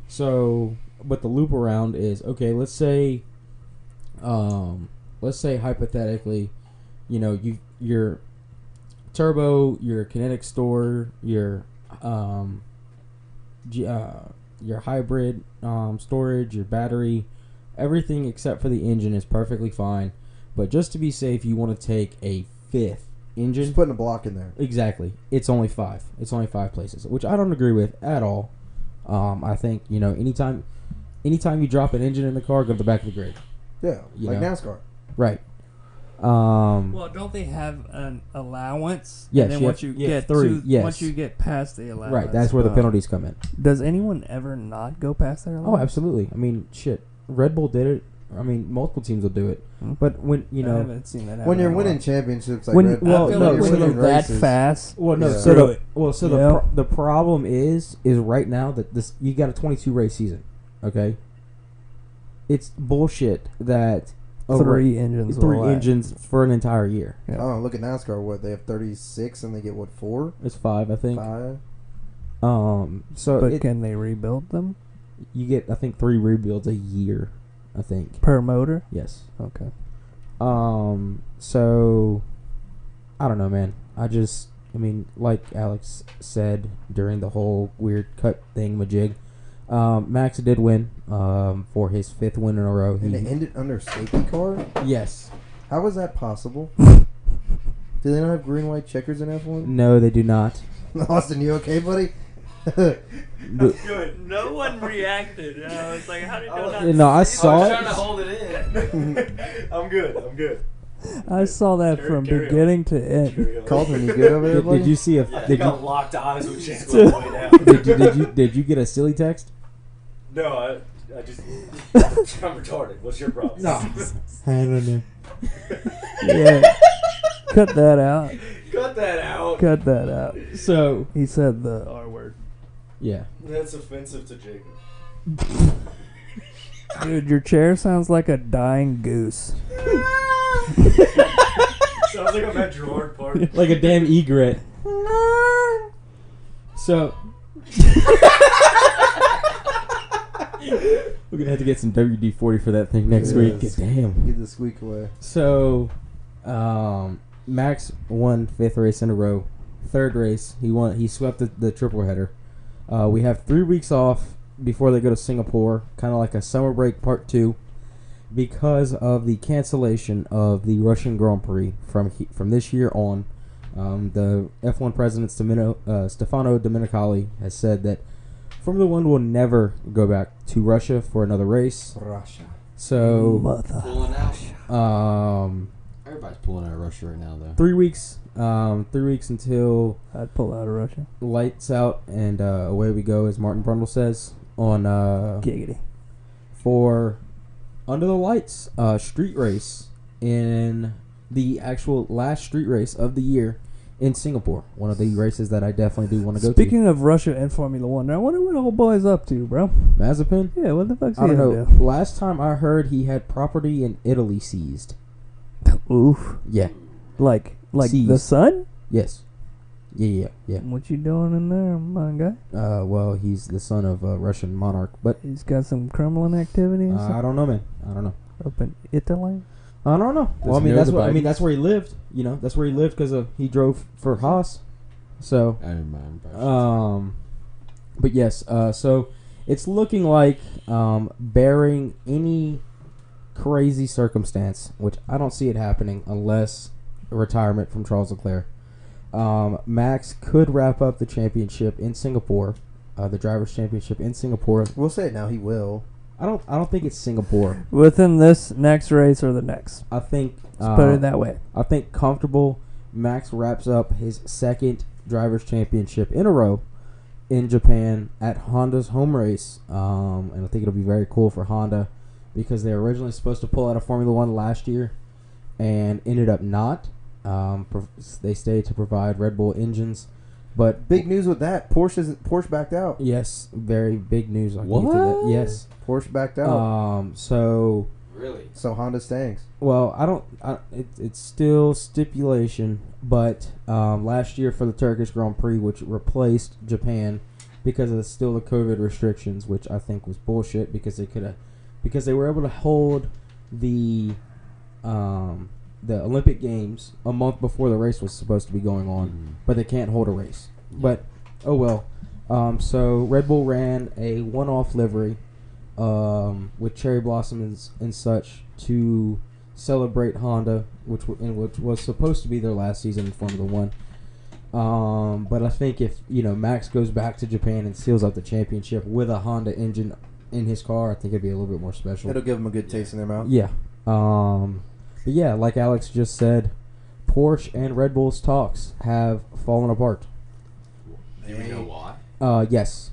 Speaker 1: So, but the loop around is okay. Let's say, um, let's say hypothetically, you know, you your turbo, your kinetic store, your um, g- uh, your hybrid um, storage, your battery, everything except for the engine is perfectly fine. But just to be safe, you want to take a fifth engine.
Speaker 4: Just putting a block in there.
Speaker 1: Exactly. It's only five. It's only five places, which I don't agree with at all. Um, I think you know anytime, anytime you drop an engine in the car, go to the back of the grid.
Speaker 4: Yeah,
Speaker 1: You
Speaker 4: like
Speaker 1: know.
Speaker 4: NASCAR.
Speaker 1: Right. Um,
Speaker 2: Well, don't they have an allowance?
Speaker 1: Yes, then you once have- you yeah, get three, to- yes. once you
Speaker 2: get past the allowance, uh,
Speaker 1: right. That's where the penalties come in.
Speaker 2: Does anyone ever not go past their
Speaker 1: Oh,
Speaker 2: allowance?
Speaker 1: absolutely. I mean, shit. Red Bull did it. I mean, multiple teams will do it.
Speaker 2: Hmm.
Speaker 1: But when you
Speaker 2: I
Speaker 1: know,
Speaker 2: haven't seen that.
Speaker 4: When
Speaker 2: happen
Speaker 4: you're
Speaker 2: in a
Speaker 4: winning
Speaker 2: while.
Speaker 4: championships, like
Speaker 1: When-
Speaker 4: Red Bull,
Speaker 1: well,
Speaker 2: I feel
Speaker 1: no,
Speaker 2: like
Speaker 1: when
Speaker 2: when
Speaker 1: you're
Speaker 2: you're
Speaker 4: winning
Speaker 2: that
Speaker 4: races-
Speaker 2: fast,
Speaker 1: well, no.
Speaker 4: Yeah.
Speaker 1: So
Speaker 2: Screw
Speaker 1: the, well, so
Speaker 2: Yeah.
Speaker 1: the pro- the problem is is right now that this you got a 22 race season. Okay. It's bullshit that a ra-
Speaker 2: three engines. will
Speaker 1: Oh, three
Speaker 2: last.
Speaker 1: engines for an entire year.
Speaker 4: Oh, look at NASCAR. What they have thirty six, and they get what four,
Speaker 1: It's five, I think.
Speaker 4: five.
Speaker 1: Um, so
Speaker 2: But
Speaker 1: it,
Speaker 2: can they rebuild them
Speaker 1: you get I think three rebuilds a year. I think
Speaker 2: per motor?
Speaker 1: yes.
Speaker 2: Okay.
Speaker 1: Um, so I don't know, man. I just I mean, like Alex said during the whole weird cut thing, majig. Um, Max did win um, for his fifth win in a row.
Speaker 4: And it
Speaker 1: He,
Speaker 4: ended under safety car.
Speaker 1: yes.
Speaker 4: How is that possible? Do they not have green white checkers in F one?
Speaker 1: No, they do not.
Speaker 4: Austin, you okay, buddy?
Speaker 5: Good.
Speaker 9: No one reacted. And I was like, how did
Speaker 5: I
Speaker 9: no
Speaker 5: was-
Speaker 9: not?
Speaker 1: No, I
Speaker 5: Oh, I
Speaker 1: saw
Speaker 5: was
Speaker 1: it.
Speaker 5: trying to hold it in. I'm good. I'm good.
Speaker 2: I saw that
Speaker 5: Carry-
Speaker 2: from
Speaker 5: carry on.
Speaker 2: beginning to end.
Speaker 5: Carry on.
Speaker 4: Caldwell, you good over there,
Speaker 1: Did,
Speaker 4: buddy?
Speaker 1: did you see a?
Speaker 5: Yeah, they
Speaker 1: Did
Speaker 5: got
Speaker 1: you,
Speaker 5: locked eyes with Chance on the way down.
Speaker 1: did, you, did you did you get a silly text?
Speaker 5: No, I, I just I'm retarded. What's your problem?
Speaker 1: I don't know.
Speaker 2: Yeah. Cut that out.
Speaker 5: Cut that out.
Speaker 2: Cut that out.
Speaker 1: So
Speaker 2: He said the R word.
Speaker 1: yeah,
Speaker 5: That's offensive to Jacob.
Speaker 2: Dude, your chair sounds like a dying goose.
Speaker 5: Sounds like I'm at Gerard Park.
Speaker 1: like a damn egret.
Speaker 2: Oh,
Speaker 1: So we're gonna have to get some WD forty for that thing next week.
Speaker 4: Yes.
Speaker 1: Damn.
Speaker 4: Get the squeak away.
Speaker 1: So, um, Max won fifth race in a row. Third race, he won. He swept the, the triple header. Uh, we have three weeks off before they go to Singapore, kind of like a summer break part two, because of the cancellation of the Russian Grand Prix from he, from this year on. Um, the F1 president Stamino, uh, Stefano Domenicali has said that Formula One will never go back to Russia for another race.
Speaker 4: Russia.
Speaker 1: So,
Speaker 2: Mother.
Speaker 3: Pulling out.
Speaker 1: um,
Speaker 3: Everybody's pulling out of Russia right now, though.
Speaker 1: three weeks Um, three weeks until
Speaker 2: I'd pull out of Russia.
Speaker 1: lights out and uh, away we go, as Martin Brundle says on uh,
Speaker 2: Giggity.
Speaker 1: for Under the Lights uh, street race in the actual last street race of the year in Singapore. One of the races that I definitely do want to go
Speaker 2: Speaking of Russia and Formula One, I wonder what old boy's up to, bro.
Speaker 1: to. Mazepin?
Speaker 2: Yeah, what the fuck's
Speaker 1: I
Speaker 2: he
Speaker 1: don't
Speaker 2: up
Speaker 1: know. Last time I heard, he had property in Italy seized.
Speaker 2: to? Oof.
Speaker 1: Yeah.
Speaker 2: Like, like the
Speaker 1: Seized.
Speaker 2: sun?
Speaker 1: Yes. Yeah, yeah,
Speaker 2: What you doing in there, my guy?
Speaker 1: yeah. Uh, well, he's the son of a Russian monarch, but uh,
Speaker 2: He's got some Kremlin activities
Speaker 1: I don't know, man. I don't know.
Speaker 2: up in Italy.
Speaker 1: I don't know.
Speaker 3: he
Speaker 1: Well, I mean
Speaker 3: know
Speaker 1: that's
Speaker 3: the
Speaker 1: what, I mean
Speaker 3: Bidens?
Speaker 1: that's where he lived. You know, that's where he lived because he drove for Haas. So,
Speaker 3: I remember.
Speaker 1: um, but yes, uh, so it's looking like um, bearing any crazy circumstance, which I don't see it happening unless a retirement from Charles Leclerc. Um, Max could wrap up the championship in Singapore, uh, the drivers' championship in Singapore.
Speaker 4: We'll say it now. He will.
Speaker 1: I don't, I don't think it's Singapore.
Speaker 2: Within this next race or the next.
Speaker 1: I think
Speaker 2: Let's put
Speaker 1: uh,
Speaker 2: it that way.
Speaker 1: I think comfortable. Max wraps up his second drivers' championship in a row in Japan at Honda's home race, um, and I think it'll be very cool for Honda because they were originally supposed to pull out of Formula One last year and ended up not. Um, pro- they stayed to provide Red Bull engines, but
Speaker 4: Big news with that. Porsche is Porsche backed out.
Speaker 1: yes, very big news. I can get to that.
Speaker 3: What?
Speaker 1: Yes.
Speaker 4: Porsche backed out.
Speaker 1: Um, so
Speaker 3: really?
Speaker 4: so Honda stanks.
Speaker 1: Well, I don't. I, it, it's still stipulation, but um, last year for the Turkish Grand Prix, which replaced Japan because of the, still the COVID restrictions, which I think was bullshit because they could have, because they were able to hold the, um, the Olympic Games a month before the race was supposed to be going on,
Speaker 3: Mm-hmm.
Speaker 1: but they can't hold a race. But oh well. Um, so Red Bull ran a one-off livery um, with cherry blossoms and such to celebrate Honda, which w- and which was supposed to be their last season in Formula One. Um, but I think if you know Max goes back to Japan and seals up the championship with a Honda engine in his car, I think it'd be a little bit more special.
Speaker 4: It'll give them a good taste in their mouth.
Speaker 1: Yeah. Um, but yeah, like Alex just said, Porsche and Red Bull's talks have fallen apart.
Speaker 3: Do we know why?
Speaker 1: Uh, yes.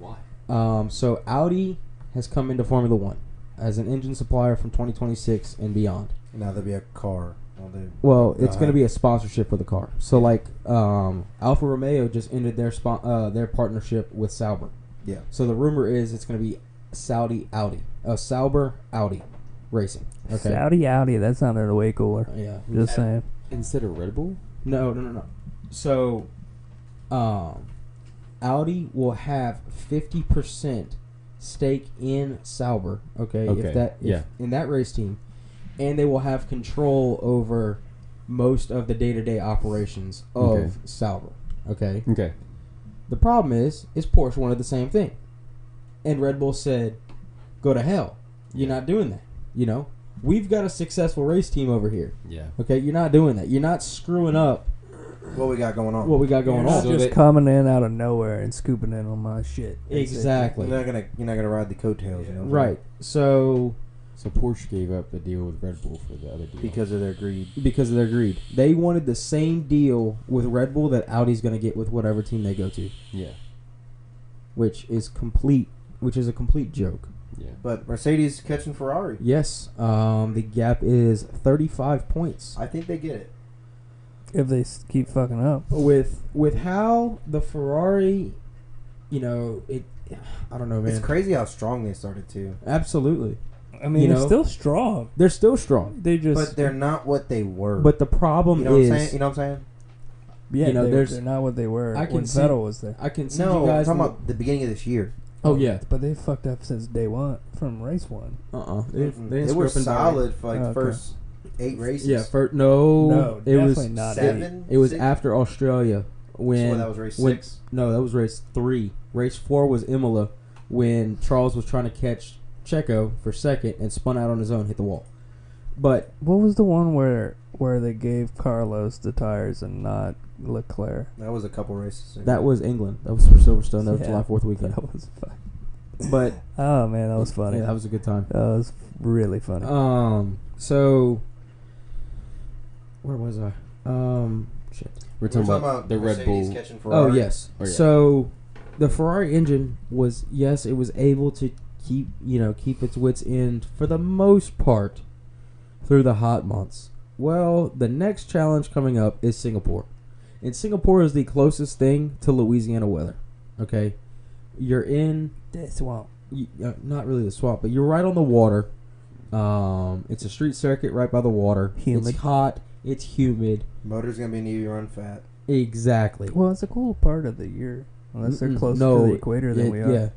Speaker 3: Why?
Speaker 1: Um, so Audi has come into Formula One as an engine supplier from 2026 and beyond.
Speaker 4: Now there'll be a car. Well, they-
Speaker 1: Well, it's going
Speaker 4: Uh-huh.
Speaker 1: to be a sponsorship for the car. So like um, Alfa Romeo just ended their spon- uh, their partnership with Sauber.
Speaker 4: Yeah.
Speaker 1: So the rumor is it's going to be Saudi Audi, uh, Sauber Audi racing. Okay.
Speaker 2: Saudi Audi, that sounded way cooler.
Speaker 1: yeah.
Speaker 2: Just saying.
Speaker 3: Instead of Red Bull?
Speaker 1: No, no, no, no. So, um, Audi will have fifty percent stake in Sauber. Okay,
Speaker 3: Okay,
Speaker 1: If that, if-
Speaker 3: yeah.
Speaker 1: in that race team, and they will have control over most of the day-to-day operations of
Speaker 3: Okay. Mm.
Speaker 1: Sauber. Okay.
Speaker 3: Okay.
Speaker 1: The problem is, is Porsche wanted the same thing, and Red Bull said, "Go to hell! You're not doing that. You know, we've got a successful race team over here.
Speaker 3: Yeah.
Speaker 1: Okay, you're not doing that. You're not screwing up."
Speaker 4: What we got going on?
Speaker 1: what we got going
Speaker 3: Yeah.
Speaker 1: on.
Speaker 3: So
Speaker 2: just
Speaker 3: they-
Speaker 2: coming in out of nowhere and scooping in on my shit. That's it.
Speaker 4: you're
Speaker 1: Exactly.
Speaker 4: not gonna you're not gonna ride the coattails, you know. what I'm
Speaker 1: Right. So
Speaker 3: So Porsche gave up the deal with Red Bull for the other deal.
Speaker 4: saying? Because of their greed.
Speaker 1: because of their greed, they wanted the same deal with Red Bull that Audi's going to get with whatever team they go to,
Speaker 3: yeah.
Speaker 1: which is complete, which is a complete joke.
Speaker 3: Yeah.
Speaker 4: But Mercedes catching Ferrari.
Speaker 1: Yes. Um, the gap is 35 points.
Speaker 4: I think they get it.
Speaker 2: If they s- keep fucking up.
Speaker 1: With with how the Ferrari, you know, it. I don't know,
Speaker 4: It's
Speaker 1: man.
Speaker 4: crazy how strong they started too.
Speaker 1: Absolutely,
Speaker 2: I mean,
Speaker 1: You
Speaker 2: they're
Speaker 1: know?
Speaker 2: still strong.
Speaker 1: they're still strong,
Speaker 2: They just.
Speaker 4: But they're not what they were.
Speaker 1: but the problem
Speaker 4: you know what
Speaker 1: is,
Speaker 4: I'm saying? You know what I'm saying?
Speaker 2: yeah,
Speaker 1: you know,
Speaker 2: they,
Speaker 1: there's-
Speaker 2: they're not what they were
Speaker 1: I can
Speaker 2: when
Speaker 1: see-
Speaker 2: Vettel was there.
Speaker 1: I can see
Speaker 4: No,
Speaker 1: you
Speaker 4: I'm
Speaker 1: guys.
Speaker 4: talking about the beginning of this year.
Speaker 1: oh yeah,
Speaker 2: But they fucked up since day one, from race one.
Speaker 1: uh uh They, didn't- they
Speaker 4: Mm, They,
Speaker 1: didn't
Speaker 4: were
Speaker 1: screw up and die.
Speaker 4: solid for like
Speaker 2: Oh,
Speaker 4: the
Speaker 2: okay.
Speaker 4: first eight races.
Speaker 1: Yeah, for, no,
Speaker 2: No,
Speaker 1: it was
Speaker 2: definitely not
Speaker 4: seven.
Speaker 2: eight.
Speaker 1: It was
Speaker 4: six-
Speaker 1: after Australia when
Speaker 4: So that was race
Speaker 1: when-
Speaker 4: six.
Speaker 1: No, that was race three. Race four was Imola when Charles was trying to catch Checo for second and spun out on his own, hit the wall. But
Speaker 2: What was the one where where they gave Carlos the tires and not Leclerc?
Speaker 4: That was a couple races. ago.
Speaker 1: that was England. That was for Silverstone. That was
Speaker 2: Yeah.
Speaker 1: July Fourth weekend.
Speaker 2: That was fun.
Speaker 1: But
Speaker 2: Oh man, that was funny.
Speaker 1: yeah, that was a good time.
Speaker 2: That was really funny.
Speaker 1: Um. So, where was I? Um. Shit.
Speaker 3: We're talking, about, the Red Bull.
Speaker 1: Oh yes.
Speaker 3: Oh, yeah.
Speaker 1: So the Ferrari engine was yes, it was able to keep you know keep its wits end for the most part through the hot months. Well, the next challenge coming up is Singapore, and Singapore is the closest thing to Louisiana weather. Okay, you're in
Speaker 2: This won't.
Speaker 1: y- uh, not really the swamp, but you're right on the water. Um, it's a street circuit right by the water.
Speaker 2: Humid.
Speaker 1: It's hot. It's humid.
Speaker 4: Motor's gonna be needing you run fat.
Speaker 1: Exactly.
Speaker 2: Well, it's a cool part of the year, unless they're
Speaker 1: Mm-mm.
Speaker 2: closer
Speaker 1: No,
Speaker 2: to the equator than
Speaker 1: Yeah,
Speaker 2: we are.
Speaker 1: Yeah,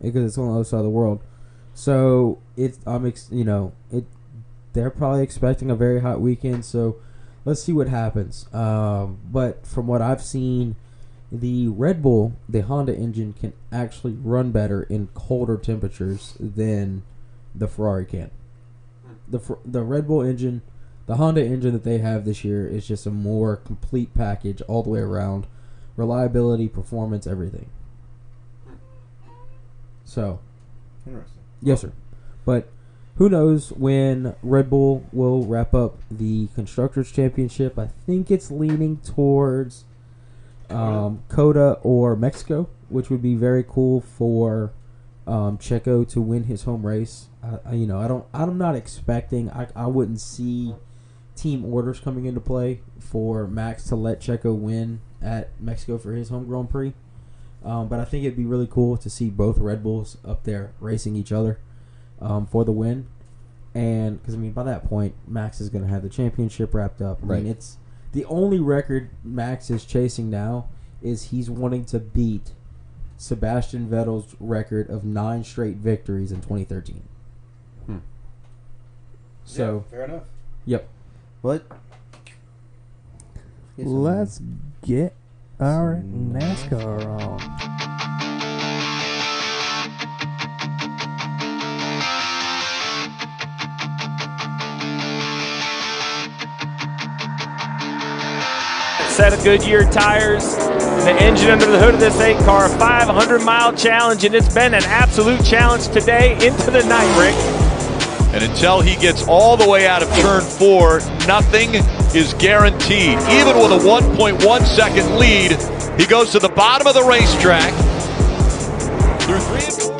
Speaker 1: because it's on the other side of the world. So it's I'm ex- you know it they're probably expecting a very hot weekend. So let's see what happens. Um, but from what I've seen, the Red Bull, the Honda engine can actually run better in colder temperatures than the Ferrari can. The Fer- the Red Bull engine, the Honda engine that they have this year is just a more complete package all the way around, reliability, performance, everything. So,
Speaker 4: Interesting.
Speaker 1: yes, sir. But who knows when Red Bull will wrap up the Constructors' Championship? I think it's leaning towards um, Coda or Mexico, which would be very cool for um, Checo to win his home race. I, I, you know, I don't, I'm not expecting. I, I wouldn't see team orders coming into play for Max to let Checo win at Mexico for his home Grand Prix. Um, but I think it'd be really cool to see both Red Bulls up there racing each other um, for the win. And because I mean, by that point, Max is going to have the championship wrapped up. I
Speaker 3: Right.
Speaker 1: mean, it's the only record Max is chasing now is he's wanting to beat Sebastian Vettel's record of nine straight victories in 2013.
Speaker 3: Hmm.
Speaker 1: So
Speaker 4: fair enough.
Speaker 1: Yep.
Speaker 4: What?
Speaker 2: Let's get our NASCAR on.
Speaker 10: set of Goodyear tires, and the engine under the hood of this eight car, 500 mile challenge, and it's been an absolute challenge today into the night, Rick.
Speaker 11: And until he gets all the way out of turn four, nothing is guaranteed. Even with a 1.1 second lead, he goes to the bottom of the racetrack through three and four.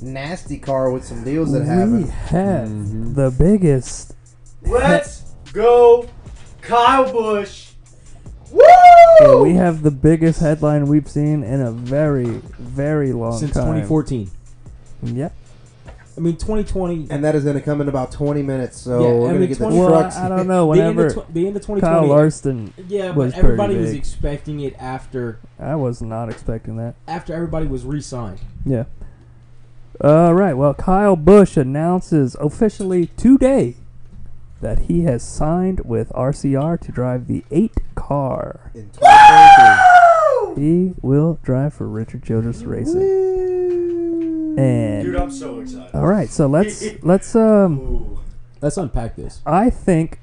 Speaker 4: Nasty car with some deals that
Speaker 2: We
Speaker 4: happen.
Speaker 2: have
Speaker 1: Mm-hmm.
Speaker 2: the biggest.
Speaker 5: Let's go, Kyle Bush.
Speaker 2: yeah, we have the biggest headline we've seen in a very, very long
Speaker 1: since
Speaker 2: time.
Speaker 1: 2014,
Speaker 2: Yep.
Speaker 1: I mean 2020.
Speaker 4: And that is going to come in about 20 minutes, so
Speaker 1: Yeah,
Speaker 4: we're
Speaker 1: I
Speaker 4: going to
Speaker 1: mean,
Speaker 4: get the
Speaker 1: 20
Speaker 2: Well,
Speaker 4: trucks.
Speaker 2: I, I don't know.
Speaker 1: the end
Speaker 2: Whenever
Speaker 1: of tw- the end of 2020.
Speaker 2: Kyle Larson,
Speaker 1: yeah, but
Speaker 2: was pretty
Speaker 1: everybody was
Speaker 2: big.
Speaker 1: expecting it after
Speaker 2: I was not expecting that.
Speaker 1: after everybody was re-signed.
Speaker 2: Yeah. All right. Well, Kyle Bush announces officially today that he has signed with RCR to drive the eight car.
Speaker 4: in 2023.
Speaker 2: He will drive for Richard Childress Racing. And
Speaker 5: Dude, I'm so excited.
Speaker 2: all right, so let's let's um.
Speaker 5: Ooh.
Speaker 1: Let's unpack this.
Speaker 2: I think,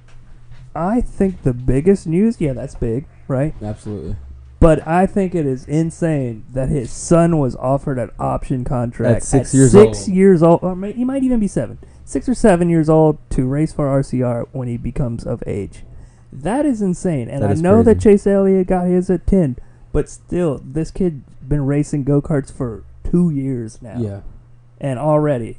Speaker 2: I think the biggest news. Yeah, that's big, right?
Speaker 1: Absolutely.
Speaker 2: But I think it is insane that his son was offered an option contract
Speaker 3: At six years
Speaker 2: six
Speaker 3: old.
Speaker 2: years old, or may, he might even be seven, six or seven years old to race for RCR when he becomes of age. That is insane, and
Speaker 3: That
Speaker 2: I
Speaker 3: is
Speaker 2: know that
Speaker 3: crazy.
Speaker 2: Chase Elliott got his at ten, but still, this kid been racing go karts for two years now,
Speaker 1: Yeah.
Speaker 2: and already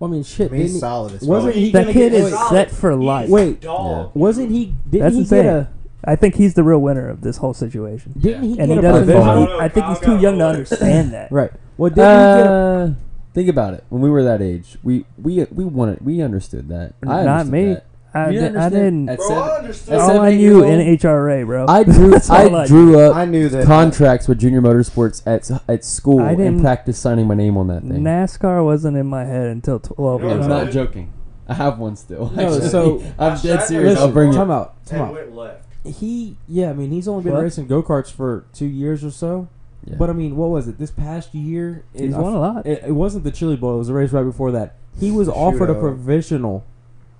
Speaker 1: Well, I mean, shit.
Speaker 4: I mean, he's
Speaker 1: didn't-
Speaker 4: solid as
Speaker 1: wasn't
Speaker 4: fuck.
Speaker 1: he
Speaker 2: that
Speaker 1: gonna
Speaker 2: kid
Speaker 1: get-
Speaker 2: is
Speaker 1: wait,
Speaker 2: set for life.
Speaker 1: Wait.
Speaker 5: Dog.
Speaker 1: wasn't he? Didn't
Speaker 2: That's
Speaker 1: he
Speaker 2: insane.
Speaker 1: get a?
Speaker 2: I think he's the real winner of this whole situation,
Speaker 1: Didn't he get
Speaker 2: and he
Speaker 1: a
Speaker 2: doesn't.
Speaker 1: fucking-
Speaker 5: No, no,
Speaker 2: I think he's
Speaker 5: Kyle
Speaker 2: too
Speaker 5: got
Speaker 2: young to
Speaker 5: older.
Speaker 2: understand that.
Speaker 1: Right. Well, didn't he get a,
Speaker 3: Uh, think about it. When we were that age, we we we wanted we understood that. I
Speaker 2: Not
Speaker 3: understood
Speaker 2: me.
Speaker 3: that.
Speaker 2: I,
Speaker 3: You
Speaker 2: di- I
Speaker 3: understand?
Speaker 2: didn't.
Speaker 3: At
Speaker 5: Bro,
Speaker 3: seven-
Speaker 5: I
Speaker 3: at
Speaker 5: understood.
Speaker 2: all
Speaker 3: seven
Speaker 2: I
Speaker 3: years
Speaker 2: knew
Speaker 3: old-
Speaker 2: NHRA, bro.
Speaker 3: I drew
Speaker 2: That's all
Speaker 3: I drew up
Speaker 4: I knew that.
Speaker 3: contracts with Junior Motorsports at at school
Speaker 2: I didn't-
Speaker 3: and practiced signing my name on that thing.
Speaker 2: NASCAR wasn't in my head until 12
Speaker 5: You know
Speaker 2: years
Speaker 3: I'm
Speaker 5: what
Speaker 2: old.
Speaker 3: not joking. I have one still.
Speaker 1: No,
Speaker 3: actually.
Speaker 1: so-
Speaker 3: I'm dead
Speaker 5: Actually,
Speaker 3: serious. I'll
Speaker 1: Listen,
Speaker 3: bring it.
Speaker 1: time out. Time
Speaker 5: and
Speaker 1: out.
Speaker 5: went left.
Speaker 1: He, yeah, I mean, he's only been
Speaker 2: What?
Speaker 1: racing go karts for two years or so.
Speaker 3: Yeah.
Speaker 1: But I mean, what was it? This past year, it-
Speaker 2: He's
Speaker 1: I
Speaker 2: won a
Speaker 1: f-
Speaker 2: lot.
Speaker 1: It, it wasn't the Chili Bowl. It was a race right before that. He was offered a
Speaker 4: Shootout.
Speaker 1: provisional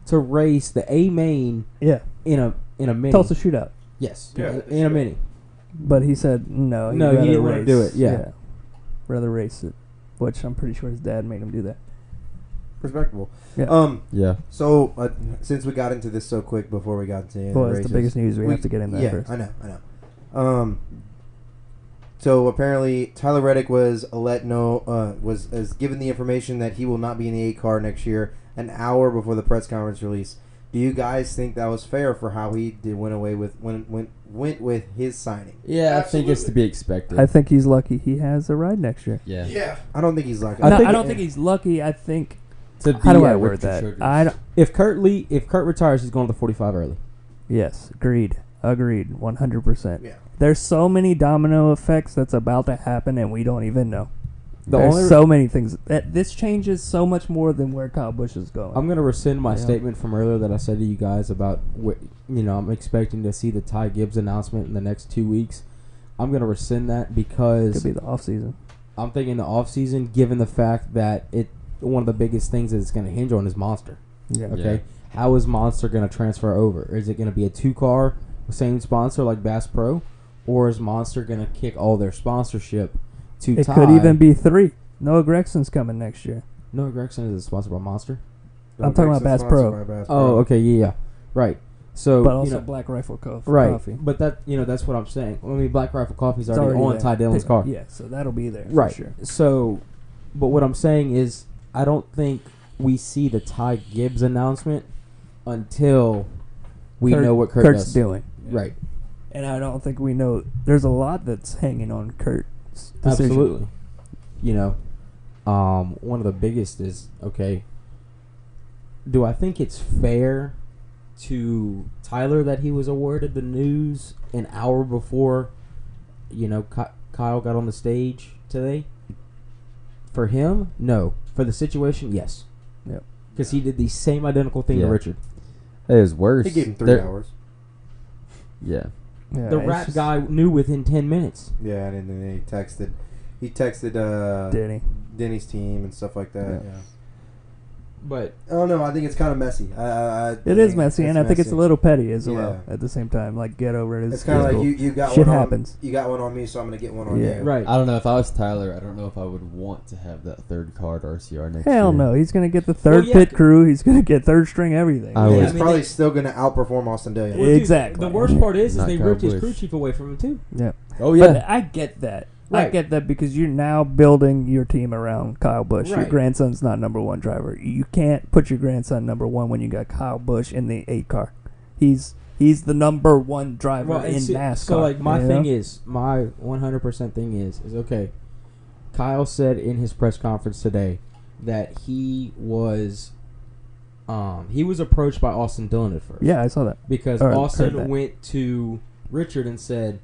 Speaker 1: to race the A main
Speaker 2: Yeah,
Speaker 1: in a in a mini.
Speaker 2: Tulsa shootout.
Speaker 1: Yes,
Speaker 5: Yeah,
Speaker 1: in,
Speaker 5: the
Speaker 1: in a
Speaker 5: shootout.
Speaker 1: mini.
Speaker 2: But he said no.
Speaker 1: No, he
Speaker 2: rather
Speaker 1: didn't wanna
Speaker 2: race.
Speaker 1: do it, yeah.
Speaker 2: rather race it, which I'm pretty sure his dad made him do that.
Speaker 4: Respectable.
Speaker 2: Yeah.
Speaker 4: Um.
Speaker 3: Yeah.
Speaker 4: So uh, since we got into this so quick before we got into any of
Speaker 2: Well, it's the
Speaker 4: races,
Speaker 2: biggest news, we have to get in there
Speaker 4: yeah,
Speaker 2: first.
Speaker 4: I know. I know. Um. So apparently, Tyler Reddick was let know uh, was is given the information that he will not be in the A car next year, an hour before the press conference release. Do you guys think that was fair for how he did went away with went went went with his signing?
Speaker 3: Yeah, I think it's to be expected.
Speaker 2: I think he's lucky he has a ride next year.
Speaker 3: yeah.
Speaker 5: Yeah.
Speaker 4: I don't think he's like.
Speaker 2: No, I don't think he's lucky. I think.
Speaker 3: To
Speaker 2: How do
Speaker 3: be
Speaker 2: I
Speaker 3: at
Speaker 2: word
Speaker 3: Richard
Speaker 2: that?
Speaker 3: Childress.
Speaker 2: I don't-
Speaker 1: If Kurt Lee, if Kurt retires, he's going to the 45 early.
Speaker 2: yes, agreed, agreed, one hundred percent.
Speaker 4: Yeah.
Speaker 2: There's so many domino effects that's about to happen, and we don't even know.
Speaker 1: The
Speaker 2: There's
Speaker 1: only
Speaker 2: so many things that this changes so much more than where Kyle Bush is going.
Speaker 1: I'm gonna rescind my
Speaker 2: Yeah.
Speaker 1: statement from earlier that I said to you guys about what you know. I'm expecting to see the Ty Gibbs announcement in the next two weeks. I'm gonna rescind that because
Speaker 2: Could be the off season.
Speaker 1: I'm thinking the off season, given the fact that it one of the biggest things that it's going to hinge on is Monster.
Speaker 2: Yeah.
Speaker 1: Okay, how is Monster going to transfer over? Is it going to be a two car same sponsor like Bass Pro, or is Monster going to kick all their sponsorship to?
Speaker 2: It
Speaker 1: Ty?
Speaker 2: could even be three. Noah Gregson's coming next year.
Speaker 1: Noah Gregson is sponsored by Monster.
Speaker 2: I'm talking about Bass Pro.
Speaker 1: Oh, okay, yeah, yeah, right. So,
Speaker 2: but also
Speaker 1: you know,
Speaker 2: Black Rifle Co-
Speaker 1: right,
Speaker 2: Coffee.
Speaker 1: but that you know that's what I'm saying. I mean, Black Rifle Coffee's
Speaker 2: It's
Speaker 1: already, on
Speaker 2: there.
Speaker 1: Ty Dillon's
Speaker 2: They-
Speaker 1: car.
Speaker 2: Yeah, so that'll be there.
Speaker 1: Right.
Speaker 2: For sure.
Speaker 1: So, but what I'm saying is, I don't think we see the Ty Gibbs announcement until we
Speaker 2: Kurt-
Speaker 1: know what Kurt
Speaker 2: Kurt's
Speaker 1: does.
Speaker 2: doing.
Speaker 1: Right.
Speaker 2: And I don't think we know. There's a lot that's hanging on Kurt's decision.
Speaker 1: Absolutely. You know, um, one of the biggest is okay. Do I think it's fair to Tyler that he was awarded the news an hour before, you know, Ky- Kyle got on the stage today? For him, no. For the situation, yes.
Speaker 2: Yep.
Speaker 1: Because he did the same identical thing
Speaker 3: Yeah.
Speaker 1: to Richard.
Speaker 3: It was worse.
Speaker 4: He gave him 3
Speaker 3: There-
Speaker 4: hours.
Speaker 3: Yeah.
Speaker 2: Yeah,
Speaker 1: the
Speaker 2: it's
Speaker 1: rap
Speaker 2: just-
Speaker 1: guy knew within 10 minutes.
Speaker 4: Yeah, and then he texted. He texted uh,
Speaker 2: Denny.
Speaker 4: Denny's team and stuff like that.
Speaker 2: Yeah.
Speaker 4: Yeah.
Speaker 1: But
Speaker 4: I don't know. I think it's kind of messy. I, I, I
Speaker 2: It is messy, and I think it's a little petty as well
Speaker 4: Yeah.
Speaker 2: at the same time. Like, get over it.
Speaker 4: It's kind of like
Speaker 2: cool.
Speaker 4: you, you got
Speaker 2: Shit
Speaker 4: one
Speaker 2: happens.
Speaker 4: On, you got one on me, so I'm gonna get one on
Speaker 2: Yeah.
Speaker 4: you.
Speaker 1: right,
Speaker 3: I don't know if I was Tyler. I don't know if I would want to have that third card RCR next year.
Speaker 2: Hell no. He's going to get the third
Speaker 1: yeah.
Speaker 2: pit crew. He's going to get third string everything.
Speaker 3: I
Speaker 4: He's
Speaker 3: would.
Speaker 1: Yeah. I mean,
Speaker 4: probably
Speaker 1: they-
Speaker 4: still gonna outperform Austin Dillon.
Speaker 2: Well, dude, Exactly.
Speaker 1: The worst part is, is
Speaker 3: Not
Speaker 1: they
Speaker 3: Kyle
Speaker 1: ripped his
Speaker 3: Busch.
Speaker 1: crew chief away from him too.
Speaker 3: Oh
Speaker 2: But
Speaker 3: yeah.
Speaker 2: I get that. I
Speaker 1: Right.
Speaker 2: get that because you're now building your team around Kyle Bush. Your
Speaker 1: Right.
Speaker 2: grandson's not number one driver. You can't put your grandson number one when you got Kyle Bush in the eight car. He's he's the number one driver
Speaker 1: Well, and
Speaker 2: in
Speaker 1: see-
Speaker 2: NASCAR.
Speaker 1: So like my
Speaker 2: you know?
Speaker 1: thing is, my 100% thing is is okay. Kyle said in his press conference today that he was um he was approached by Austin Dillon at first.
Speaker 2: yeah, I saw that.
Speaker 1: Because
Speaker 2: Or heard
Speaker 1: Austin
Speaker 2: that.
Speaker 1: went to Richard and said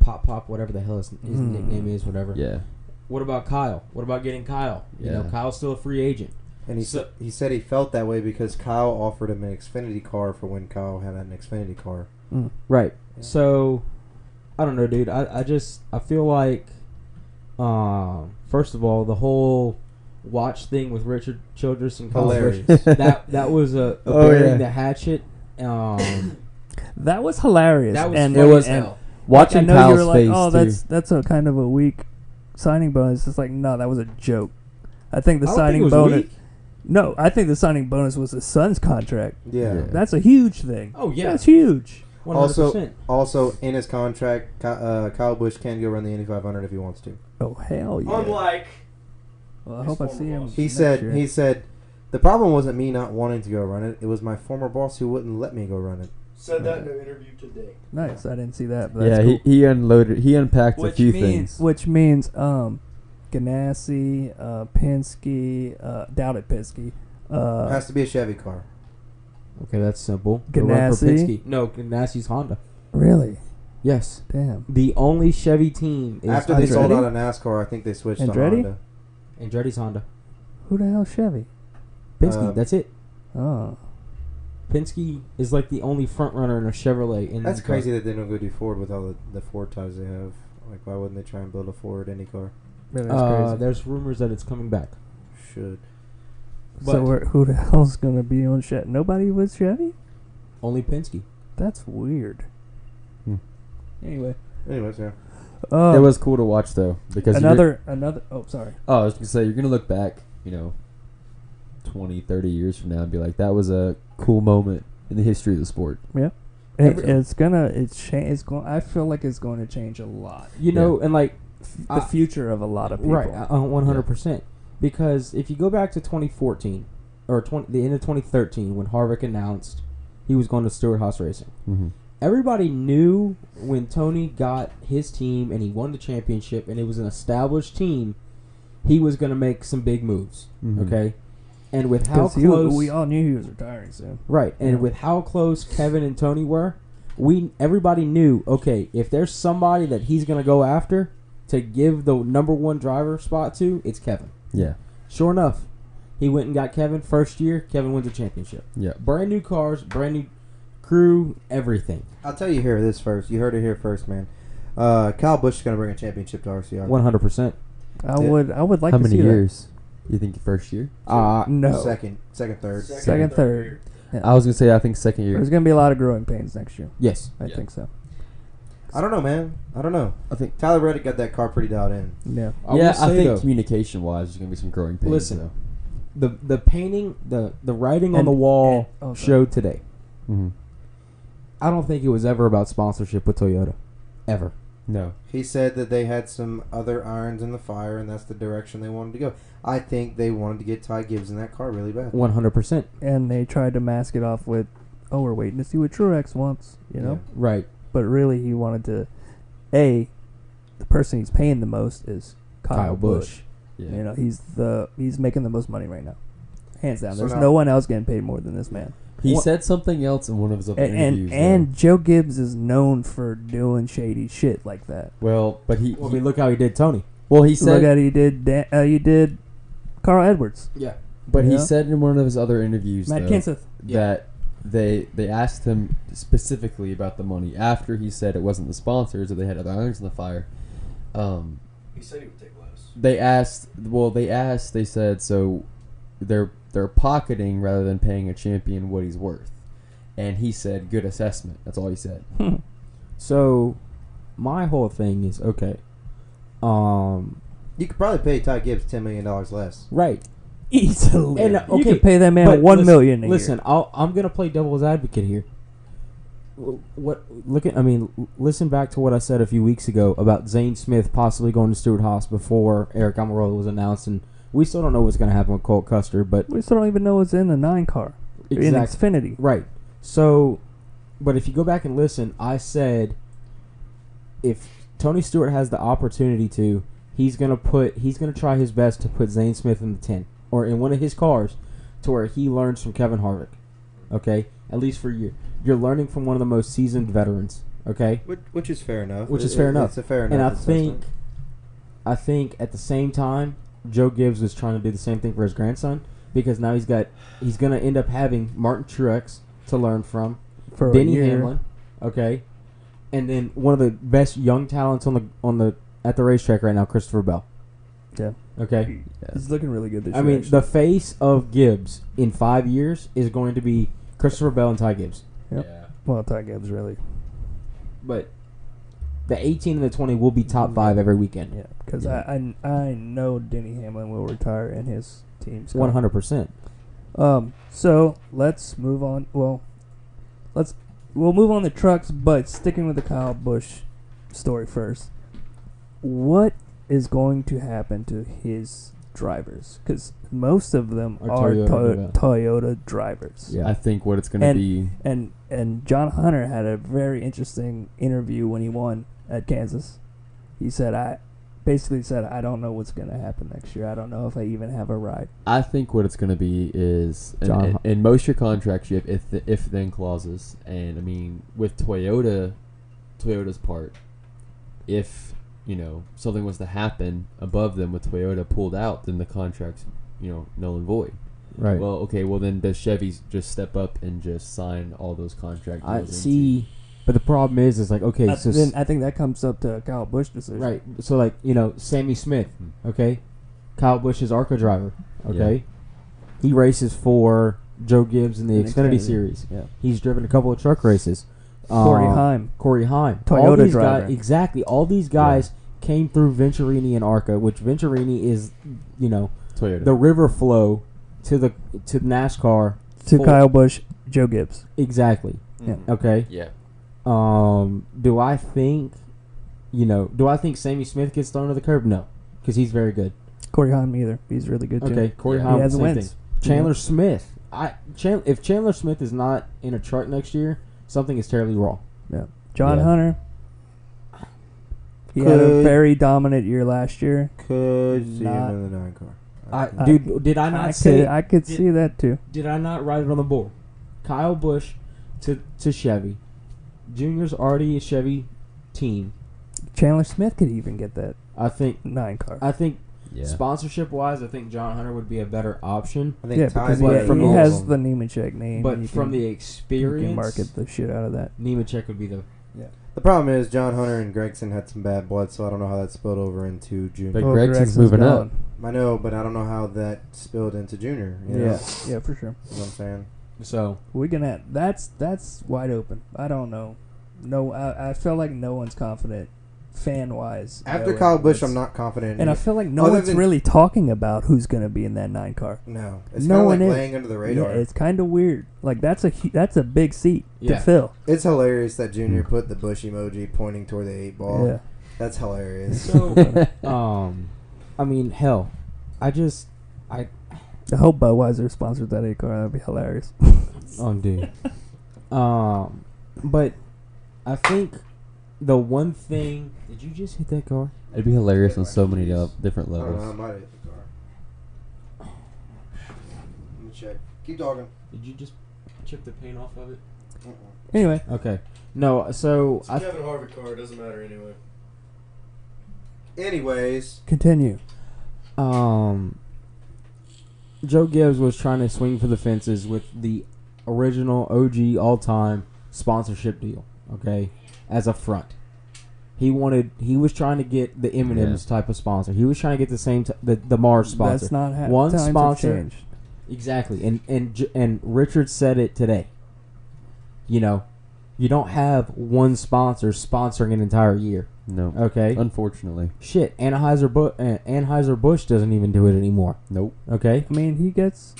Speaker 1: Pop Pop whatever the hell his, his
Speaker 2: Mm.
Speaker 1: nickname is whatever.
Speaker 3: Yeah.
Speaker 1: What about Kyle? What about getting Kyle? You know,
Speaker 3: Yeah.
Speaker 1: Kyle's still a free agent.
Speaker 4: And he
Speaker 1: So-
Speaker 4: s- he said he felt that way because Kyle offered him an Xfinity car for when Kyle had an Xfinity car.
Speaker 1: Right. So, I don't know, dude. I, I just I feel like, um, first of all, the whole watch thing with Richard Childress and Kyle Busch,
Speaker 4: Hilarious.
Speaker 1: that that was a, a
Speaker 3: Oh,
Speaker 1: burying
Speaker 3: yeah.
Speaker 1: the hatchet. Um,
Speaker 2: That was hilarious.
Speaker 1: that was
Speaker 2: and
Speaker 1: funny
Speaker 3: it was-
Speaker 1: as hell.
Speaker 3: Watching
Speaker 2: I know
Speaker 3: Kyle's
Speaker 2: you were like,
Speaker 3: face
Speaker 2: oh,
Speaker 3: too.
Speaker 2: that's that's a kind of a weak signing bonus. It's like, no, that was a joke. I think the
Speaker 1: I don't think it
Speaker 2: signing
Speaker 1: was
Speaker 2: bonus.
Speaker 1: weak.
Speaker 2: No, I think the signing bonus was his son's contract.
Speaker 4: Yeah.
Speaker 3: Yeah.
Speaker 2: That's a huge thing.
Speaker 1: Oh yeah,
Speaker 2: That's huge.
Speaker 1: one hundred
Speaker 4: Also,
Speaker 1: percent.
Speaker 4: also in his contract, Ky- uh, Kyle Bush can go run the Indy 500 if he wants to.
Speaker 2: Oh hell yeah.
Speaker 5: Unlike
Speaker 2: well, I hope I see him.
Speaker 4: He
Speaker 2: next
Speaker 4: said
Speaker 2: year.
Speaker 4: he said the problem wasn't me not wanting to go run it. It was my former boss who wouldn't let me go run it.
Speaker 5: said that in an interview today.
Speaker 2: nice. I didn't see that. But
Speaker 3: yeah.
Speaker 2: that's
Speaker 3: He, he unloaded. He unpacked a
Speaker 9: Which
Speaker 3: few
Speaker 9: means-
Speaker 3: things.
Speaker 2: cool. which means um, Ganassi, uh, Penske, uh, doubted Penske,
Speaker 4: It
Speaker 2: uh,
Speaker 4: has to be a Chevy car.
Speaker 1: Okay, that's simple. They run for
Speaker 2: Ganassi.
Speaker 1: Penske. No, Ganassi's Honda.
Speaker 2: really,
Speaker 1: Yes,
Speaker 2: damn.
Speaker 1: the only Chevy team is
Speaker 4: After they sold
Speaker 2: Andretti?
Speaker 4: out of NASCAR, I think they switched
Speaker 2: Andretti?
Speaker 4: to Honda.
Speaker 1: Andretti's Honda.
Speaker 2: Who the hell Chevy?
Speaker 1: Penske.
Speaker 4: Um,
Speaker 1: that's it.
Speaker 2: Oh,
Speaker 1: Penske is like the only front runner in a Chevrolet. In
Speaker 2: Mm-hmm.
Speaker 4: That's
Speaker 1: the car.
Speaker 4: crazy that they don't go do Ford with all the, the Ford ties they have. Like, why wouldn't they try and build a Ford any car?
Speaker 2: Man, that's
Speaker 1: Uh,
Speaker 2: crazy.
Speaker 1: there's rumors that it's coming back.
Speaker 4: Should.
Speaker 2: so
Speaker 1: but-
Speaker 2: we're, who the hell's gonna be on Chevy? Nobody was Chevy.
Speaker 1: Only Penske.
Speaker 2: That's weird.
Speaker 3: Hmm.
Speaker 2: Anyway,
Speaker 4: Anyways, yeah.
Speaker 2: Uh,
Speaker 3: it was cool to watch though because you're-
Speaker 2: another another. Oh, sorry.
Speaker 3: Oh, I was gonna say you're gonna look back, you know, 20, 30 years from now and be like, that was a cool moment in the history of the sport.
Speaker 2: Yeah. It, it's gonna. It's cha- It's going. I feel like it's going to change a lot.
Speaker 1: You know, and like
Speaker 2: The
Speaker 1: I-
Speaker 2: future of a lot of people.
Speaker 1: Right, uh, 100%. Because if you go back to 2014 or 20, the end of 2013 when Harvick announced he was going to Stewart Haas Racing,
Speaker 2: Mm-hmm.
Speaker 3: Mhm.
Speaker 1: everybody knew when Tony got his team and he won the championship and it was an established team, he was going to make some big moves.
Speaker 3: Mhm.
Speaker 1: Okay? And with how
Speaker 2: Mm-hmm. Because he-
Speaker 1: close.
Speaker 2: we all knew he was retiring soon.
Speaker 1: Right, and
Speaker 2: Yeah.
Speaker 1: with how close Kevin and Tony were, we everybody knew. Okay, if there's somebody that he's gonna go after to give the number one driver spot to, it's Kevin.
Speaker 3: Yeah.
Speaker 1: Sure enough, he went and got Kevin first year. Kevin wins a championship.
Speaker 3: Yeah.
Speaker 1: Brand new cars, brand new crew, everything.
Speaker 4: I'll tell you here this first. You heard it here first, man. Uh, Kyle Busch is going to bring a championship to RCR.
Speaker 1: One hundred percent.
Speaker 2: I
Speaker 4: Yeah.
Speaker 2: would. I would like
Speaker 3: How
Speaker 2: to
Speaker 3: many
Speaker 2: see
Speaker 3: years? You think first year?
Speaker 1: Uh
Speaker 2: that. No.
Speaker 4: Second, second, third.
Speaker 2: Second, third.
Speaker 3: I was gonna say I think second year.
Speaker 2: There's gonna be a lot of growing pains next year.
Speaker 1: yes.
Speaker 2: I
Speaker 3: Yeah.
Speaker 2: think so.
Speaker 4: I don't know, man. I don't know.
Speaker 3: I think.
Speaker 4: Tyler Reddick got that car pretty dialed in.
Speaker 2: Yeah.
Speaker 1: will
Speaker 3: yeah, I
Speaker 1: say,
Speaker 3: think
Speaker 1: though-
Speaker 3: communication wise, there's gonna be some growing pains.
Speaker 1: Listen.
Speaker 3: though.
Speaker 1: The the painting, the the writing on
Speaker 2: And-
Speaker 1: the wall
Speaker 2: and- oh, sorry.
Speaker 1: showed today.
Speaker 3: Mhm.
Speaker 1: I don't think it was ever about sponsorship with Toyota, ever.
Speaker 3: No.
Speaker 4: He said that they had some other irons in the fire, and that's the direction they wanted to go. I think they wanted to get Ty Gibbs in that car really bad.
Speaker 1: One hundred percent.
Speaker 2: And they tried to mask it off with, "Oh, we're waiting to see what Truex wants," you know.
Speaker 1: Right.
Speaker 2: But really, he wanted to. A, the person he's paying the most is Kyle,
Speaker 1: Kyle Busch.
Speaker 2: Busch.
Speaker 3: Yeah.
Speaker 2: You know, he's the he's making the most money right now, hands down.
Speaker 4: So
Speaker 2: There's
Speaker 4: now-
Speaker 2: no one else getting paid more than this man.
Speaker 3: He
Speaker 1: Wha-
Speaker 3: said something else in one of his other
Speaker 2: And and,
Speaker 3: interviews. though.
Speaker 2: and Joe Gibbs is known for doing shady shit like that.
Speaker 3: well, but he,
Speaker 1: I
Speaker 3: he
Speaker 1: mean, look how he did Tony.
Speaker 3: well he
Speaker 2: Look
Speaker 3: said
Speaker 2: at he did. Dan, uh, you did Carl Edwards,
Speaker 3: but
Speaker 2: Yeah.
Speaker 3: he said in one of his other interviews
Speaker 2: Matt
Speaker 3: though,
Speaker 2: Kenseth.
Speaker 3: that they they asked him specifically about the money after he said it wasn't the sponsors that they had other irons in the fire. Um,
Speaker 5: He said he would take less.
Speaker 3: they asked, well, they asked, they said, so they're they're pocketing rather than paying a champion what he's worth, and he said, good assessment. That's all he said.
Speaker 1: So, my whole thing is okay. Um,
Speaker 4: You could probably pay Ty Gibbs ten million dollars less.
Speaker 1: right.
Speaker 2: Easily,
Speaker 1: And,
Speaker 2: uh, you
Speaker 1: okay,
Speaker 2: could pay that man one
Speaker 1: listen,
Speaker 2: million. a
Speaker 1: Listen,
Speaker 2: year.
Speaker 1: I'll, I'm gonna play devil's advocate here. Wh- What? Look at. I mean, l- listen back to what I said a few weeks ago about Zane Smith possibly going to Stuart Haas before Eric Amarola was announced, and we still don't know what's gonna happen with Colt Custer, but
Speaker 2: we still don't even know what's in the nine car in
Speaker 1: Exact-
Speaker 2: Xfinity.
Speaker 1: Right. So, but if you go back and listen, I said if Tony Stewart has the opportunity to, he's gonna put he's gonna try his best to put Zane Smith in the ten or in one of his cars, to where he learns from Kevin Harvick. Okay, at least for you, you're learning from one of the most seasoned veterans. Okay,
Speaker 4: Which, which is fair enough.
Speaker 1: Which is
Speaker 4: It-
Speaker 1: fair
Speaker 4: it-
Speaker 1: enough.
Speaker 4: It's a fair enough.
Speaker 1: and I
Speaker 4: assessment.
Speaker 1: think, I think at the same time, Joe Gibbs was trying to do the same thing for his grandson because now he's got he's gonna end up having Martin Truex to learn from.
Speaker 2: for a
Speaker 1: Denny
Speaker 2: year.
Speaker 1: Hamlin, okay, and then one of the best young talents on the on the at the racetrack right now, Christopher Bell.
Speaker 2: Yeah.
Speaker 1: Okay.
Speaker 2: He's looking really good this
Speaker 1: I
Speaker 2: year.
Speaker 1: mean,
Speaker 2: actually.
Speaker 1: the face of Gibbs in five years is going to be Christopher Bell and Ty Gibbs.
Speaker 2: Yep.
Speaker 3: Yeah.
Speaker 2: well, Ty Gibbs really,
Speaker 1: But the 18 and the 20 will be top five every weekend.
Speaker 2: yeah, because
Speaker 1: Yeah.
Speaker 2: I, I I know Denny Hamlin will retire in his team's car.
Speaker 1: 100%.
Speaker 2: Um, so let's move on. Well, let's we'll move on the trucks, but sticking with the Kyle Bush story first. What is going to happen to his drivers? Because most of them
Speaker 1: Are
Speaker 2: are
Speaker 1: Toyota,
Speaker 2: Toyota, Toyota drivers.
Speaker 1: Yeah.
Speaker 3: I think what it's gonna
Speaker 2: And-
Speaker 3: be.
Speaker 2: And and John Hunter had a very interesting interview when he won at Kansas. He said, "I basically said I don't know what's going to happen next year. I don't know if I even have a ride."
Speaker 3: I think what it's going to be is and-
Speaker 1: John-
Speaker 3: and- in most of your contracts you have if the, if then clauses, and I mean with Toyota, Toyota's part, if you know something was to happen above them with Toyota pulled out, then the contracts you know null and void.
Speaker 1: Right.
Speaker 3: Well, okay, well then does Chevy just step up and just sign all those contracts?
Speaker 1: I see. But the problem is, is like, okay,
Speaker 2: I,
Speaker 1: so. s-
Speaker 2: then I think that comes up to Kyle Bush decision.
Speaker 1: Right. So like you know, Sammy Smith, okay, Kyle Bush's ARCA driver, okay, he races for Joe Gibbs in the
Speaker 2: In
Speaker 1: Xfinity,
Speaker 2: Xfinity,
Speaker 1: series.
Speaker 3: yeah.
Speaker 1: He's driven a couple of truck races.
Speaker 2: Corey
Speaker 1: um,
Speaker 2: Heim.
Speaker 1: Corey Heim. all
Speaker 2: Toyota
Speaker 1: these
Speaker 2: driver.
Speaker 1: Guys, exactly. All these guys came through Venturini and Arca, which Venturini is, you know,
Speaker 3: Toyota.
Speaker 1: the river flow to the to NASCAR.
Speaker 2: to
Speaker 1: for-
Speaker 2: Kyle Busch, Joe Gibbs.
Speaker 1: Exactly.
Speaker 2: Yeah.
Speaker 1: Okay.
Speaker 3: Mm-hmm. yeah.
Speaker 1: Um, do I think, you know, do I think Sammy Smith gets thrown to the curb? No, because he's very good.
Speaker 2: Corey Heim either. He's really good too.
Speaker 1: Okay, Corey
Speaker 3: Yeah.
Speaker 1: Heim,
Speaker 2: He has
Speaker 1: same
Speaker 2: wins.
Speaker 1: thing. Chandler Smith. I Chan, if Chandler Smith is not in a truck next year, something is terribly wrong.
Speaker 2: Yeah. John
Speaker 3: Yeah.
Speaker 2: Hunter. He had a
Speaker 4: Could-
Speaker 2: very dominant year last year.
Speaker 4: Could see
Speaker 2: Not-
Speaker 4: another nine car.
Speaker 1: I,
Speaker 2: I-
Speaker 1: dude, did I not
Speaker 2: I
Speaker 1: say
Speaker 2: could, I could
Speaker 1: did-
Speaker 2: see that too.
Speaker 1: did I not write it on the board? Kyle Bush to to Chevy. Junior's already a Chevy team.
Speaker 2: Chandler Smith could even get that
Speaker 1: I think
Speaker 2: nine car.
Speaker 1: I think
Speaker 3: Yeah.
Speaker 1: sponsorship wise, I think John Hunter would be a better option.
Speaker 4: I think
Speaker 2: yeah,
Speaker 4: Ty
Speaker 2: because he,
Speaker 4: might
Speaker 1: but
Speaker 2: ha-
Speaker 1: from
Speaker 2: he
Speaker 1: all
Speaker 2: has
Speaker 4: of
Speaker 2: the
Speaker 4: them.
Speaker 2: Nemechek name.
Speaker 1: But
Speaker 2: and you
Speaker 1: from
Speaker 2: can,
Speaker 1: the
Speaker 2: you
Speaker 1: experience,
Speaker 2: can market the shit out of that.
Speaker 1: Nemechek would be the
Speaker 4: The problem is John Hunter and Gregson had some bad blood, so I don't know how that spilled over into Junior.
Speaker 3: But Gregson's moving up.
Speaker 4: I know, but I don't know how that spilled into Junior. You know?
Speaker 2: Yeah, yeah, for sure.
Speaker 4: You know what I'm saying.
Speaker 1: so
Speaker 2: We're gonna. That's that's wide open. I don't know. No, I, I feel like no one's confident, fan wise.
Speaker 4: After Kyle Bush, I'm not confident. in
Speaker 2: And I
Speaker 4: it.
Speaker 2: feel like no
Speaker 4: Other
Speaker 2: one's
Speaker 4: than-
Speaker 2: really talking about who's gonna be in that nine car.
Speaker 4: no, it's
Speaker 2: no
Speaker 4: kind of
Speaker 2: one
Speaker 4: like
Speaker 2: is.
Speaker 4: laying under the radar.
Speaker 2: Yeah, it's kind of weird. Like that's a hu- that's a big seat
Speaker 1: Yeah.
Speaker 2: to fill.
Speaker 4: It's hilarious that Junior put the Bush emoji pointing toward the eight ball.
Speaker 2: Yeah.
Speaker 4: That's hilarious.
Speaker 1: so um, I mean hell, I just I
Speaker 2: I hope Budweiser sponsored that eight car. That'd be hilarious.
Speaker 1: Oh, dude. um, but I think the one thing. Did you just hit that car?
Speaker 3: It'd be hilarious on so many le- different
Speaker 4: I don't know. I
Speaker 3: levels.
Speaker 4: might hit the car. Let me check. Keep talking.
Speaker 1: Did you just chip the paint off of it?
Speaker 2: Anyway,
Speaker 1: Okay. No. So
Speaker 5: It's a
Speaker 1: I
Speaker 5: Kevin Harvick car. It doesn't matter anyway.
Speaker 4: Anyways,
Speaker 2: continue.
Speaker 1: um. Joe Gibbs was trying to swing for the fences with the original OG all time sponsorship deal. Okay, as a front. He wanted. He was trying to get the M and M's type of sponsor. He was trying to get the same t- the the Mars sponsor.
Speaker 2: That's not how
Speaker 1: one
Speaker 2: times have
Speaker 1: sponsor.
Speaker 2: changed.
Speaker 1: Exactly, and and J- and Richard said it today. You know, you don't have one sponsor sponsoring an entire year.
Speaker 3: No.
Speaker 1: Okay,
Speaker 3: Unfortunately.
Speaker 1: shit. Anheuser Bu- uh, Anheuser Busch doesn't even do it anymore.
Speaker 3: Nope.
Speaker 1: Okay,
Speaker 2: I mean, he gets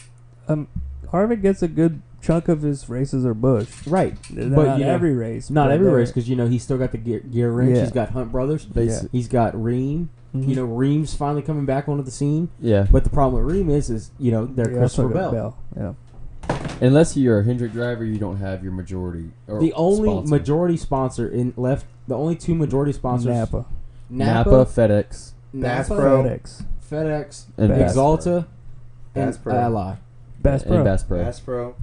Speaker 2: um, Harvick gets a good chunk of his races are Bush.
Speaker 1: right,
Speaker 2: but
Speaker 1: but
Speaker 2: not
Speaker 1: you know,
Speaker 2: every race.
Speaker 1: not
Speaker 2: but
Speaker 1: every
Speaker 2: they're-
Speaker 1: race because you know he's still got the gear, gear wrench.
Speaker 2: Yeah.
Speaker 1: He's got Hunt Brothers.
Speaker 3: Basi-
Speaker 1: He's got Ream.
Speaker 2: Mhm.
Speaker 1: You know, Ream's finally coming back onto the scene.
Speaker 3: Yeah.
Speaker 1: But the problem with Ream is, is you know they're
Speaker 2: Yeah,
Speaker 1: Christopher
Speaker 2: fuck it,
Speaker 1: Bell.
Speaker 2: Bell.
Speaker 3: Unless you're a Hendrick driver, you don't have your majority. Or
Speaker 1: The only
Speaker 3: sponsor.
Speaker 1: majority sponsor in left, the only two majority
Speaker 2: Yeah.
Speaker 1: sponsors,
Speaker 2: Napa.
Speaker 3: Napa,
Speaker 1: Napa
Speaker 3: FedEx,
Speaker 4: Bass
Speaker 1: Napa,
Speaker 4: Pro,
Speaker 2: FedEx.
Speaker 1: FedEx,
Speaker 3: and
Speaker 2: Bass
Speaker 3: Bass Pro.
Speaker 1: Exalta,
Speaker 4: Bass
Speaker 1: and
Speaker 4: Pro.
Speaker 1: Ally.
Speaker 2: Bass
Speaker 3: and
Speaker 2: Pro.
Speaker 3: Bass Pro.
Speaker 4: Bass Pro,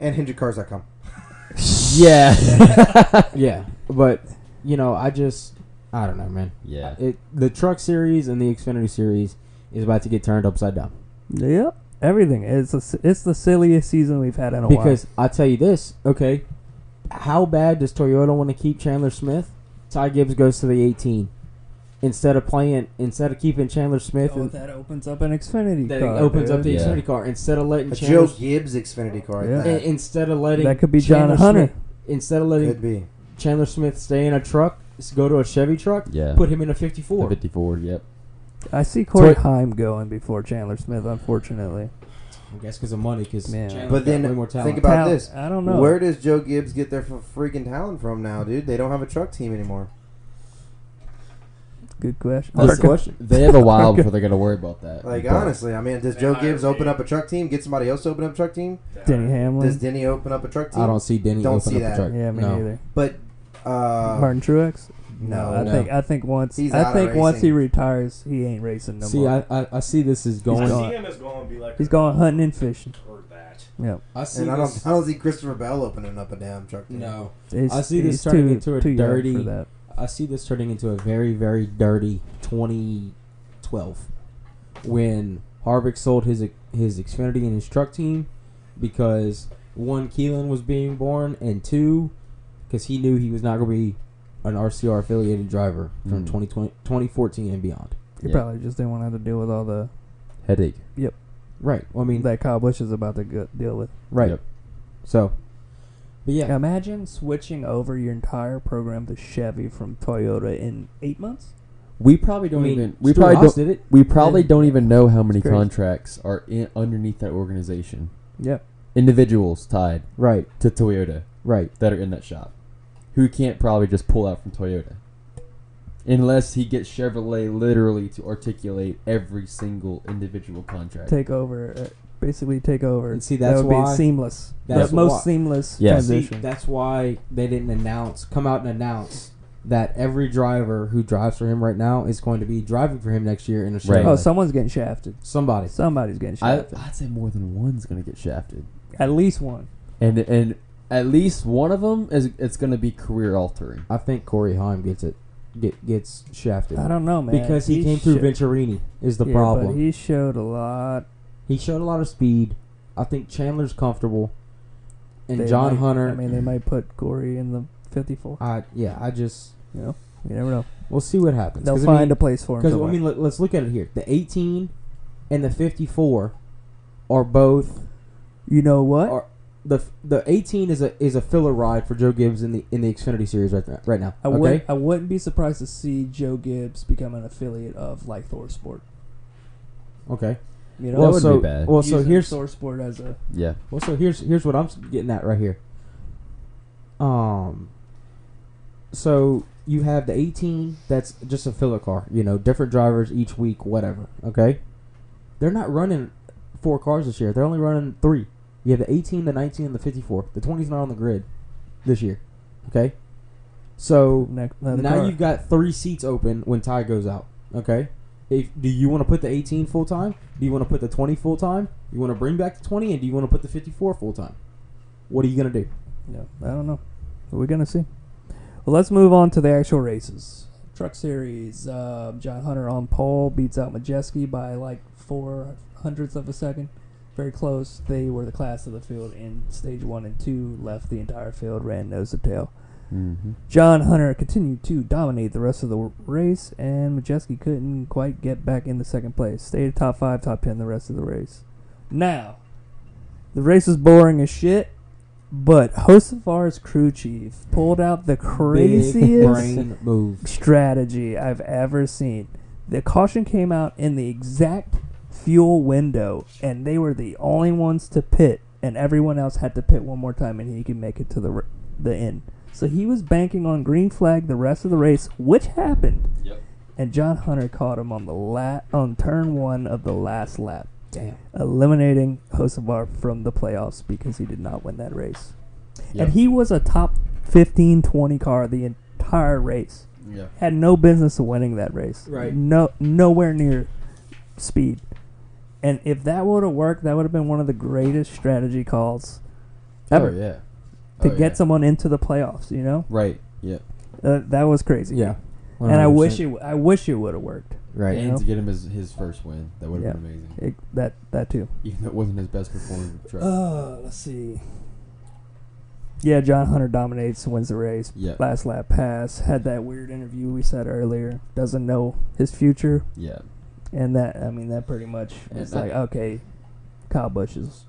Speaker 4: and HingeCars.com.
Speaker 3: Yeah.
Speaker 1: Yeah, but you know, I just I don't know, man.
Speaker 3: yeah.
Speaker 1: It the truck series and the Xfinity series is about to get turned upside down
Speaker 2: Yep. Everything. It's a, s- it's the silliest season we've had in
Speaker 1: Oh,
Speaker 2: a while.
Speaker 1: because I tell you this, okay, how bad does Toyota want to keep Chandler Smith? Ty Gibbs goes to the 18 instead of playing instead of keeping Chandler Smith.
Speaker 2: Oh,
Speaker 1: and
Speaker 2: that opens up an Xfinity
Speaker 1: that
Speaker 2: car,
Speaker 1: opens up the
Speaker 2: dude.
Speaker 3: Yeah.
Speaker 1: Xfinity car instead of letting
Speaker 4: A
Speaker 1: Chandler
Speaker 4: Joe Gibbs Xfinity car.
Speaker 2: Yeah.
Speaker 4: Yeah.
Speaker 1: in- instead of letting
Speaker 2: That could be John
Speaker 1: Chandler
Speaker 2: Hunter.
Speaker 1: Smith- instead of letting
Speaker 4: Could be.
Speaker 1: Chandler Smith stay in a truck, s- go to a Chevy truck,
Speaker 3: Yeah.
Speaker 1: put him in a
Speaker 3: The
Speaker 1: 54.
Speaker 3: 54. Yep.
Speaker 2: I see Corey
Speaker 3: Toy-
Speaker 2: Heim going before Chandler Smith, unfortunately.
Speaker 1: I guess because of money, because
Speaker 2: Man.
Speaker 4: But then
Speaker 1: more talent.
Speaker 4: think about
Speaker 2: Tal-
Speaker 4: this.
Speaker 2: I don't know.
Speaker 4: Where does Joe Gibbs get their f- freaking talent from now, dude? They don't have a truck team anymore.
Speaker 2: Good question.
Speaker 3: Listen,
Speaker 2: Arca-
Speaker 3: They have a while before they're gonna worry about that.
Speaker 4: Like
Speaker 3: But
Speaker 4: honestly, I mean, does
Speaker 5: They
Speaker 4: Joe
Speaker 5: hire
Speaker 4: Gibbs open
Speaker 5: me.
Speaker 4: up a truck team? Get somebody else to open up a truck team?
Speaker 2: Denny
Speaker 4: Does
Speaker 2: Hamlin.
Speaker 4: Denny open up a truck team?
Speaker 1: I don't see Denny
Speaker 4: Don't
Speaker 1: open
Speaker 4: see
Speaker 1: up
Speaker 4: that.
Speaker 1: a truck.
Speaker 2: Yeah, me
Speaker 1: no.
Speaker 2: neither.
Speaker 4: But uh,
Speaker 2: Martin Truex.
Speaker 4: no,
Speaker 2: I
Speaker 1: no.
Speaker 2: think I think once
Speaker 4: He's out
Speaker 2: I
Speaker 4: of
Speaker 2: think once he
Speaker 4: racing.
Speaker 2: retires, he ain't racing no
Speaker 1: See,
Speaker 2: more.
Speaker 1: I, I, I see this is
Speaker 5: I
Speaker 1: going.
Speaker 5: see him as going to be like
Speaker 2: He's
Speaker 5: a-
Speaker 2: going hunting and fishing.
Speaker 5: or that.
Speaker 2: Yeah,
Speaker 1: I see
Speaker 4: and I don't,
Speaker 1: this.
Speaker 4: I don't see Christopher Bell opening up a damn truck team.
Speaker 1: No,
Speaker 2: He's-
Speaker 1: I see this
Speaker 2: he's
Speaker 1: turning
Speaker 2: too-
Speaker 1: into a
Speaker 2: too young
Speaker 1: dirty-
Speaker 2: For that.
Speaker 1: I see this turning into a very very dirty 2012 when Harvick sold his his Xfinity and his truck team because one Keelan was being born and two because he knew he was not going to be an RCR affiliated driver from
Speaker 3: Mm.
Speaker 1: 2020, 2014 and beyond.
Speaker 2: He
Speaker 3: Yeah.
Speaker 2: probably just didn't want to have to deal with all the
Speaker 3: headache.
Speaker 1: Right. Well, I mean,
Speaker 2: that Kyle Busch is about to go, deal with.
Speaker 1: right.
Speaker 3: Yep.
Speaker 1: So, But yeah,
Speaker 2: Imagine switching over your entire program to Chevy from Toyota in eight months.
Speaker 1: we probably don't
Speaker 3: I mean,
Speaker 1: even.
Speaker 3: we
Speaker 1: We
Speaker 3: probably
Speaker 1: probably
Speaker 3: don't-
Speaker 1: did it.
Speaker 3: We probably don't even know how many
Speaker 2: crazy.
Speaker 3: contracts are in, underneath that organization.
Speaker 2: Yeah.
Speaker 3: Individuals tied
Speaker 1: Right,
Speaker 3: to Toyota
Speaker 1: right.
Speaker 3: that are in that shop, who can't probably just pull out from Toyota, unless he gets Chevrolet literally to articulate every single individual contract.
Speaker 2: Take over, uh, basically take over.
Speaker 1: And see,
Speaker 2: that
Speaker 1: that's
Speaker 2: would
Speaker 1: why-
Speaker 2: be seamless.
Speaker 1: that's
Speaker 2: the most
Speaker 1: why-
Speaker 2: seamless
Speaker 3: Yeah.
Speaker 1: See,
Speaker 2: transition.
Speaker 1: that's why they didn't announce, come out and announce that every driver who drives for him right now is going to be driving for him next year in a Chevrolet.
Speaker 3: Right.
Speaker 2: oh, someone's getting shafted.
Speaker 1: Somebody.
Speaker 2: Somebody's getting
Speaker 3: I,
Speaker 2: shafted.
Speaker 3: I'd say more than one's gonna get shafted,
Speaker 2: At least one.
Speaker 3: and and at least one of them is it's gonna be career altering.
Speaker 1: I think Corey Heim gets it, get, gets shafted
Speaker 2: I don't know, man.
Speaker 1: because he, came through
Speaker 2: showed-
Speaker 1: Venturini is the
Speaker 2: yeah,
Speaker 1: problem.
Speaker 2: But he showed a lot.
Speaker 1: He showed a lot of speed. I think Chandler's comfortable, and
Speaker 2: They
Speaker 1: John
Speaker 2: might-
Speaker 1: Hunter.
Speaker 2: I mean, they might put Corey in the 54.
Speaker 1: I- yeah, I just
Speaker 2: You know, you never know.
Speaker 1: we'll see what happens.
Speaker 2: They'll
Speaker 1: 'Cause,
Speaker 2: find
Speaker 1: I mean,
Speaker 2: a place for him.
Speaker 1: Because I
Speaker 2: somewhere.
Speaker 1: mean, let, let's look at it here. The 18 and the 54 are both
Speaker 2: you know what?
Speaker 1: are the the 18 is a is a filler ride for Joe Gibbs in the in the Xfinity series right th- right now.
Speaker 2: I
Speaker 1: okay,
Speaker 2: wouldn't. I wouldn't be surprised to see Joe Gibbs become an affiliate of like Thor Sport.
Speaker 1: okay.
Speaker 2: You know,
Speaker 3: Well,
Speaker 1: Well,
Speaker 3: wouldn't
Speaker 1: so
Speaker 3: be bad.
Speaker 1: well, so
Speaker 2: Using
Speaker 1: here's
Speaker 2: Thor Sport as a
Speaker 3: Yeah,
Speaker 1: well, so here's here's what I'm s- getting at right here. Um, so you have the 18 that's just a filler car. You know, different drivers each week, whatever. Okay, they're not running four cars this year. They're only running three. You have the 18, the 19, and the 54. The 20's not on the grid this year. Okay, so
Speaker 2: neck. another
Speaker 1: now
Speaker 2: car.
Speaker 1: you've got three seats open when Ty goes out. Okay, if do you want to put the 18 full time? Do you want to put the 20 full time? You want to bring back the 20, and do you want to put the 54 full time? What are you gonna do?
Speaker 2: Yeah, I don't know. We're gonna see. Well, let's move on to the actual races. Truck Series. Um, John Hunter on pole beats out Majeski by like four hundredths of a second. Very close. They were the class of the field in stage one and two. Left the entire field, ran nose to tail.
Speaker 3: mm-hmm.
Speaker 2: John Hunter continued to dominate the rest of the race, and Majeski couldn't quite get back into second place. Stayed top five, top ten the rest of the race. Now, the race is boring as shit, but Josefar's crew chief pulled out the
Speaker 1: Big
Speaker 2: craziest
Speaker 1: brain move.
Speaker 2: strategy I've ever seen. The caution came out in the exact fuel window, and they were the only ones to pit, and everyone else had to pit one more time, and he could make it to the r- the end. So he was banking on green flag the rest of the race, which happened.
Speaker 3: Yep.
Speaker 2: And John Hunter caught him on the la- on turn one of the last lap,
Speaker 1: Damn.
Speaker 2: eliminating Josevar from the playoffs because he did not win that race.
Speaker 3: Yep.
Speaker 2: And he was a top 15, 20 car the entire race
Speaker 3: Yeah.
Speaker 2: had no business of winning that race.
Speaker 1: Right.
Speaker 2: No, nowhere near speed. And if that would have worked, that would have been one of the greatest strategy calls
Speaker 3: Oh
Speaker 2: ever
Speaker 3: yeah.
Speaker 2: to
Speaker 3: Oh,
Speaker 2: get
Speaker 3: yeah.
Speaker 2: someone into the playoffs. You know,
Speaker 3: right. Yeah.
Speaker 2: uh, that was crazy.
Speaker 1: Yeah.
Speaker 2: And I wish it. I wish it would have worked.
Speaker 1: Right.
Speaker 2: You
Speaker 3: And
Speaker 2: know?
Speaker 3: to get him his, his first win, that would have been amazing.
Speaker 2: It, that that too.
Speaker 3: Even though it wasn't his best performance. Truck.
Speaker 2: Uh, let's see. Yeah, John Hunter dominates, wins the race.
Speaker 3: Yeah.
Speaker 2: Last lap pass. Had that weird interview we said earlier. Doesn't know his future.
Speaker 3: yeah.
Speaker 2: And that, I mean, that pretty much
Speaker 3: Yeah,
Speaker 2: is
Speaker 3: that-
Speaker 2: like, okay, Kyle Bush is,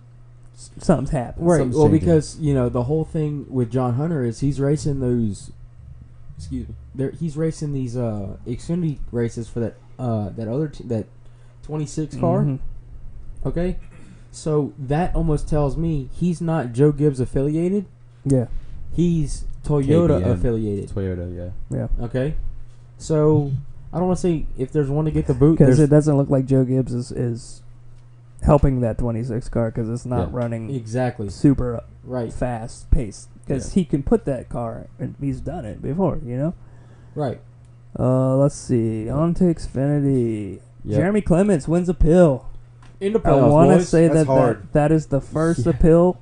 Speaker 2: s- something's happened.
Speaker 1: Right.
Speaker 3: Something's
Speaker 1: Well,
Speaker 3: changing.
Speaker 1: because you know the whole thing with John Hunter is he's racing those. Excuse me. There, he's racing these uh Xfinity races for that uh that other t- that twenty six car.
Speaker 2: Mhm.
Speaker 1: Okay, so that almost tells me he's not Joe Gibbs affiliated.
Speaker 2: Yeah,
Speaker 1: He's Toyota
Speaker 3: KBM.
Speaker 1: affiliated.
Speaker 3: Toyota. Yeah.
Speaker 2: yeah.
Speaker 1: Okay, so I don't want to say if there's one to get the boot.
Speaker 2: Because
Speaker 1: There's
Speaker 2: it doesn't look like Joe Gibbs is, is helping that 26 car because it's not
Speaker 3: Yeah.
Speaker 2: running
Speaker 1: exactly
Speaker 2: super
Speaker 1: right,
Speaker 2: fast paced. Because he can put that car, and he's done it before, you know?
Speaker 1: right.
Speaker 2: Uh, let's see. On to Xfinity.
Speaker 3: Yep.
Speaker 2: Jeremy Clements wins appeal.
Speaker 1: In the
Speaker 2: I
Speaker 1: playoffs,
Speaker 2: want to
Speaker 1: boys.
Speaker 2: say
Speaker 4: That's
Speaker 2: that,
Speaker 4: hard.
Speaker 2: that that is the first appeal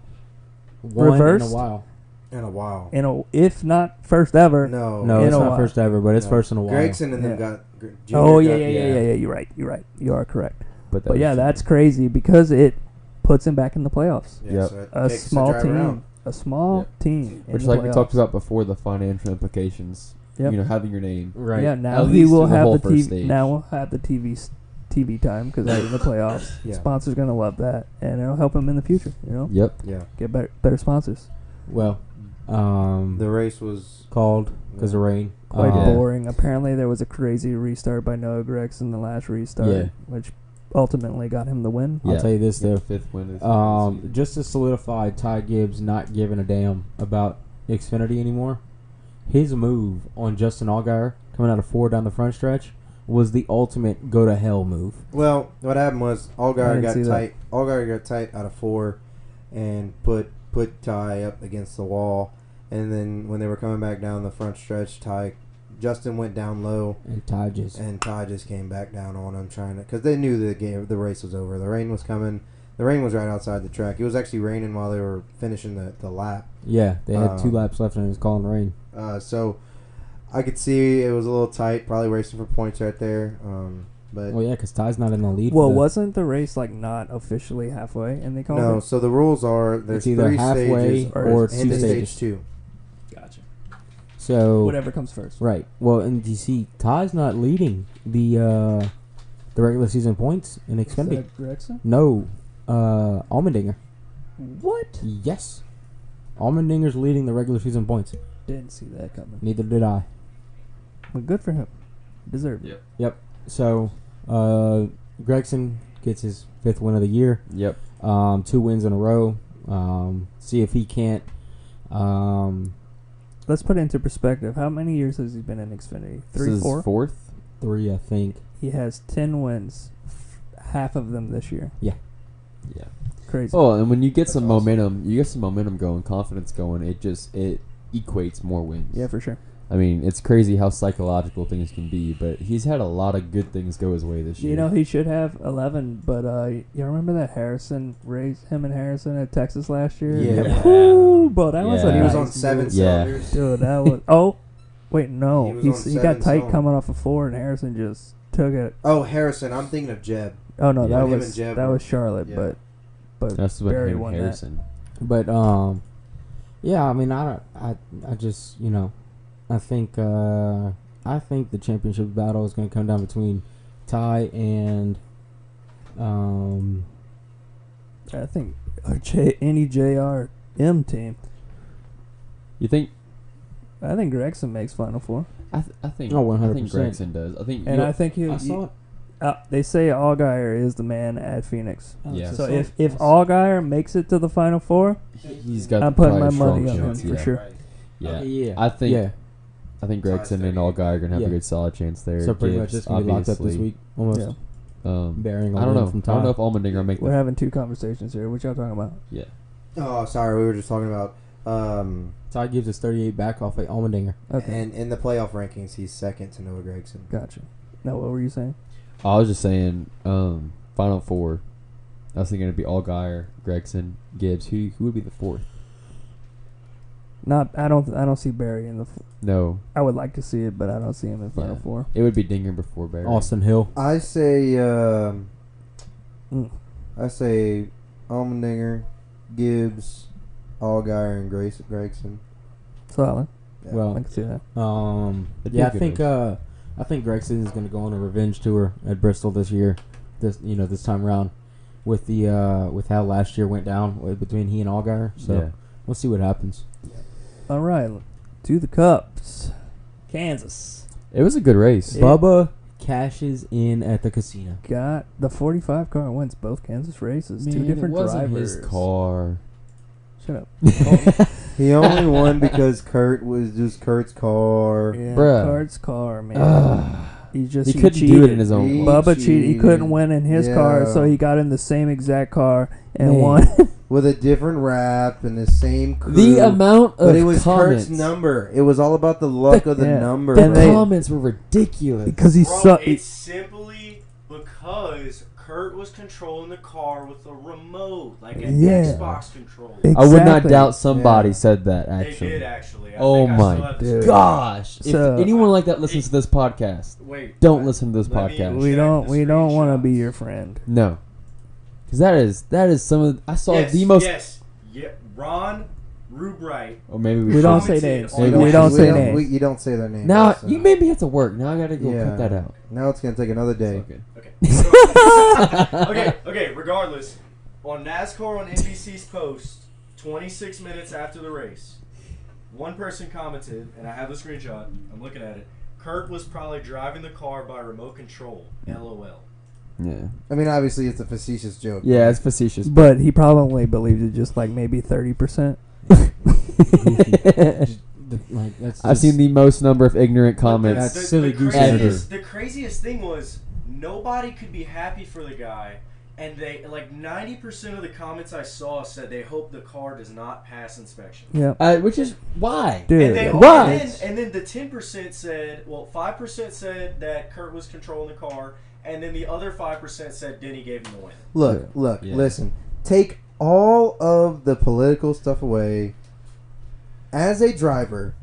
Speaker 1: One in
Speaker 2: reversed.
Speaker 1: a while.
Speaker 4: In a while.
Speaker 2: in a, if not first ever.
Speaker 4: No.
Speaker 1: No,
Speaker 2: In
Speaker 1: it's
Speaker 2: a
Speaker 1: not
Speaker 2: while.
Speaker 1: first ever, but it's
Speaker 4: No.
Speaker 1: first in a while.
Speaker 4: Gregson and them
Speaker 2: Yeah.
Speaker 4: got. Gr- Junior
Speaker 2: Oh yeah,
Speaker 4: got-
Speaker 2: yeah, yeah, yeah, yeah. You're right. You're right. You are correct.
Speaker 3: But, that
Speaker 2: But
Speaker 3: was-
Speaker 2: yeah, that's crazy because it puts him back in the playoffs.
Speaker 4: Yeah,
Speaker 3: Yep.
Speaker 4: so it
Speaker 2: A
Speaker 4: takes the
Speaker 2: small
Speaker 4: driver
Speaker 2: team.
Speaker 4: out.
Speaker 2: A small
Speaker 3: Yep.
Speaker 2: team. in
Speaker 3: Which,
Speaker 2: the
Speaker 3: like we talked
Speaker 2: playoffs.
Speaker 3: about before, the financial implications.
Speaker 2: Yep.
Speaker 3: You know, having your name.
Speaker 1: Right.
Speaker 2: Yeah. Now
Speaker 3: At
Speaker 2: he
Speaker 3: least
Speaker 2: will
Speaker 3: in the
Speaker 2: have
Speaker 3: whole
Speaker 2: the TV.
Speaker 3: first stage.
Speaker 2: Now we'll have the TV s- TV time because they're in the playoffs.
Speaker 4: Yeah.
Speaker 2: Sponsors gonna love that, and it'll help him in the future. You know,
Speaker 3: Yep.
Speaker 4: Yeah.
Speaker 2: get better better sponsors.
Speaker 1: Well, Um,
Speaker 4: The race was
Speaker 1: called because of rain.
Speaker 2: Quite
Speaker 1: Um,
Speaker 2: Uh, boring. Apparently, there was a crazy restart by Noah Gregson, the last restart,
Speaker 1: Yeah.
Speaker 2: which ultimately got him the win.
Speaker 1: I'll
Speaker 3: Yeah.
Speaker 1: tell you this though.
Speaker 3: Fifth win of the
Speaker 1: Um,
Speaker 3: season.
Speaker 1: just to solidify Ty Gibbs not giving a damn about Xfinity anymore, his move on Justin Allgaier coming out of four down the front stretch was the ultimate go to hell move.
Speaker 4: Well, what happened was
Speaker 2: I
Speaker 4: Allgaier
Speaker 2: didn't
Speaker 4: got
Speaker 2: see that.
Speaker 4: tight. Allgaier got tight out of four, and put put Ty up against the wall. And then when they were coming back down the front stretch, Ty Justin went down low,
Speaker 1: And Ty just
Speaker 4: and Ty just came back down on him, trying to because they knew the game, the race was over. The rain was coming. The rain was right outside the track. It was actually raining while they were finishing the, the lap.
Speaker 1: yeah, they had two
Speaker 4: Um,
Speaker 1: laps left and it was calling rain.
Speaker 4: Uh, so I could see it was a little tight, probably racing for points right there. Um, but
Speaker 1: Well, yeah, because Ty's not in the lead.
Speaker 2: Well,
Speaker 1: for the-
Speaker 2: wasn't the race like not officially halfway, and they called
Speaker 4: no,
Speaker 2: it?
Speaker 4: so the rules are there's
Speaker 1: It's either
Speaker 4: three
Speaker 1: halfway
Speaker 4: stages
Speaker 2: or
Speaker 4: and
Speaker 2: it's
Speaker 1: two
Speaker 4: then
Speaker 1: stages.
Speaker 4: stage two.
Speaker 2: Gotcha.
Speaker 1: so
Speaker 2: Whatever comes first.
Speaker 1: Right. Well, and you see, Ty's not leading the uh, the regular season points in
Speaker 2: Is
Speaker 1: Xfinity.
Speaker 2: that Gregson?
Speaker 1: No, uh, Almendinger.
Speaker 3: Mm-hmm.
Speaker 2: What?
Speaker 1: Yes, Almendinger's leading the regular season points.
Speaker 2: Didn't see that coming.
Speaker 1: Neither did I.
Speaker 2: But good for him. Deserved. it.
Speaker 3: Yep.
Speaker 1: So, uh, Gregson gets his fifth win of the year.
Speaker 3: Yep.
Speaker 1: Um, two wins in a row. Um, see if he can't. Um,
Speaker 2: Let's put it into perspective. How many years has he been in Xfinity?
Speaker 3: This
Speaker 2: Three,
Speaker 3: is
Speaker 2: four.
Speaker 3: fourth.
Speaker 1: three, I think.
Speaker 2: He has ten wins, half of them this year.
Speaker 1: Yeah.
Speaker 3: Yeah.
Speaker 2: Crazy.
Speaker 3: Oh, and when you get some
Speaker 5: awesome.
Speaker 3: momentum, you get some momentum going, confidence going. It just it equates more wins.
Speaker 2: Yeah, for sure.
Speaker 3: I mean, it's crazy how psychological things can be, but he's had a lot of good things go his way this year.
Speaker 2: You know he should have eleven, but uh, you remember that Harrison race him and Harrison at Texas last year?
Speaker 4: Yeah.
Speaker 2: Woo, bro, that was a
Speaker 3: Yeah.
Speaker 4: He was
Speaker 2: nice
Speaker 4: on seven
Speaker 2: move.
Speaker 3: Yeah.
Speaker 4: cylinders.
Speaker 2: Dude, that was oh, wait
Speaker 4: He
Speaker 2: no,
Speaker 4: was
Speaker 2: he
Speaker 4: on
Speaker 2: he, got
Speaker 4: seven
Speaker 2: tight
Speaker 4: zone.
Speaker 2: coming off of four, and Harrison just took it.
Speaker 4: Oh, Harrison. I'm thinking of Jeb.
Speaker 2: Oh no,
Speaker 3: Yeah.
Speaker 2: that
Speaker 4: Him and
Speaker 2: was
Speaker 4: Jeb
Speaker 2: that
Speaker 4: were-
Speaker 2: was Charlotte,
Speaker 4: yeah.
Speaker 2: but but
Speaker 3: that's what
Speaker 2: Barry
Speaker 3: him and
Speaker 2: won that.
Speaker 3: Harrison.
Speaker 1: But um, yeah, I mean, I don't, I, I just, you know, I think, uh, I think the championship battle is going to come down between Ty and, um,
Speaker 2: I think or J, any JRM team,
Speaker 3: You think?
Speaker 2: I think Gregson makes Final Four,
Speaker 3: I, th- I think.
Speaker 1: Oh,
Speaker 3: I think
Speaker 1: 100%.
Speaker 3: Gregson does. I think.
Speaker 2: and I think he.
Speaker 1: I
Speaker 2: he-
Speaker 1: saw it.
Speaker 2: uh, they say Allgaier is the man at Phoenix.
Speaker 3: Yeah.
Speaker 2: So if if Allgaier makes it to the Final Four,
Speaker 3: he's got.
Speaker 2: I'm putting
Speaker 3: probably
Speaker 2: my
Speaker 3: a strong
Speaker 2: money on him
Speaker 3: chance,
Speaker 2: for
Speaker 3: yeah.
Speaker 2: sure.
Speaker 3: Yeah.
Speaker 1: Okay, Uh, yeah,
Speaker 3: I think.
Speaker 1: yeah.
Speaker 3: I think Gregson and
Speaker 4: thirty.
Speaker 3: all guy are gonna have
Speaker 1: Yeah.
Speaker 3: a good solid chance there.
Speaker 1: So pretty much
Speaker 3: Gibbs,
Speaker 1: it's going to be locked up this
Speaker 3: obviously.
Speaker 1: week, almost
Speaker 2: Yeah.
Speaker 3: Um,
Speaker 1: bearing.
Speaker 3: I don't know.
Speaker 1: From
Speaker 3: I
Speaker 1: Ty.
Speaker 3: don't know if Almendinger will make
Speaker 2: We're
Speaker 3: the
Speaker 2: having two conversations here. What y'all talking about?
Speaker 3: Yeah.
Speaker 4: Oh, sorry. We were just talking about. Um,
Speaker 1: Ty gives us 38 back off of Almendinger.
Speaker 2: Okay,
Speaker 4: And in the playoff rankings, he's second to Noah Gregson.
Speaker 2: gotcha. Now what were you saying?
Speaker 3: I was just saying, um, final four. I was thinking it'd be all Geyer, Gregson, Gibbs. Who who would be the fourth?
Speaker 2: Not I don't I don't see Barry in the. F-
Speaker 3: No,
Speaker 2: I would like to see it, but I don't see him in Final
Speaker 3: Yeah.
Speaker 2: Four.
Speaker 3: it would be Dinger before Barry.
Speaker 1: Austin Hill.
Speaker 4: I say. Um,
Speaker 2: Mm.
Speaker 4: I say, Almendinger, Gibbs, Allgaier, and Grace Gregson.
Speaker 2: Solid.
Speaker 4: Yeah.
Speaker 2: I
Speaker 1: Well,
Speaker 2: can see that.
Speaker 1: um,
Speaker 3: That'd be
Speaker 1: yeah,
Speaker 3: a
Speaker 1: I
Speaker 3: good
Speaker 1: think,
Speaker 3: race.
Speaker 1: uh, I think Gregson is going to go on a revenge tour at Bristol this year. This, you know, this time around. With the uh, with how last year went down with, between he and Allgaier, so
Speaker 3: Yeah.
Speaker 1: We'll see what happens.
Speaker 2: All right, to the cups, Kansas
Speaker 3: It was a good race.
Speaker 1: Bubba cashes in at the casino.
Speaker 2: got the 45 car wins both Kansas races. Two different
Speaker 3: it wasn't
Speaker 2: drivers.
Speaker 3: His car.
Speaker 2: Shut up,
Speaker 4: He only won because Kurt was just Kurt's car.
Speaker 2: yeah,
Speaker 3: Bruh.
Speaker 2: Card's car, man. he just
Speaker 3: he
Speaker 2: he
Speaker 3: couldn't
Speaker 2: cheated.
Speaker 3: do it in his own.
Speaker 4: He-
Speaker 3: car.
Speaker 2: Bubba cheated. He couldn't
Speaker 4: cheated.
Speaker 2: win in his car, so
Speaker 4: Yeah.
Speaker 2: he got in the same exact car and
Speaker 3: Man.
Speaker 2: won.
Speaker 4: With a different wrap and the same crew.
Speaker 3: The amount of
Speaker 4: But it was
Speaker 3: comments.
Speaker 4: Kurt's number. It was all about the luck of the
Speaker 2: Yeah.
Speaker 4: number.
Speaker 3: The
Speaker 2: And they-
Speaker 3: comments were ridiculous.
Speaker 2: because he
Speaker 5: Bro,
Speaker 2: sucked.
Speaker 5: it's simply because Kurt was controlling the car with a remote, like an
Speaker 2: Yeah.
Speaker 5: Xbox controller.
Speaker 3: I would not
Speaker 2: Exactly.
Speaker 3: doubt somebody
Speaker 4: Yeah.
Speaker 3: said that.
Speaker 5: They
Speaker 3: Actually,
Speaker 5: did actually. I
Speaker 3: oh
Speaker 5: think I still
Speaker 3: my
Speaker 5: have the-
Speaker 3: gosh!
Speaker 2: So-
Speaker 3: if anyone like that listens to this podcast,
Speaker 5: Wait.
Speaker 3: don't
Speaker 5: I-
Speaker 3: listen to this
Speaker 5: let me
Speaker 3: podcast.
Speaker 2: We
Speaker 5: check
Speaker 2: don't.
Speaker 5: the
Speaker 2: We don't want to be
Speaker 5: screenshots.
Speaker 2: your friend.
Speaker 3: no, because that is that is some of I saw
Speaker 5: yes,
Speaker 3: the most.
Speaker 5: Yes. Yeah. Ron Rubright.
Speaker 3: Or maybe we,
Speaker 2: We
Speaker 3: should.
Speaker 2: don't say
Speaker 5: commented
Speaker 2: names.
Speaker 5: on
Speaker 3: Maybe
Speaker 2: We
Speaker 3: we
Speaker 2: don't
Speaker 3: should.
Speaker 2: say
Speaker 3: We
Speaker 4: don't- we-
Speaker 2: names.
Speaker 4: you don't say their name.
Speaker 3: Now
Speaker 4: so.
Speaker 3: you made me have to work. Now I gotta go
Speaker 4: Yeah.
Speaker 3: cut that out.
Speaker 4: Now it's gonna take another day.
Speaker 3: Okay.
Speaker 5: Okay. okay. Okay. Regardless, on NASCAR on NBC's post, 26 minutes after the race, One person commented, and I have the screenshot. I'm looking at it. Kurt was probably driving the car by remote control. LOL.
Speaker 3: Yeah.
Speaker 4: I mean, obviously, it's a facetious joke.
Speaker 3: Yeah, it's facetious.
Speaker 2: But he probably believed it just like maybe 30%.
Speaker 6: Just- like, that's
Speaker 3: I've
Speaker 6: just-
Speaker 3: seen the most number of ignorant
Speaker 6: Oh, That's
Speaker 3: comments.
Speaker 6: silly goose
Speaker 5: craziest,
Speaker 6: ever.
Speaker 5: The craziest thing was nobody could be happy for the guy, and they like ninety percent of the comments I saw said they hope the car does not pass inspection.
Speaker 2: Yeah.
Speaker 1: Uh, which is why.
Speaker 2: Dude.
Speaker 5: And, they,
Speaker 1: Why?
Speaker 5: and, then, and then the ten percent said, well, five percent said that Kurt was controlling the car, and then the other five percent said Denny gave him the win.
Speaker 4: Look, look,
Speaker 3: Yeah.
Speaker 4: listen. Take all of the political stuff away. As a driver,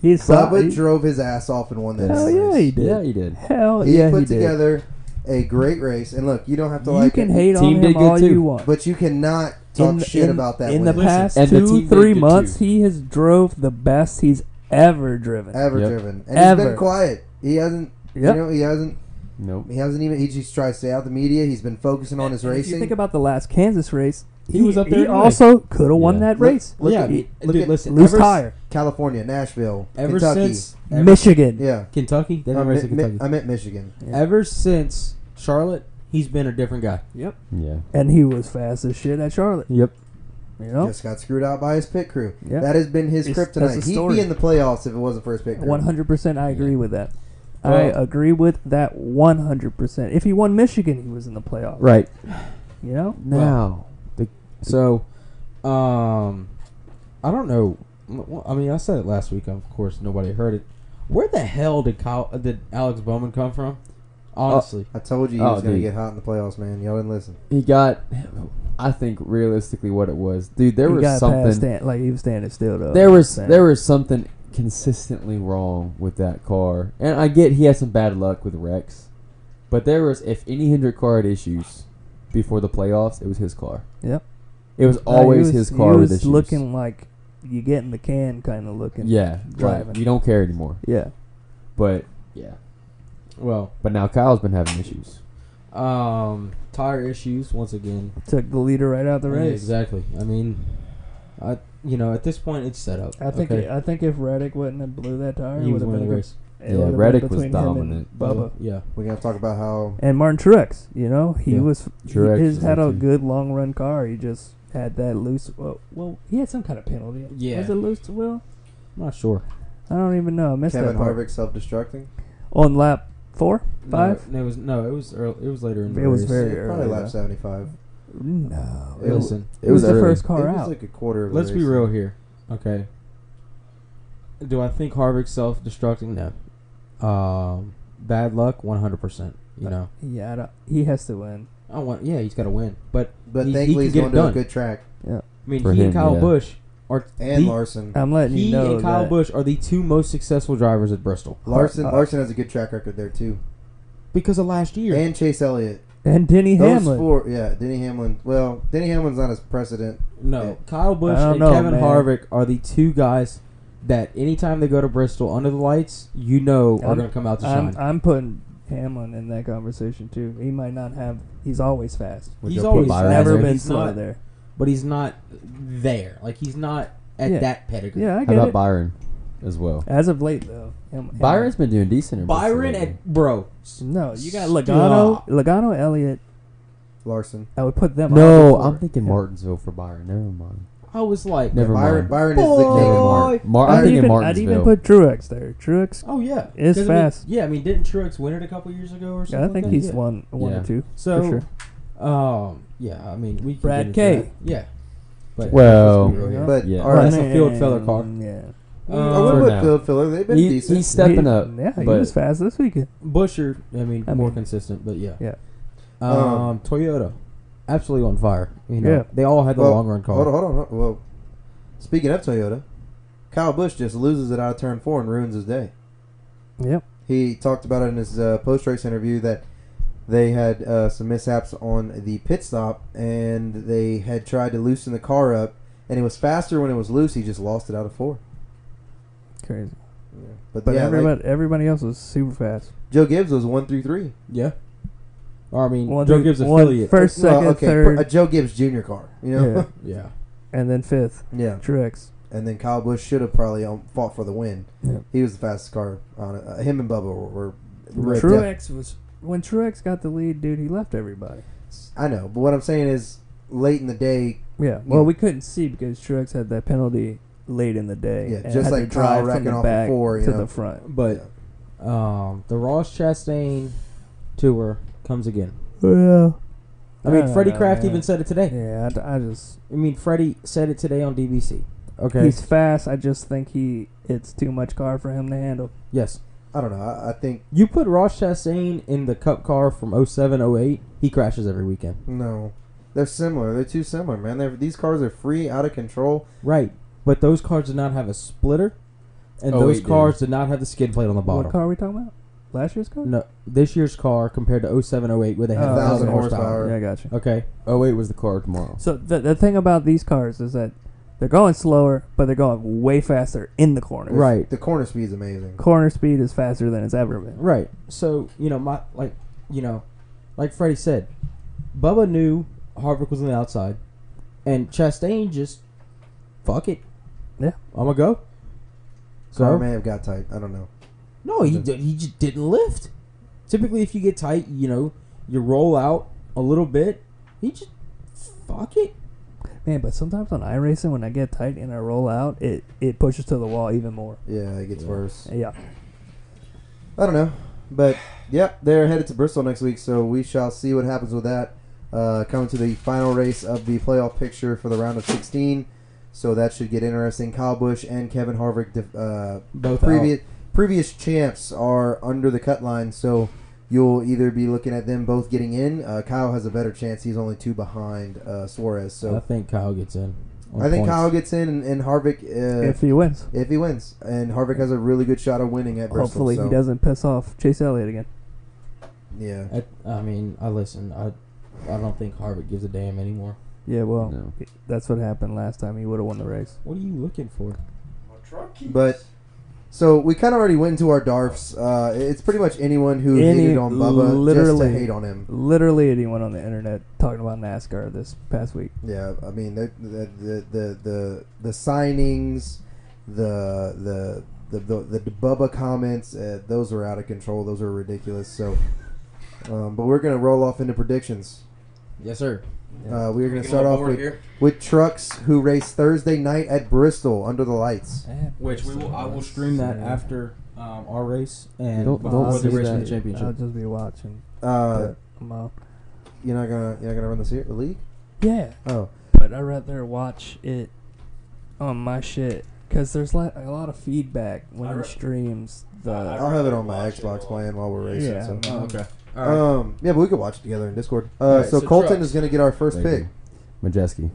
Speaker 2: He's
Speaker 4: Bubba
Speaker 2: he,
Speaker 4: drove his ass off and won that.
Speaker 2: Hell
Speaker 4: race.
Speaker 2: yeah, he did.
Speaker 3: Yeah, he did.
Speaker 2: Hell
Speaker 4: He
Speaker 2: yeah,
Speaker 4: put
Speaker 2: he did.
Speaker 4: together a great race, and look, you don't have to
Speaker 2: you
Speaker 4: like
Speaker 2: can
Speaker 4: it,
Speaker 2: hate
Speaker 3: Team
Speaker 2: on
Speaker 3: did
Speaker 2: him
Speaker 3: good
Speaker 2: all
Speaker 3: too.
Speaker 2: you want.
Speaker 4: but you cannot talk
Speaker 2: the-
Speaker 4: shit about that
Speaker 2: in
Speaker 4: win.
Speaker 2: the past
Speaker 3: and the
Speaker 2: two,
Speaker 3: team did
Speaker 2: three
Speaker 3: good
Speaker 2: months,
Speaker 3: too.
Speaker 2: he has drove the best he's ever driven.
Speaker 4: ever
Speaker 3: Yep.
Speaker 4: driven, and he's
Speaker 2: Ever.
Speaker 4: been quiet. He hasn't.
Speaker 2: Yep.
Speaker 4: You know, he hasn't.
Speaker 3: Nope.
Speaker 4: He hasn't even. He just tries to stay out of the media. He's been focusing on his
Speaker 2: And If you
Speaker 4: racing.
Speaker 2: think about the last Kansas race, he,
Speaker 1: He was up there
Speaker 2: He
Speaker 1: anyway.
Speaker 2: also could have won
Speaker 3: Yeah.
Speaker 2: that
Speaker 4: Look-
Speaker 2: race.
Speaker 4: look
Speaker 1: yeah,
Speaker 4: at-
Speaker 1: dude,
Speaker 4: look at-
Speaker 1: listen.
Speaker 2: Loose
Speaker 1: ever, s-
Speaker 2: tire,
Speaker 4: California, Nashville,
Speaker 1: Ever
Speaker 4: Kentucky.
Speaker 1: since ever,
Speaker 2: Michigan.
Speaker 4: yeah,
Speaker 1: Kentucky, they
Speaker 4: I
Speaker 1: never raced in
Speaker 4: meant,
Speaker 1: Kentucky.
Speaker 4: I meant Michigan.
Speaker 1: ever since Charlotte, he's been a different guy.
Speaker 3: Yeah.
Speaker 2: and he was fast as shit at Charlotte.
Speaker 1: Yep.
Speaker 2: You know,
Speaker 4: Just got screwed out by his pit crew.
Speaker 2: Oh. Yeah.
Speaker 4: That has been his
Speaker 2: It's- that's the
Speaker 4: kryptonite. He'd
Speaker 2: story.
Speaker 4: be in the playoffs if it wasn't for his pit crew.
Speaker 2: one hundred percent, I agree with that. I
Speaker 1: Well-
Speaker 2: agree with that one hundred percent. If he won Michigan, he was in the playoff.
Speaker 1: Right.
Speaker 2: You know,
Speaker 1: Now, the, so, um, I don't know. Well, I mean, I said it last week. Of course, nobody heard it. Where the hell did Kyle, uh, did Alex Bowman come from? Honestly,
Speaker 4: I told you he
Speaker 3: Oh,
Speaker 4: was going to
Speaker 3: dude.
Speaker 4: get hot in the playoffs, man. Y'all didn't listen.
Speaker 3: He got, I think, realistically, what it was, dude. There
Speaker 2: he
Speaker 3: was
Speaker 2: got past
Speaker 3: something.
Speaker 2: stand, like he was standing still though.
Speaker 3: There
Speaker 2: I'm
Speaker 3: was
Speaker 2: saying.
Speaker 3: there was something consistently wrong with that car, and I get he had some bad luck with Rex, but there was if any Hendrick car had issues before the playoffs, it was his car.
Speaker 2: Yep.
Speaker 3: It was
Speaker 2: No, he
Speaker 3: always
Speaker 2: was-
Speaker 3: his car
Speaker 2: He
Speaker 3: with
Speaker 2: was
Speaker 3: issues.
Speaker 2: looking like you get in the can kind of looking.
Speaker 3: yeah,
Speaker 2: driving.
Speaker 3: Like, you don't care anymore.
Speaker 2: yeah.
Speaker 3: But yeah,
Speaker 2: Uh,
Speaker 1: well,
Speaker 3: but now Kyle's been having issues.
Speaker 1: um, tire issues once again.
Speaker 2: Took the leader right out of the
Speaker 1: Yeah,
Speaker 2: race.
Speaker 1: exactly. I mean, I you know at this point it's set up.
Speaker 2: I think
Speaker 1: okay?
Speaker 2: I think if Reddick wouldn't have blew that
Speaker 1: he
Speaker 2: tire, it would
Speaker 1: was
Speaker 2: have
Speaker 1: winning
Speaker 2: been
Speaker 1: the
Speaker 2: a
Speaker 1: race.
Speaker 2: It
Speaker 3: Yeah,
Speaker 2: would've been
Speaker 3: Reddick was
Speaker 2: between him and
Speaker 3: dominant.
Speaker 2: Bubba
Speaker 1: Yeah.
Speaker 4: We're going to talk about how
Speaker 2: and Martin Truex. You know, he
Speaker 3: Yeah.
Speaker 2: was he
Speaker 3: Truex
Speaker 2: his,
Speaker 3: was
Speaker 2: had
Speaker 3: there
Speaker 2: a
Speaker 3: too.
Speaker 2: good long run car. He just had that loose. Well, well he had some kind of penalty.
Speaker 1: Yeah.
Speaker 2: was it loose wheel?
Speaker 1: I'm not sure.
Speaker 2: I don't even know. I missed
Speaker 4: Kevin
Speaker 2: that part.
Speaker 4: Harvick self-destructing.
Speaker 2: on lap four, five.
Speaker 1: No, it was no. It was early, It was later in the
Speaker 2: It was
Speaker 1: race.
Speaker 2: very
Speaker 4: Yeah,
Speaker 2: early,
Speaker 4: probably
Speaker 2: though.
Speaker 4: lap 75.
Speaker 2: No,
Speaker 4: It was-
Speaker 1: Listen,
Speaker 2: it was, the
Speaker 3: early.
Speaker 2: first
Speaker 4: It
Speaker 2: car
Speaker 4: was
Speaker 2: out.
Speaker 4: like a quarter of the
Speaker 1: Let's be
Speaker 4: race.
Speaker 1: real here. Okay. Do I think Harvick's self destructing? No. Um, bad luck, one hundred percent. You know,
Speaker 2: yeah, I don't, he has to win.
Speaker 1: I want. Yeah, he's got to win, but
Speaker 4: But
Speaker 1: He- he
Speaker 4: thankfully,
Speaker 1: can
Speaker 4: he's
Speaker 1: get
Speaker 4: going
Speaker 1: it
Speaker 4: to a
Speaker 1: done.
Speaker 4: good track.
Speaker 1: I mean,
Speaker 3: For
Speaker 1: he
Speaker 3: him,
Speaker 1: and Kyle
Speaker 3: yeah.
Speaker 1: Bush are
Speaker 4: And
Speaker 1: the,
Speaker 4: Larson.
Speaker 2: I'm letting
Speaker 1: he
Speaker 2: you know
Speaker 1: and Kyle
Speaker 2: that.
Speaker 1: Bush are the two most successful drivers at Bristol
Speaker 4: Larson
Speaker 2: Uh,
Speaker 4: Larson has a good track record there, too.
Speaker 1: because of last year.
Speaker 4: And Chase Elliott.
Speaker 2: and Denny
Speaker 4: Those
Speaker 2: Hamlin.
Speaker 4: four. Yeah, Denny Hamlin. Well, Denny Hamlin's not his precedent.
Speaker 1: no,
Speaker 4: Yeah.
Speaker 1: Kyle Bush
Speaker 2: I don't
Speaker 1: and
Speaker 2: know,
Speaker 1: Kevin
Speaker 2: man.
Speaker 1: Harvick are the two guys that anytime they go to Bristol under the lights, you know, are
Speaker 2: I'm-
Speaker 1: going to come out to shine.
Speaker 2: I'm, I'm putting Hamlin in that conversation too. He might not have. He's always fast.
Speaker 3: Would
Speaker 1: He's
Speaker 3: you put
Speaker 1: always
Speaker 3: Byron
Speaker 2: Never
Speaker 3: there?
Speaker 2: been
Speaker 1: He's
Speaker 2: slow
Speaker 1: not-
Speaker 2: there.
Speaker 1: but he's not there. Like he's not at
Speaker 2: Yeah.
Speaker 1: that pedigree.
Speaker 2: Yeah, I
Speaker 3: How
Speaker 2: get
Speaker 3: about
Speaker 2: it.
Speaker 3: Byron, as well?
Speaker 2: As of late though, Ham-
Speaker 3: Byron's been doing decent. In Bristol
Speaker 1: Byron
Speaker 3: lately.
Speaker 1: at bro.
Speaker 2: Hamlin- No, you got Logano, Logano, Elliott.
Speaker 4: Larson.
Speaker 2: I would put them. all
Speaker 3: no,
Speaker 2: before
Speaker 3: I'm thinking
Speaker 2: him.
Speaker 3: Martinsville for Byron. Never mind.
Speaker 1: I was like,
Speaker 3: Never
Speaker 4: Byron,
Speaker 3: mind.
Speaker 4: Byron is the king of Mark.
Speaker 3: Never mind. Mar-
Speaker 2: I'd
Speaker 3: I'm thinking
Speaker 2: even, I'd
Speaker 3: Martinsville.
Speaker 2: even put Truex there. Truex.
Speaker 1: oh yeah, 'Cause
Speaker 2: It's
Speaker 1: I mean-
Speaker 2: fast.
Speaker 1: yeah, I mean, didn't Truex win it a couple years ago or something?
Speaker 2: Yeah, I think
Speaker 1: like that?
Speaker 2: he's
Speaker 1: Yeah.
Speaker 2: won one
Speaker 3: Yeah.
Speaker 2: or two.
Speaker 1: So,
Speaker 2: for
Speaker 1: um, yeah, I mean, we can
Speaker 2: Brad
Speaker 1: get into
Speaker 2: K.
Speaker 1: that. Yeah, but
Speaker 3: Well,
Speaker 1: let's be real here.
Speaker 4: But
Speaker 3: Yeah.
Speaker 4: all right,
Speaker 1: that's a field filler car.
Speaker 2: Yeah,
Speaker 4: I
Speaker 1: Um,
Speaker 3: for
Speaker 4: would put
Speaker 3: now.
Speaker 4: Phil Filler. They've been
Speaker 3: He-
Speaker 4: decent.
Speaker 3: he's stepping
Speaker 2: He-
Speaker 3: up.
Speaker 2: Yeah, he
Speaker 3: but-
Speaker 2: was fast this weekend.
Speaker 1: Busher, I mean,
Speaker 2: I
Speaker 1: more
Speaker 2: mean-
Speaker 1: consistent, but yeah,
Speaker 2: Yeah.
Speaker 1: Um,
Speaker 4: Um,
Speaker 1: Toyota, absolutely on fire. You know,
Speaker 2: Yeah.
Speaker 1: they all had the
Speaker 4: Well,
Speaker 1: long run car.
Speaker 4: Hold on, hold on. hold on. Well, speaking of Toyota, Kyle Busch just loses it out of turn four and ruins his day.
Speaker 2: Yep.
Speaker 4: He talked about it in his uh, post-race interview that they had uh, some mishaps on the pit stop and they had tried to loosen the car up and it was faster when it was loose. He just lost it out of four.
Speaker 2: Crazy.
Speaker 4: But,
Speaker 2: But
Speaker 4: yeah, like,
Speaker 2: everybody, everybody else was super fast.
Speaker 4: Joe Gibbs was one through three.
Speaker 1: Yeah, or I mean,
Speaker 2: One,
Speaker 1: Joe
Speaker 2: two-
Speaker 1: Gibbs
Speaker 2: one
Speaker 1: affiliate.
Speaker 2: First,
Speaker 4: Well,
Speaker 2: second,
Speaker 4: okay,
Speaker 2: third,
Speaker 4: a Joe Gibbs Jr. car. You know,
Speaker 1: yeah,
Speaker 2: and then fifth.
Speaker 4: yeah.
Speaker 2: Truex.
Speaker 4: and then Kyle Busch should have probably um, fought for the win.
Speaker 2: Yeah.
Speaker 4: He was the fastest car on it. Uh, him and Bubba were, were ripped up.
Speaker 2: Truex was when Truex got the lead, dude. He left everybody.
Speaker 4: I know, but what I'm saying is, late in the day,
Speaker 2: Yeah. Well,
Speaker 4: Yeah.
Speaker 2: we couldn't see because Truex had that penalty late in the day.
Speaker 4: Yeah,
Speaker 2: and
Speaker 4: just
Speaker 2: had to
Speaker 4: like Kyle
Speaker 2: drive from
Speaker 4: Racking
Speaker 2: the
Speaker 4: off
Speaker 2: back
Speaker 4: before, you
Speaker 2: to
Speaker 4: know.
Speaker 2: the front.
Speaker 1: But um, the Ross Chastain tour comes again.
Speaker 2: Yeah.
Speaker 1: I mean,
Speaker 2: don't
Speaker 1: Freddie
Speaker 2: know,
Speaker 1: Kraft
Speaker 2: man.
Speaker 1: even said it today.
Speaker 2: Yeah, I d- I, just
Speaker 1: I mean, Freddie said it today on DBC. Okay.
Speaker 2: he's fast. I just think he it's too much car for him to handle.
Speaker 1: yes.
Speaker 4: I don't know. I, I think
Speaker 1: You put Ross Chastain in the Cup car from 07, 08, he crashes every weekend.
Speaker 4: no, they're similar. They're too similar, man. They're, these cars are free, out of control.
Speaker 1: Right. But those cars did not have a splitter, and
Speaker 3: Oh,
Speaker 1: those
Speaker 3: wait,
Speaker 1: cars did not have the skid plate on the bottom.
Speaker 2: What car are we talking about? Last year's car?
Speaker 1: No, this year's car compared to 07, 08, where they had
Speaker 2: Oh,
Speaker 1: a thousand
Speaker 2: okay.
Speaker 1: horsepower.
Speaker 2: Yeah, I got you.
Speaker 1: Okay.
Speaker 3: Oh wait, was the car tomorrow?
Speaker 2: So the the thing about these cars is that they're going slower, but they're going way faster in the corners.
Speaker 1: Right.
Speaker 4: The corner speed's amazing.
Speaker 2: Corner speed is faster than it's ever been.
Speaker 1: Right. So you know, my like, you know, like Freddie said, Bubba knew Harvick was on the outside, and Chastain just, fuck it,
Speaker 2: Yeah.
Speaker 1: I'm gonna go. So
Speaker 4: Car may have got tight. I don't know.
Speaker 1: no, he did, he just didn't lift. Typically, if you get tight, you know, you roll out a little bit. He just fuck it.
Speaker 2: Man, but sometimes on iRacing, when I get tight and I roll out, it, it pushes to the wall even more.
Speaker 4: Yeah, it gets worse.
Speaker 2: Yeah.
Speaker 4: I don't know, but yeah, they're headed to Bristol next week, so we shall see what happens with that. Uh, coming to the final race of the playoff picture for the round of 16, so that should get interesting. Kyle Busch and Kevin Harvick, def- uh,
Speaker 1: Both
Speaker 4: previous previous champs, are under the cut line, so you'll either be looking at them both getting in. Uh, Kyle has a better chance; he's only two behind uh, Suarez,
Speaker 1: I
Speaker 4: so
Speaker 1: think Kyle gets in. on
Speaker 4: I think
Speaker 1: points.
Speaker 4: Kyle gets in, and, and Harvick uh,
Speaker 2: if
Speaker 4: if,
Speaker 2: he wins,
Speaker 4: he wins, and Harvick has a really good shot of winning at Bristol.
Speaker 2: hopefully
Speaker 4: so,
Speaker 2: he doesn't piss off Chase Elliott again.
Speaker 4: Yeah.
Speaker 1: I, I mean, I listen. I I don't think Harvick gives a damn anymore.
Speaker 2: Yeah, well,
Speaker 3: No.
Speaker 2: that's what happened last time. He would have won the race.
Speaker 1: What are you looking for?
Speaker 5: My truck keys.
Speaker 4: But so we kind of already went into our darfs. Uh, it's pretty much anyone who
Speaker 2: Any-
Speaker 4: hated on Bubba just
Speaker 2: literally.
Speaker 4: to hate on him.
Speaker 2: Literally anyone on the internet talking about NASCAR this past week.
Speaker 4: Yeah, I mean the the the the the, the signings, the the. The, the, the Bubba comments, uh, those were out of control. Those were ridiculous. So, um, but we're gonna roll off into predictions.
Speaker 1: Yes, sir.
Speaker 4: Uh, we're gonna
Speaker 5: Taking
Speaker 4: start
Speaker 5: on
Speaker 4: off
Speaker 5: board
Speaker 4: with,
Speaker 5: here,
Speaker 4: with trucks who race Thursday night at Bristol under the lights.
Speaker 1: Which we will, I will stream that after um, our race and
Speaker 3: Don't-
Speaker 1: before
Speaker 3: don't
Speaker 1: the
Speaker 3: do
Speaker 1: race for
Speaker 3: that.
Speaker 1: the
Speaker 2: I'll
Speaker 1: championship.
Speaker 2: just be watching.
Speaker 4: Uh,
Speaker 2: I'm out.
Speaker 4: you're not gonna you're not gonna run this here the league.
Speaker 2: Yeah,
Speaker 4: Oh,
Speaker 2: but I'd rather watch it on my shit because there's like a lot of feedback when
Speaker 5: I
Speaker 2: he
Speaker 5: re-
Speaker 2: streams the.
Speaker 5: I- I-
Speaker 4: I'll have it on my
Speaker 5: Watch it
Speaker 4: Xbox
Speaker 5: all.
Speaker 4: playing while we're racing.
Speaker 2: Yeah.
Speaker 4: so.
Speaker 2: Oh, okay.
Speaker 1: All right.
Speaker 4: Um, yeah, but we could watch it together in Discord. Uh,
Speaker 1: Alright,
Speaker 4: so,
Speaker 1: so
Speaker 4: Colton
Speaker 1: trucks.
Speaker 4: is going to get our first pick.
Speaker 3: Thank you. Majeski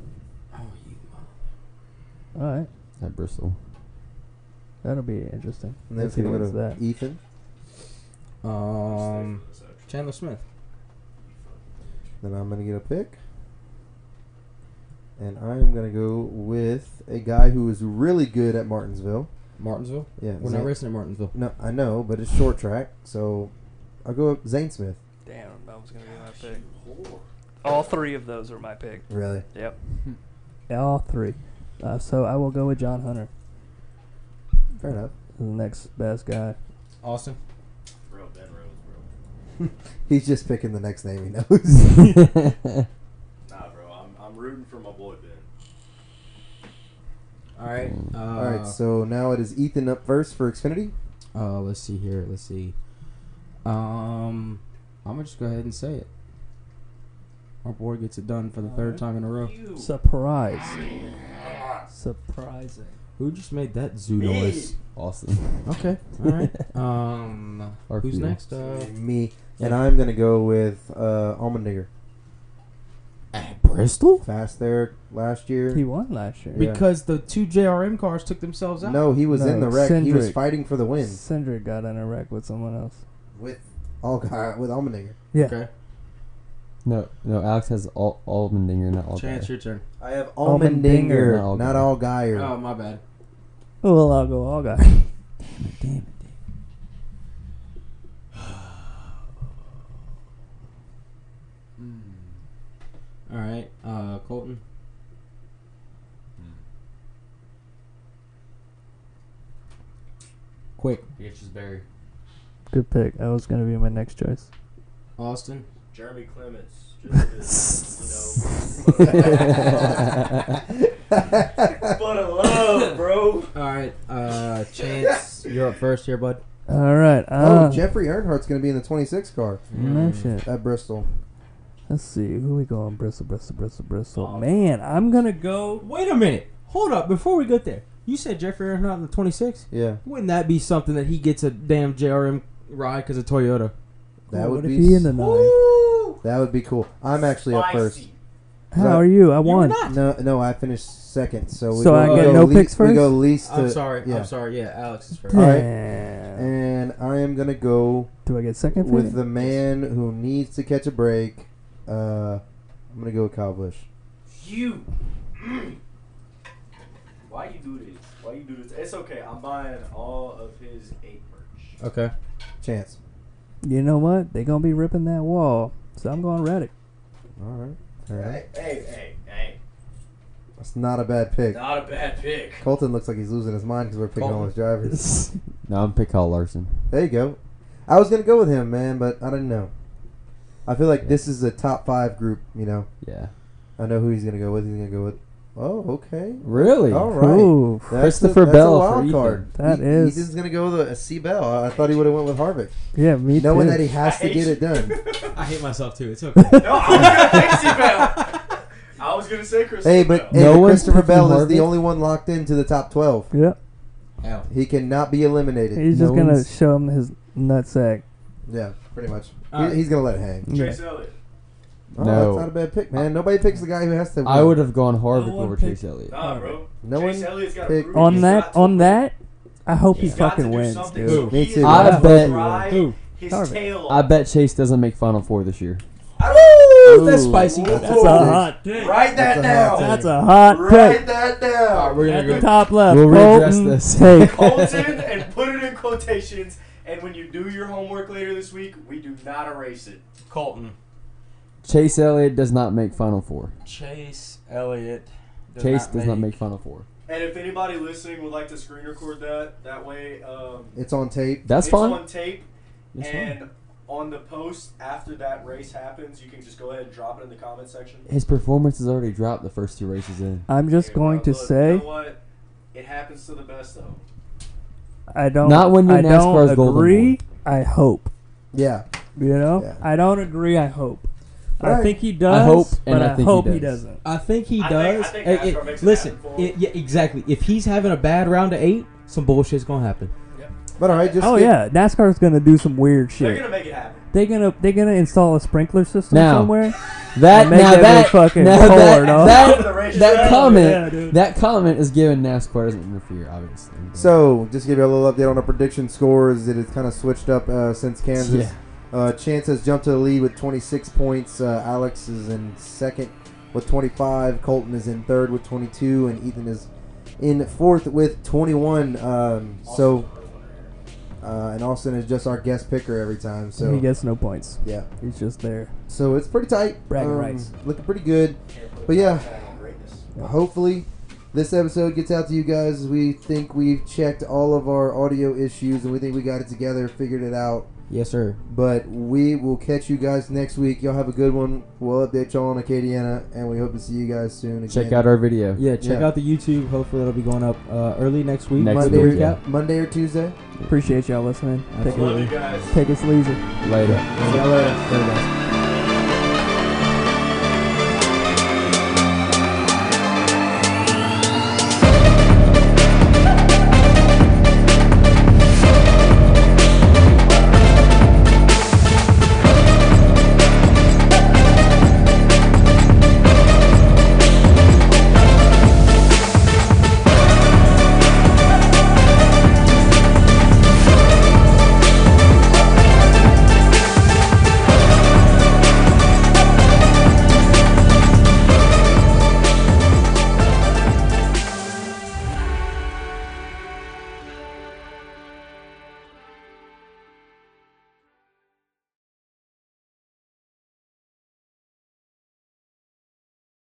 Speaker 2: All right,
Speaker 3: at Bristol.
Speaker 2: that'll be interesting.
Speaker 4: And then
Speaker 2: Let's
Speaker 4: it's
Speaker 2: see
Speaker 4: going to go
Speaker 2: what's
Speaker 4: to E.
Speaker 2: that.
Speaker 4: Ethan.
Speaker 1: um, Chandler Smith.
Speaker 4: Then I'm going to get a pick. And I am going to go with a guy who is really good at Martinsville.
Speaker 1: Martinsville.
Speaker 4: Yeah,
Speaker 1: We're
Speaker 4: Zane-
Speaker 1: not racing at Martinsville.
Speaker 4: No, I know, but it's short track, so I'll go with Zane Smith.
Speaker 9: Damn, that was gonna be my pick. All three of those are my pick.
Speaker 4: Really?
Speaker 9: Yep.
Speaker 2: All three. Uh, so I will go with John Hunter,
Speaker 4: Fair enough.
Speaker 2: the next best guy.
Speaker 1: Austin.
Speaker 5: Bro, Ben Rhodes, bro.
Speaker 4: He's just picking the next name he knows.
Speaker 5: Nah, bro, I'm, I'm rooting for my boy Ben.
Speaker 1: All right. Uh,
Speaker 4: All right, so now it is Ethan up first for Xfinity.
Speaker 1: uh, let's see here. Let's see. Um, I'm gonna just go ahead and say it. Our boy gets it done for the third time in a row.
Speaker 2: Surprise. Surprising.
Speaker 1: Who just made that zoo noise?
Speaker 3: Awesome.
Speaker 1: Okay. All right. Um,
Speaker 3: Our
Speaker 1: who's
Speaker 3: field.
Speaker 1: next? Uh,
Speaker 4: Me. And I'm going to go with uh, Almondigger.
Speaker 1: at Bristol.
Speaker 4: Fast there last year.
Speaker 2: He won last year.
Speaker 4: Yeah.
Speaker 1: Because the two JRM cars took themselves out.
Speaker 4: No, he was
Speaker 2: No,
Speaker 4: in the wreck. He was
Speaker 2: Cindric.
Speaker 4: fighting for the win
Speaker 2: Cindric got in a wreck with someone else.
Speaker 4: with all with Almendinger.
Speaker 2: Yeah.
Speaker 1: Okay.
Speaker 3: No, no. Alex has all Almendinger, not all.
Speaker 1: Chance, your turn.
Speaker 4: I have
Speaker 2: Allmendinger.
Speaker 4: Almendinger, not all Geyer.
Speaker 1: Oh, my bad.
Speaker 2: Well, I'll go all guy.
Speaker 3: Damn it.
Speaker 1: Hmm. All right, uh, Colton. quick.
Speaker 3: Beatrice Berry.
Speaker 2: Good pick. That was gonna be my next choice.
Speaker 1: Austin.
Speaker 5: Jeremy Clements. Just, you
Speaker 2: Oh.
Speaker 5: know, but a love, bro.
Speaker 1: All right, uh, Chance, you're up first here, bud.
Speaker 2: All right.
Speaker 4: Oh,
Speaker 2: Uh,
Speaker 4: Jeffrey Earnhardt's going to be in the 26 car
Speaker 2: no
Speaker 5: Hmm.
Speaker 2: shit.
Speaker 4: at Bristol.
Speaker 2: Let's see. Who we going? Bristol, Bristol, Bristol, Bristol. Man, I'm gonna go.
Speaker 1: Wait a minute. Hold up. Before we get there, you said Jeffrey Earnhardt in the 26.
Speaker 4: Yeah,
Speaker 1: Wouldn't that be something that he gets a damn JRM ride because of Toyota?
Speaker 4: that
Speaker 2: Oh,
Speaker 4: would
Speaker 2: what
Speaker 4: be
Speaker 2: if he in the
Speaker 4: s-
Speaker 2: nine?
Speaker 4: that would be cool. I'm actually up first.
Speaker 5: Spicy.
Speaker 2: How are you? I won.
Speaker 4: No, no, I finished second. So we
Speaker 2: So
Speaker 4: go,
Speaker 2: I
Speaker 4: we
Speaker 2: get
Speaker 4: go
Speaker 2: no
Speaker 4: least,
Speaker 2: picks
Speaker 4: We go
Speaker 2: first?
Speaker 4: least. To,
Speaker 1: I'm sorry.
Speaker 4: Yeah.
Speaker 1: I'm sorry. Yeah, Alex is first.
Speaker 4: All right.
Speaker 2: Damn.
Speaker 4: And I am going to go
Speaker 2: Do I get second? for
Speaker 4: with
Speaker 2: that?
Speaker 4: the man who needs to catch a break. Uh, I'm going to go with Kyle Busch.
Speaker 5: You. Mm. Why you do this? Why you do this? It's okay. I'm buying all of his eight merch.
Speaker 1: Okay.
Speaker 4: Chance.
Speaker 2: You know what? They gonna be ripping that wall. So I'm going Reddick.
Speaker 4: All right. All right.
Speaker 5: Hey, hey, hey, hey.
Speaker 4: That's not a bad pick.
Speaker 5: Not a bad pick.
Speaker 4: Colton looks like he's losing his mind because we're picking all his drivers.
Speaker 3: No, I'm pick Kyle Larson.
Speaker 4: There you go. I was gonna go with him, man, but I didn't know. I feel like this is a top five group. You know,
Speaker 3: Yeah.
Speaker 4: I know who he's gonna go with. He's gonna go with. Oh, okay.
Speaker 1: Really?
Speaker 4: All right.
Speaker 2: Ooh,
Speaker 4: That's
Speaker 3: Christopher
Speaker 4: a, that's
Speaker 3: Bell
Speaker 4: A
Speaker 3: for
Speaker 4: wild
Speaker 3: Ethan.
Speaker 4: card.
Speaker 2: That
Speaker 4: he,
Speaker 2: is-
Speaker 4: Ethan's gonna go with a, a C Bell. I, I thought he would have went with Harvick,
Speaker 2: yeah, me
Speaker 4: knowing
Speaker 2: too.
Speaker 4: that he has to get it done.
Speaker 1: I hate myself too. It's okay.
Speaker 5: No, I was gonna say Steve Bell. I was gonna say Chris.
Speaker 4: hey, but
Speaker 5: Bell.
Speaker 4: hey,
Speaker 3: No one's
Speaker 4: Christopher
Speaker 3: picking
Speaker 4: Bell is the
Speaker 3: Harvick?
Speaker 4: only one locked into the top twelve.
Speaker 2: yeah,
Speaker 1: Hell.
Speaker 4: He cannot be eliminated.
Speaker 2: he's
Speaker 3: No
Speaker 2: just gonna
Speaker 3: one's-
Speaker 2: show him his nutsack.
Speaker 4: yeah, pretty much.
Speaker 1: All
Speaker 4: He-
Speaker 1: right.
Speaker 4: He's gonna let it hang.
Speaker 5: Chase Elliott.
Speaker 4: Oh,
Speaker 3: No.
Speaker 4: that's not a bad pick, man. Nobody picks the guy who has to.
Speaker 3: I
Speaker 4: win.
Speaker 3: would have gone Harvick
Speaker 1: one
Speaker 3: over
Speaker 1: pick.
Speaker 3: Chase Elliott.
Speaker 5: Nah, bro.
Speaker 4: No
Speaker 5: Chase
Speaker 4: one
Speaker 5: Elliott got a
Speaker 4: picked-
Speaker 5: bruise.
Speaker 2: On
Speaker 5: He's got
Speaker 2: that,
Speaker 5: to
Speaker 2: on
Speaker 5: win.
Speaker 2: that, I hope
Speaker 5: He's
Speaker 2: he
Speaker 5: got to
Speaker 2: fucking
Speaker 5: do
Speaker 2: wins,
Speaker 5: something.
Speaker 2: dude.
Speaker 4: Me
Speaker 5: He
Speaker 4: too.
Speaker 5: is
Speaker 3: I
Speaker 5: gonna
Speaker 3: bet-
Speaker 5: drive
Speaker 1: Who?
Speaker 5: His
Speaker 2: Harvick.
Speaker 5: tail
Speaker 3: I
Speaker 5: off.
Speaker 3: bet Chase doesn't make Final Four this year.
Speaker 1: Ooh, that's
Speaker 2: Ooh.
Speaker 1: spicy.
Speaker 4: That's
Speaker 2: That's a hot pick.
Speaker 5: Write that
Speaker 4: That's a hot take.
Speaker 5: down.
Speaker 2: That's a hot
Speaker 5: Write
Speaker 2: pick.
Speaker 5: that down.
Speaker 1: we're
Speaker 2: At the top left.
Speaker 3: We'll readdress
Speaker 2: Colton,
Speaker 3: this.
Speaker 2: Take.
Speaker 5: Colton and put it in quotations. And when you do your homework later this week, we do not erase it.
Speaker 1: Colton.
Speaker 3: Chase Elliott does not make Final Four.
Speaker 1: Chase Elliott.
Speaker 3: Chase does not make Final Four.
Speaker 5: And if anybody listening would like to screen record that, that way um,
Speaker 4: It's on tape.
Speaker 3: That's
Speaker 5: it's
Speaker 3: fine.
Speaker 5: on tape.
Speaker 3: That's fine.
Speaker 5: and on the post after that race happens, you can just go ahead and drop it in the comment section.
Speaker 3: His performance has already dropped the first two races in.
Speaker 2: I'm just
Speaker 5: Hey,
Speaker 2: going
Speaker 5: bro,
Speaker 2: to
Speaker 5: look, You
Speaker 2: say
Speaker 5: know what? It happens to the best though.
Speaker 2: I don't.
Speaker 3: Not when you're
Speaker 2: I
Speaker 3: NASCAR's
Speaker 2: don't
Speaker 3: golden
Speaker 2: agree. I hope.
Speaker 4: Yeah.
Speaker 2: You know,
Speaker 4: Yeah.
Speaker 2: I don't agree. I hope. I
Speaker 4: Alright.
Speaker 2: think he does.
Speaker 3: hope,
Speaker 2: but
Speaker 3: and I
Speaker 2: I,
Speaker 3: think he
Speaker 2: hope he,
Speaker 3: does.
Speaker 2: doesn't.
Speaker 1: I think he
Speaker 5: I think- I
Speaker 1: does.
Speaker 5: think
Speaker 1: Hey,
Speaker 5: NASCAR
Speaker 1: hey,
Speaker 5: makes it
Speaker 1: listen,
Speaker 5: happen for
Speaker 1: it,
Speaker 5: him.
Speaker 1: yeah, exactly. If he's having a bad round of eight, some bullshit's gonna happen.
Speaker 4: But all right, just
Speaker 2: Oh
Speaker 4: skip-
Speaker 2: yeah, NASCAR's gonna do some weird
Speaker 5: They're
Speaker 2: shit.
Speaker 5: gonna make it happen.
Speaker 2: They're gonna they're gonna install a sprinkler system
Speaker 3: Now.
Speaker 2: somewhere.
Speaker 3: That
Speaker 2: Make
Speaker 3: now
Speaker 2: that
Speaker 3: that
Speaker 2: motherfucker
Speaker 3: now
Speaker 2: hard, huh?
Speaker 3: that
Speaker 5: The
Speaker 3: that,
Speaker 5: race
Speaker 3: that
Speaker 5: is
Speaker 3: comment
Speaker 2: dude.
Speaker 3: that comment is given NASCAR doesn't interfere obviously.
Speaker 4: So, just give you a little update on our prediction scores. It has kind of switched up uh, since Kansas. Uh, Chance has jumped to the lead with 26 points. Uh, Alex is in second with 25. Colton is in third with 22, and Ethan is in fourth with 21. Um, so, uh, and Austin is just our guest picker every time.
Speaker 2: He
Speaker 4: So,
Speaker 2: gets no points.
Speaker 4: yeah.
Speaker 2: He's just there.
Speaker 4: So it's pretty tight. Um,
Speaker 2: Bragging rights.
Speaker 4: Looking pretty good. But yeah, hopefully this episode gets out to you guys. We think we've checked all of our audio issues and we think we got it together, figured it out.
Speaker 1: Yes, sir.
Speaker 4: But we will catch you guys next week. Y'all have a good one. We'll update y'all on Acadiana and we hope to see you guys soon. Again.
Speaker 3: check out our video.
Speaker 1: Yeah, check
Speaker 4: Yeah.
Speaker 1: out the YouTube. Hopefully, that'll be going up uh, early next week.
Speaker 3: Next
Speaker 1: Monday
Speaker 3: week,
Speaker 1: recap.
Speaker 4: Monday or Tuesday.
Speaker 2: Appreciate y'all listening. Take
Speaker 5: Love
Speaker 2: it,
Speaker 5: you guys.
Speaker 2: take us lazy.
Speaker 4: See
Speaker 3: Later.
Speaker 4: y'all later. Later, guys.
Speaker 1: Later, guys.